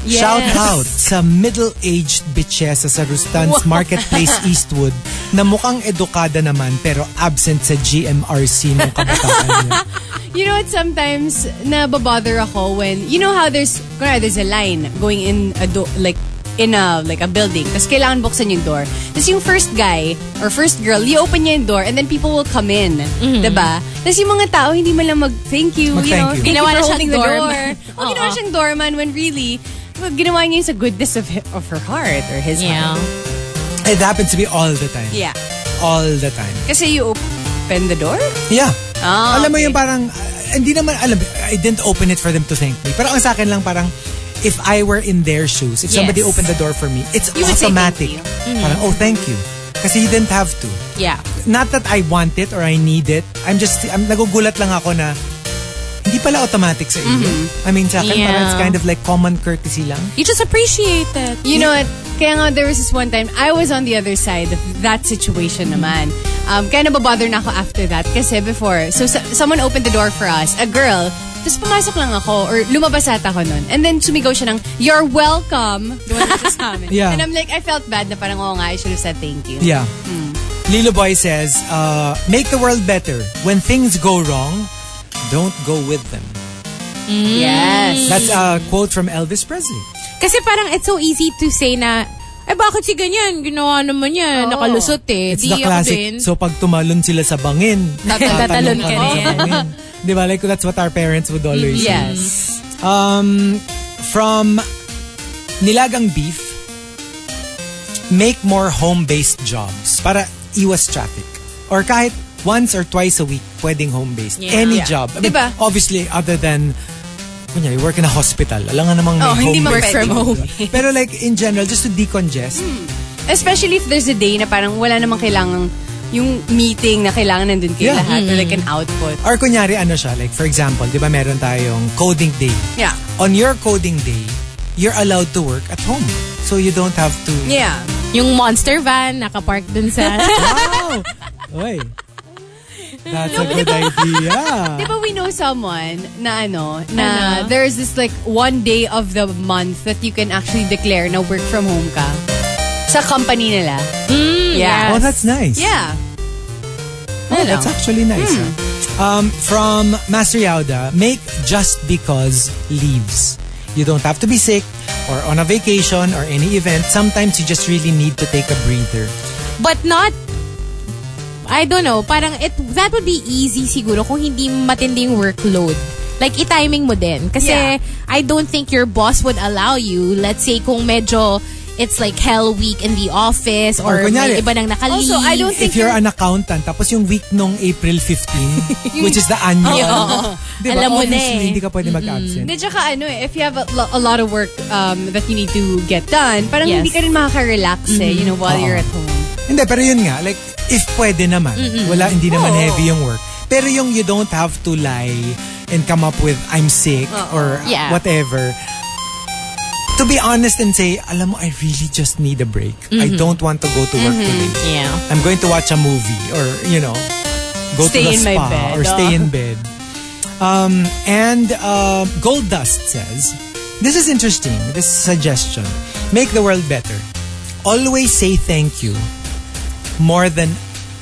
Speaker 4: Shout out sa middle-aged bitches sa Rustan's Marketplace Eastwood na mukhang edukada naman pero absent sa GMRC ng kabataan niya.
Speaker 5: You know what? Sometimes, nababother ako when, you know how there's, kunwari, there's a line going in a do- like, in a, like a building. Tapos kailangan buksan yung door. Tapos yung first guy, or first girl, i-open niya yung door and then people will come in. Diba? Tapos yung mga tao, hindi man lang mag-thank you. you know,
Speaker 4: Mag-thank you.
Speaker 5: thank
Speaker 2: Ginawa
Speaker 5: you
Speaker 2: na
Speaker 5: for
Speaker 2: siyang
Speaker 5: holding the door.
Speaker 2: doorman.
Speaker 5: O, Oh, ginawa
Speaker 2: Oo.
Speaker 5: siyang doorman when really, ginawa niya yung sa goodness of, hi- of her heart or his
Speaker 2: Yeah.
Speaker 5: heart.
Speaker 4: It happens to me all the time.
Speaker 5: Yeah.
Speaker 4: All the time.
Speaker 5: Kasi you open the door?
Speaker 4: Yeah.
Speaker 5: Ah,
Speaker 4: alam mo ah,
Speaker 5: okay.
Speaker 4: yung parang, uh, hindi naman, alam, I didn't open it for them to thank me. Pero ang sa akin lang parang, if I were in their shoes, if
Speaker 2: Yes.
Speaker 4: somebody opened the door for me, it's
Speaker 3: You would say thank
Speaker 4: automatic.
Speaker 3: you. Mm-hmm.
Speaker 4: Parang, oh, thank you. Kasi you didn't have to.
Speaker 2: Yeah.
Speaker 4: Not that I want it or I need it. I'm just, I'm nagugulat lang ako na hindi pala automatic sa inyo.
Speaker 3: Mm-hmm.
Speaker 4: I mean, sa akin,
Speaker 2: Yeah.
Speaker 4: parang it's kind of like common courtesy lang.
Speaker 2: You just appreciate it.
Speaker 5: You know what? Kaya nga, there was this one time, I was on the other side of that situation naman. Um, kaya nababother na ako after that. Kasi before, so sa- someone opened the door for us, a girl. Tapos pumasok lang ako, or lumabas ata ako nun. And then sumigaw siya ng, you're welcome. Doon siya sa amin.
Speaker 4: Yeah.
Speaker 5: And I'm like, I felt bad na parang, oo nga, I should have said thank you.
Speaker 4: Yeah.
Speaker 3: Mm.
Speaker 4: Lilo Boy says, uh, make the world better. When things go wrong, don't go with them.
Speaker 5: Yes.
Speaker 4: That's a quote from Elvis Presley.
Speaker 2: Kasi parang it's so easy to say na, eh bakit si ganyan? Ginawa naman yan. Nakalusot eh.
Speaker 4: It's
Speaker 2: Di
Speaker 4: the
Speaker 2: ako din.
Speaker 4: classic. So pag tumalon sila sa bangin,
Speaker 2: Tatalon
Speaker 4: tatalon
Speaker 2: ka
Speaker 4: rin
Speaker 2: rin.
Speaker 4: sa bangin. Di ba? Like that's what our parents would always say.
Speaker 5: Mm, Yes.
Speaker 4: Um, from Nilagang Beef, make more home-based jobs para iwas traffic. Or kahit once or twice a week, pwedeng home-based.
Speaker 2: Yeah.
Speaker 4: Any
Speaker 2: Yeah.
Speaker 4: job. I mean,
Speaker 5: Diba?
Speaker 4: Obviously, other than kunya, you work in a hospital. Alam nga namang may
Speaker 5: Oh, hindi
Speaker 4: home
Speaker 5: mag-work
Speaker 4: based
Speaker 5: from
Speaker 4: job,
Speaker 5: home.
Speaker 4: diba? Pero like, in general, just to decongest,
Speaker 5: Especially if there's a day na parang wala namang kailangang yung meeting na kailangan nandun kayo
Speaker 4: Yeah.
Speaker 5: lahat or like an output.
Speaker 4: Or kunyari ano siya, like for example, di ba meron tayong coding day.
Speaker 5: Yeah.
Speaker 4: On your coding day, you're allowed to work at home. So you don't have to...
Speaker 5: Yeah.
Speaker 2: Yung monster van, nakapark dun sa...
Speaker 4: Wow! Oy. That's a good idea.
Speaker 5: Di ba we know someone na ano, na there's this like one day of the month that you can actually declare na work from home ka? Sa company nila. yeah.
Speaker 4: Oh, that's nice.
Speaker 5: Yeah. Hmm.
Speaker 4: Oh, that's actually nice. ah. Um, from Master Yauda, make just because leaves. You don't have to be sick or on a vacation or any event. Sometimes you just really need to take a breather.
Speaker 2: But not I don't know, parang it that would be easy siguro kung hindi matinding workload. Like i-timing mo din kasi
Speaker 5: Yeah.
Speaker 2: I don't think your boss would allow you. Let's say kung medyo it's like hell week in the office or,
Speaker 4: Or kunyari,
Speaker 2: may iba nang nakali.
Speaker 5: Also, I don't think
Speaker 4: If you're an accountant, tapos yung week nung April 15, which is the annual.
Speaker 2: Oo.
Speaker 4: Diba?
Speaker 2: Alam mo na
Speaker 4: Obviously,
Speaker 2: eh.
Speaker 4: hindi ka pwede mag-absent.
Speaker 5: Di, tsaka ano eh, if you have a, lo- a lot of work um, that you need to get done, parang
Speaker 2: Yes.
Speaker 5: hindi ka rin makaka-relax eh, you know, while
Speaker 4: Oo.
Speaker 5: you're at home.
Speaker 4: Hindi, pero yun nga, like, if pwede naman, wala, hindi naman heavy yung work. Pero yung you don't have to lie and come up with, I'm sick, or
Speaker 2: Yeah.
Speaker 4: whatever. To be honest and say, alam mo, I really just need a break. I
Speaker 5: Mm-hmm.
Speaker 4: don't want to go to work today.
Speaker 2: Yeah.
Speaker 4: I'm going to watch a movie or, you know, go
Speaker 5: Stay
Speaker 4: to the
Speaker 5: in my
Speaker 4: spa
Speaker 5: bed,
Speaker 4: or stay
Speaker 5: oh.
Speaker 4: in bed. Um, and uh, Gold Dust says, This is interesting, this suggestion. Make the world better. Always say thank you more than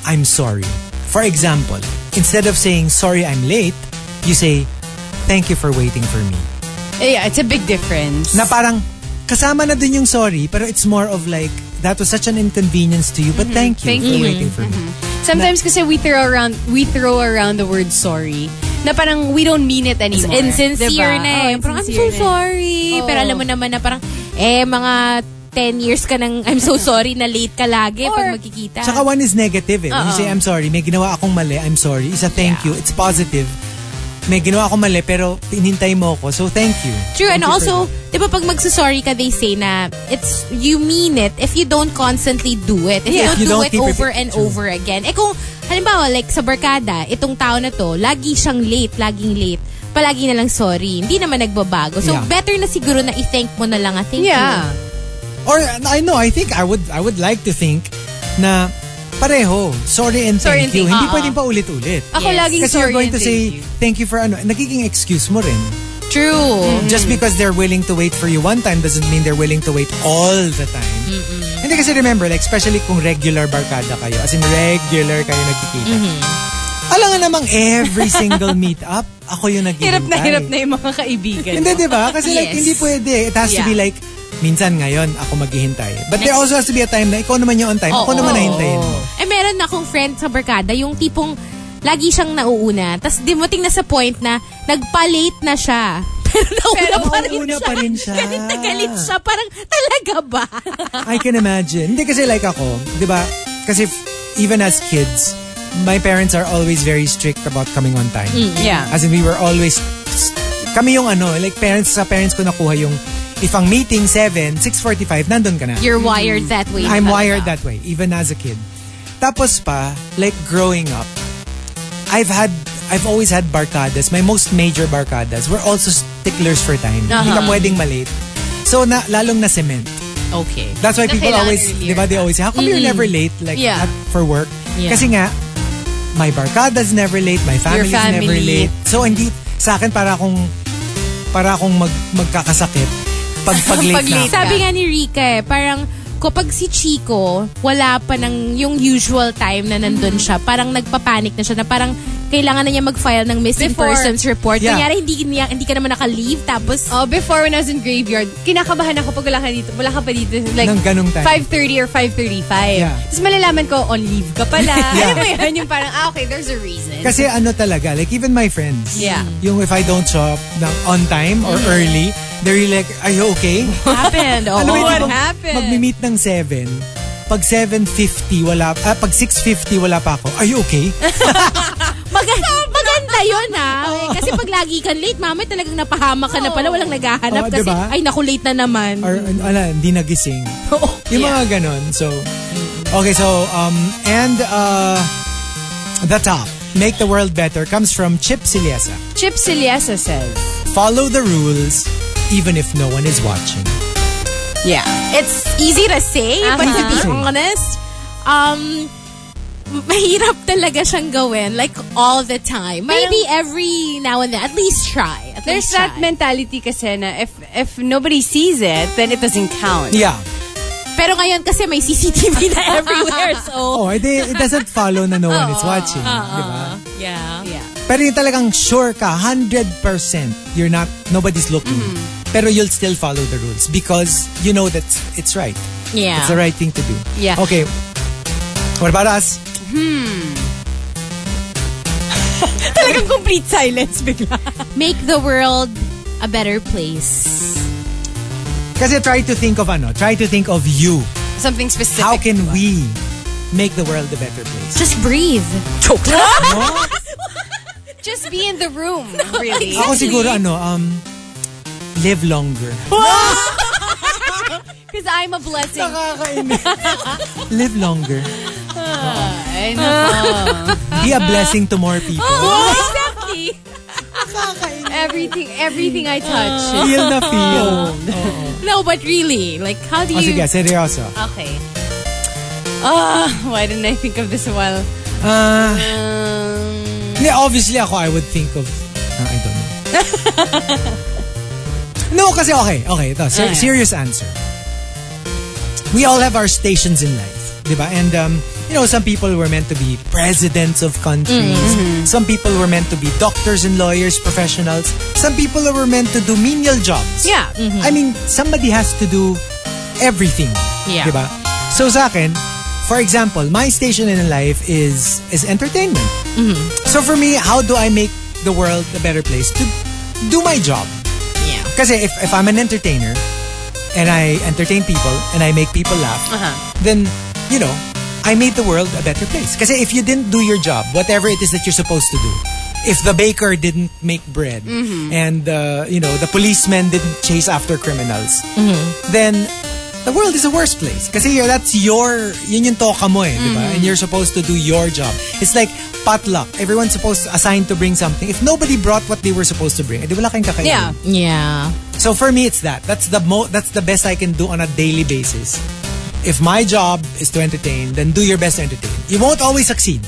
Speaker 4: I'm sorry. For example, instead of saying sorry I'm late, you say thank you for waiting for me.
Speaker 5: Eh, Yeah, it's a big difference.
Speaker 4: Na parang kasama na dun yung sorry, pero it's more of like that was such an inconvenience to you, but
Speaker 2: Mm-hmm.
Speaker 4: thank you
Speaker 5: Thank
Speaker 4: for
Speaker 5: you.
Speaker 4: waiting for me.
Speaker 5: Sometimes kasi we throw around we throw around the word sorry na parang we don't mean it anymore.
Speaker 2: insincere
Speaker 5: Diba?
Speaker 2: na eh.
Speaker 5: Oh,
Speaker 2: parang, I'm so
Speaker 5: insincere na eh. Oh.
Speaker 2: sorry.
Speaker 5: Oo.
Speaker 2: Pero alam mo naman na parang, eh, mga 10 years ka nang, I'm so sorry na late ka lagi
Speaker 5: Or-
Speaker 2: pag magkikita.
Speaker 4: Tsaka one is negative eh. When you
Speaker 2: Oo.
Speaker 4: say, I'm sorry, may ginawa akong mali, I'm sorry. Isa, thank you. It's positive. May ginawa akong mali, pero inintay mo ako. So, thank you.
Speaker 2: True,
Speaker 4: Thank
Speaker 2: and
Speaker 4: you for
Speaker 2: also,
Speaker 4: that.
Speaker 2: di ba pag magsusorry ka, they say na, it's, you mean it if you don't constantly do it. If
Speaker 4: Yeah, if
Speaker 2: you don't
Speaker 4: you don't
Speaker 2: do
Speaker 4: keep
Speaker 2: it over
Speaker 4: repeat-
Speaker 2: and
Speaker 4: True.
Speaker 2: over again. Eh kung, halimbawa, like sa barkada, itong tao na to, lagi siyang late, laging late, palagi na lang sorry. Hindi naman nagbabago. So,
Speaker 4: Yeah.
Speaker 2: better na siguro na i-thank mo na lang ah, thank
Speaker 5: Yeah.
Speaker 4: Or,
Speaker 2: you.
Speaker 4: I know, I think I would I would like to think na pareho, sorry and
Speaker 5: Sorry and
Speaker 4: thank you.
Speaker 5: thank-
Speaker 4: Hindi
Speaker 2: Oo.
Speaker 4: pwedeng paulit-ulit.
Speaker 5: Ako
Speaker 2: Yes.
Speaker 5: laging
Speaker 4: Kasi
Speaker 5: sorry
Speaker 4: you're going
Speaker 5: and
Speaker 4: to
Speaker 5: thank
Speaker 4: say,
Speaker 5: you.
Speaker 4: thank you for ano, nagiging excuse mo rin.
Speaker 2: True.
Speaker 4: Just because they're willing to wait for you one time doesn't mean they're willing to wait all the time. Hindi kasi remember, like, especially kung regular barkada kayo, as in regular kayo nagkikita.
Speaker 5: Mm-hmm.
Speaker 4: Alam nga namang every single meet-up, ako yung naghihintay.
Speaker 5: Hirap na hirap na yung mga kaibigan.
Speaker 4: Hindi, di ba? Kasi like,
Speaker 2: Yes.
Speaker 4: hindi pwede. It has to
Speaker 5: Yeah.
Speaker 4: be like, minsan ngayon, ako maghihintay. But there also has to be a time na ikaw naman yung on time, ako naman nahintayin mo.
Speaker 2: Eh, meron na akong friend sa barkada, yung tipong lagi siyang nauuna. Tapos dumating na sa point na nagpa-late na siya. Pero nauna
Speaker 5: Pero
Speaker 2: pa rin
Speaker 4: nauna
Speaker 2: siya.
Speaker 4: pa rin siya.
Speaker 2: Galit na galit siya. Parang, talaga ba?
Speaker 4: I can imagine. Hindi kasi like ako, di ba? Kasi f- even as kids, my parents are always very strict about coming on time.
Speaker 5: Mm, Yeah.
Speaker 4: As in, we were always... Kami yung ano, like parents, sa parents ko nakuha yung If ang meeting 7, 6.45, nandun ka na.
Speaker 2: You're wired that way.
Speaker 4: I'm
Speaker 2: talaga.
Speaker 4: wired that way, even as a kid. Tapos pa, like growing up, I've had, I've always had barkadas. My most major barkadas were also sticklers for time. Hindi ka
Speaker 5: Uh-huh.
Speaker 4: pwedeng malate. So, na, lalong na cement.
Speaker 2: Okay.
Speaker 4: That's why
Speaker 5: Na
Speaker 4: people
Speaker 5: kailangan
Speaker 4: always,
Speaker 5: earlier.
Speaker 4: di ba, they always say, how come you're never late like
Speaker 5: Yeah.
Speaker 4: at, for work?
Speaker 2: Yeah.
Speaker 4: Kasi nga, my barkada's never late, my family's never
Speaker 5: family.
Speaker 4: late. So, hindi, sa akin, para akong, para akong mag, magkakasakit pag pag-late na ako.
Speaker 2: Sabi nga ni Rika eh, parang kapag si Chico, wala pa ng yung usual time na nandun siya, parang nagpapanik na siya na parang kailangan na niya mag-file ng missing
Speaker 5: Before.
Speaker 2: persons report.
Speaker 4: Yeah.
Speaker 2: Kanyari, hindi, niya- hindi ka naman naka-leave, tapos
Speaker 5: Oh, before when I was in graveyard, kinakabahan ako pag wala ka dito. Wala ka pa dito. Like,
Speaker 4: Nang ganong time.
Speaker 5: 5.30 or 5.35.
Speaker 4: Yeah.
Speaker 5: Tapos malalaman ko, on leave ka pala.
Speaker 4: Yeah.
Speaker 5: Alam mo yun, yung parang, ah, okay, there's a reason.
Speaker 4: Kasi ano talaga, like even my friends,
Speaker 5: Yeah. Mm.
Speaker 4: yung if I don't show up ng on time or early, they're really like, are you okay?
Speaker 2: happened. Oh,
Speaker 4: Alam mo,
Speaker 5: what
Speaker 4: yung ibang
Speaker 5: happened?
Speaker 4: Magmi-meet ng 7, pag 7.50, wala, ah, pag 6.50, wala pa ako, are you okay?
Speaker 2: Maga- maganda yun ah. Kasi pag lagi kang late, mama, talagang napahama ka na pala, walang naghahanap.
Speaker 4: Oo,
Speaker 2: kasi,
Speaker 4: diba?
Speaker 2: ay naku, late na naman.
Speaker 4: or an- ala, hindi nagising. Yung mga ganon. So, okay, so, um, and, uh, the top, Make the World Better comes from Chip Siliesa.
Speaker 5: Chip Siliesa says,
Speaker 4: Follow the rules, even if no one is watching.
Speaker 5: yeah.
Speaker 2: It's easy to say,
Speaker 5: Uh-huh.
Speaker 2: but to be honest, um, mahirap talaga siyang gawin. Like, all the time. Maybe every now and then. At least try. At
Speaker 5: There's
Speaker 2: least try.
Speaker 5: that mentality kasi na if, if nobody sees it, then it doesn't count.
Speaker 4: Yeah.
Speaker 2: Pero ngayon kasi may CCTV na everywhere.
Speaker 4: Oh,
Speaker 2: So,
Speaker 4: edi, it doesn't follow na no one is watching. di ba?
Speaker 2: yeah.
Speaker 4: Pero yung talagang sure ka, 100%, you're not, nobody's looking. Pero you'll still follow the rules because you know that it's right.
Speaker 2: Yeah.
Speaker 4: It's the right thing to do.
Speaker 5: Yeah.
Speaker 4: Okay. What about us?
Speaker 5: Talagang complete silence bigla.
Speaker 2: Make the world a better place.
Speaker 4: Kasi try to think of ano, try to think of you.
Speaker 5: Something specific.
Speaker 4: How can we make the world a better place?
Speaker 2: Just breathe.
Speaker 5: Just be in the room, really.
Speaker 4: Ako siguro ano, um, live longer.
Speaker 5: Because I'm a blessing.
Speaker 4: Nakakainis. live longer. Ah.
Speaker 5: I know.
Speaker 4: Be a blessing to more people.
Speaker 5: Oh, exactly. everything, everything I touch.
Speaker 4: Feel na feel.
Speaker 2: No, but really, like, how do
Speaker 4: O Oh, sige,
Speaker 2: you...
Speaker 4: seryoso.
Speaker 5: Okay. Ah, why didn't I think of this a while?
Speaker 4: Ah,
Speaker 5: Um,
Speaker 4: Hindi, obviously ako, I would think of... ah, I don't know. no, kasi okay. Okay, ito. Ser-
Speaker 5: Okay.
Speaker 4: Serious answer. We all have our stations in life. Diba? And, um, you know, some people were meant to be presidents of countries. Some people were meant to be doctors and lawyers, professionals. Some people were meant to do menial jobs.
Speaker 5: Yeah.
Speaker 4: I mean, somebody has to do everything.
Speaker 2: Yeah.
Speaker 4: Diba? So sa akin, for example, my station in life is is entertainment. So for me, how do I make the world a better place to do my job?
Speaker 2: Yeah.
Speaker 4: Kasi if, if I'm an entertainer and I entertain people and I make people laugh, then, you know, I made the world a better place. Kasi if you didn't do your job, whatever it is that you're supposed to do, if the baker didn't make bread and, uh, you know, the policeman didn't chase after criminals, then the world is a worse place. Kasi you're- that's your, yun yung toka mo eh, di ba? And you're supposed to do your job. It's like potluck. Everyone's supposed to assigned to bring something. If nobody brought what they were supposed to bring, eh, di wala kayong kakainin.
Speaker 5: Yeah.
Speaker 2: Yeah.
Speaker 4: So for me, it's that. That's the mo. That's the best I can do on a daily basis. If my job is to entertain, then do your best to entertain. You won't always succeed,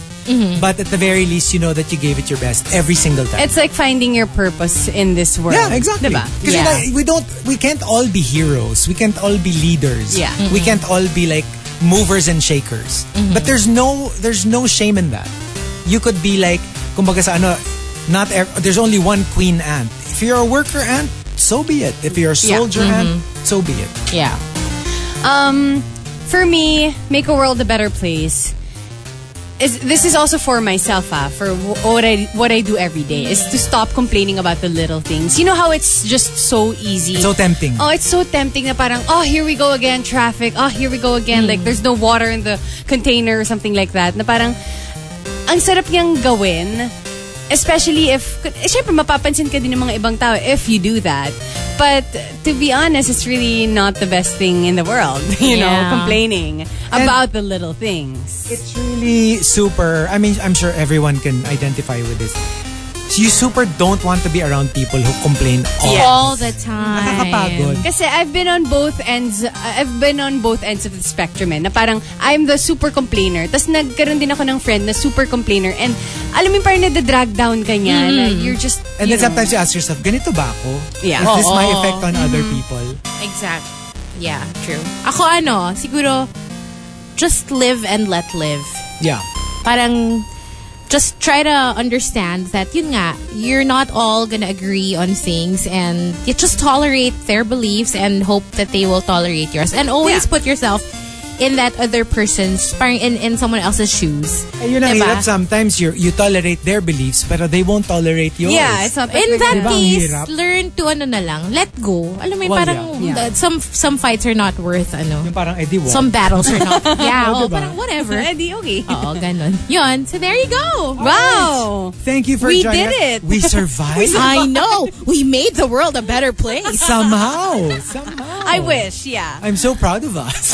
Speaker 4: but at the very least, you know that you gave it your best every single time.
Speaker 5: It's like finding your purpose in this world.
Speaker 4: yeah, exactly.
Speaker 5: Diba?
Speaker 4: Because we don't, we can't all be heroes. We can't all be leaders.
Speaker 5: Yeah.
Speaker 4: We can't all be like movers and shakers. But there's no, there's no shame in that. You could be like, kumbaga sa ano, not ev- there's only one queen ant. If you're a worker ant, so be it. If you're a
Speaker 5: Yeah.
Speaker 4: soldier ant, so be it.
Speaker 2: Yeah.
Speaker 5: Um, for me, make a world a better place. Is, this is also for myself, ah, for wh- what I what I do every day is to stop complaining about the little things. You know how it's just so easy,
Speaker 4: So tempting.
Speaker 5: Oh, it's so tempting na parang, oh, here we go again, traffic. Oh, here we go again. Like, there's no water in the container or something like that. Na parang, ang sarap niyang gawin Especially if, syempre mapapansin ka din ng mga ibang tao if you do that. But to be honest, it's really not the best thing in the world, you
Speaker 2: Yeah.
Speaker 5: know, complaining about the little things.
Speaker 4: It's really super. I mean, I'm sure everyone can identify with this. You super don't want to be around people who complain all.
Speaker 5: Yes.
Speaker 2: All the time.
Speaker 4: Nakakapagod.
Speaker 5: Kasi I've been on both ends, I've been on both ends of the spectrum eh, na parang I'm the super complainer. Tapos nagkaroon din ako ng friend na super complainer and alam mo yung parang nadadrag down ka niya. na you're just,
Speaker 4: And
Speaker 5: you
Speaker 4: then
Speaker 5: know.
Speaker 4: sometimes you ask yourself, ganito ba ako?
Speaker 5: Yeah.
Speaker 4: Is this my
Speaker 2: Oo.
Speaker 4: effect on other people?
Speaker 2: Exact. Yeah, true. Ako ano, siguro, just live and let live.
Speaker 4: Yeah.
Speaker 2: Parang, just try to understand that, yun nga, you're not all gonna agree on things and you just tolerate their beliefs and hope that they will tolerate yours. And always
Speaker 5: Yeah.
Speaker 2: put yourself in that other person's, parang in, in someone else's shoes.
Speaker 4: And yun ang
Speaker 2: Diba?
Speaker 4: hirap. Sometimes you you tolerate their beliefs pero they won't tolerate yours.
Speaker 5: Yeah, it's not that big
Speaker 2: In that
Speaker 5: deal.
Speaker 4: Diba ang
Speaker 2: case,
Speaker 4: hirap?
Speaker 2: learn to ano na lang, let go. Alam mo, yun,
Speaker 4: Well,
Speaker 2: parang
Speaker 5: yeah.
Speaker 2: the- some some fights are not worth ano.
Speaker 4: Yung parang, eh, di wag.
Speaker 2: Some battles are not. yeah, oh,
Speaker 4: diba?
Speaker 2: parang whatever.
Speaker 5: Eh, di okay.
Speaker 2: Oo, ganun. Yun. So there you go.
Speaker 5: Wow!
Speaker 4: Thank you for
Speaker 5: We
Speaker 4: joining us.
Speaker 5: did it.
Speaker 4: We survived.
Speaker 2: I know. We made the world a better place.
Speaker 4: Somehow. Somehow.
Speaker 5: I wish, yeah.
Speaker 4: I'm so proud of us.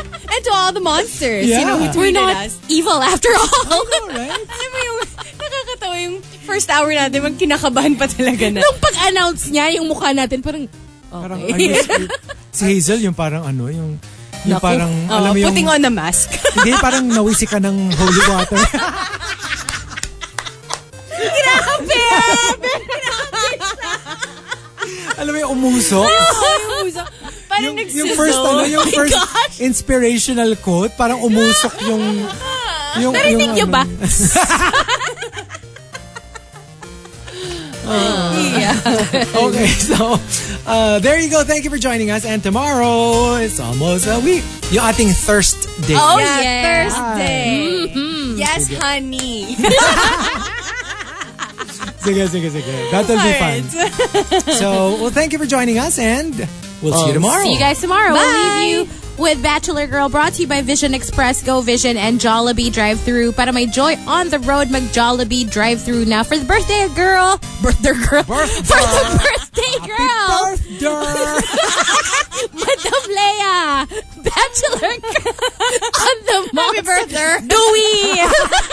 Speaker 5: And to all the monsters,
Speaker 4: Yeah.
Speaker 5: you know, who
Speaker 2: We're
Speaker 5: tweeted
Speaker 2: not
Speaker 5: us.
Speaker 2: evil after all.
Speaker 4: All right.
Speaker 5: Alam mo yung, nakakatawa yung first hour natin, magkinakabahan pa talaga na.
Speaker 2: Nung pag-announce niya, yung mukha natin parang,
Speaker 4: Parang,
Speaker 2: Okay.
Speaker 4: ano, si- si Hazel, yung parang ano, yung, yung
Speaker 2: Naku.
Speaker 4: parang, alam mo
Speaker 5: Oh,
Speaker 4: yung,
Speaker 5: putting on a mask.
Speaker 4: hindi, parang nawisi ka ng holy water. alam mo yung umuso. yung,
Speaker 5: Parang nagsizzle.
Speaker 4: yung first, ano, yung first inspirational quote, parang umusok yung, yung, ano.
Speaker 2: narinig niyo ba?
Speaker 4: Okay, so uh, there you go. Thank you for joining us. And tomorrow, it's almost a week. Yung ating thirst day.
Speaker 5: Oh,
Speaker 2: Yeah,
Speaker 5: yeah. Thursday. Yes, honey.
Speaker 4: Sige, sige, sige. That'll be fun. So, well, thank you for joining us, and we'll see you tomorrow.
Speaker 2: See you guys tomorrow. We'll leave you with Bachelor Girl brought to you by Vision Express, Go Vision, and Jollibee Drive Through. Para may joy on the road, mag Jollibee Drive Through now for the birthday girl. Birthday girl.
Speaker 4: Birthday.
Speaker 2: For the birthday girl.
Speaker 4: Birthday.
Speaker 2: Madam Leia. Bachelor Girl on the monster. Dewey.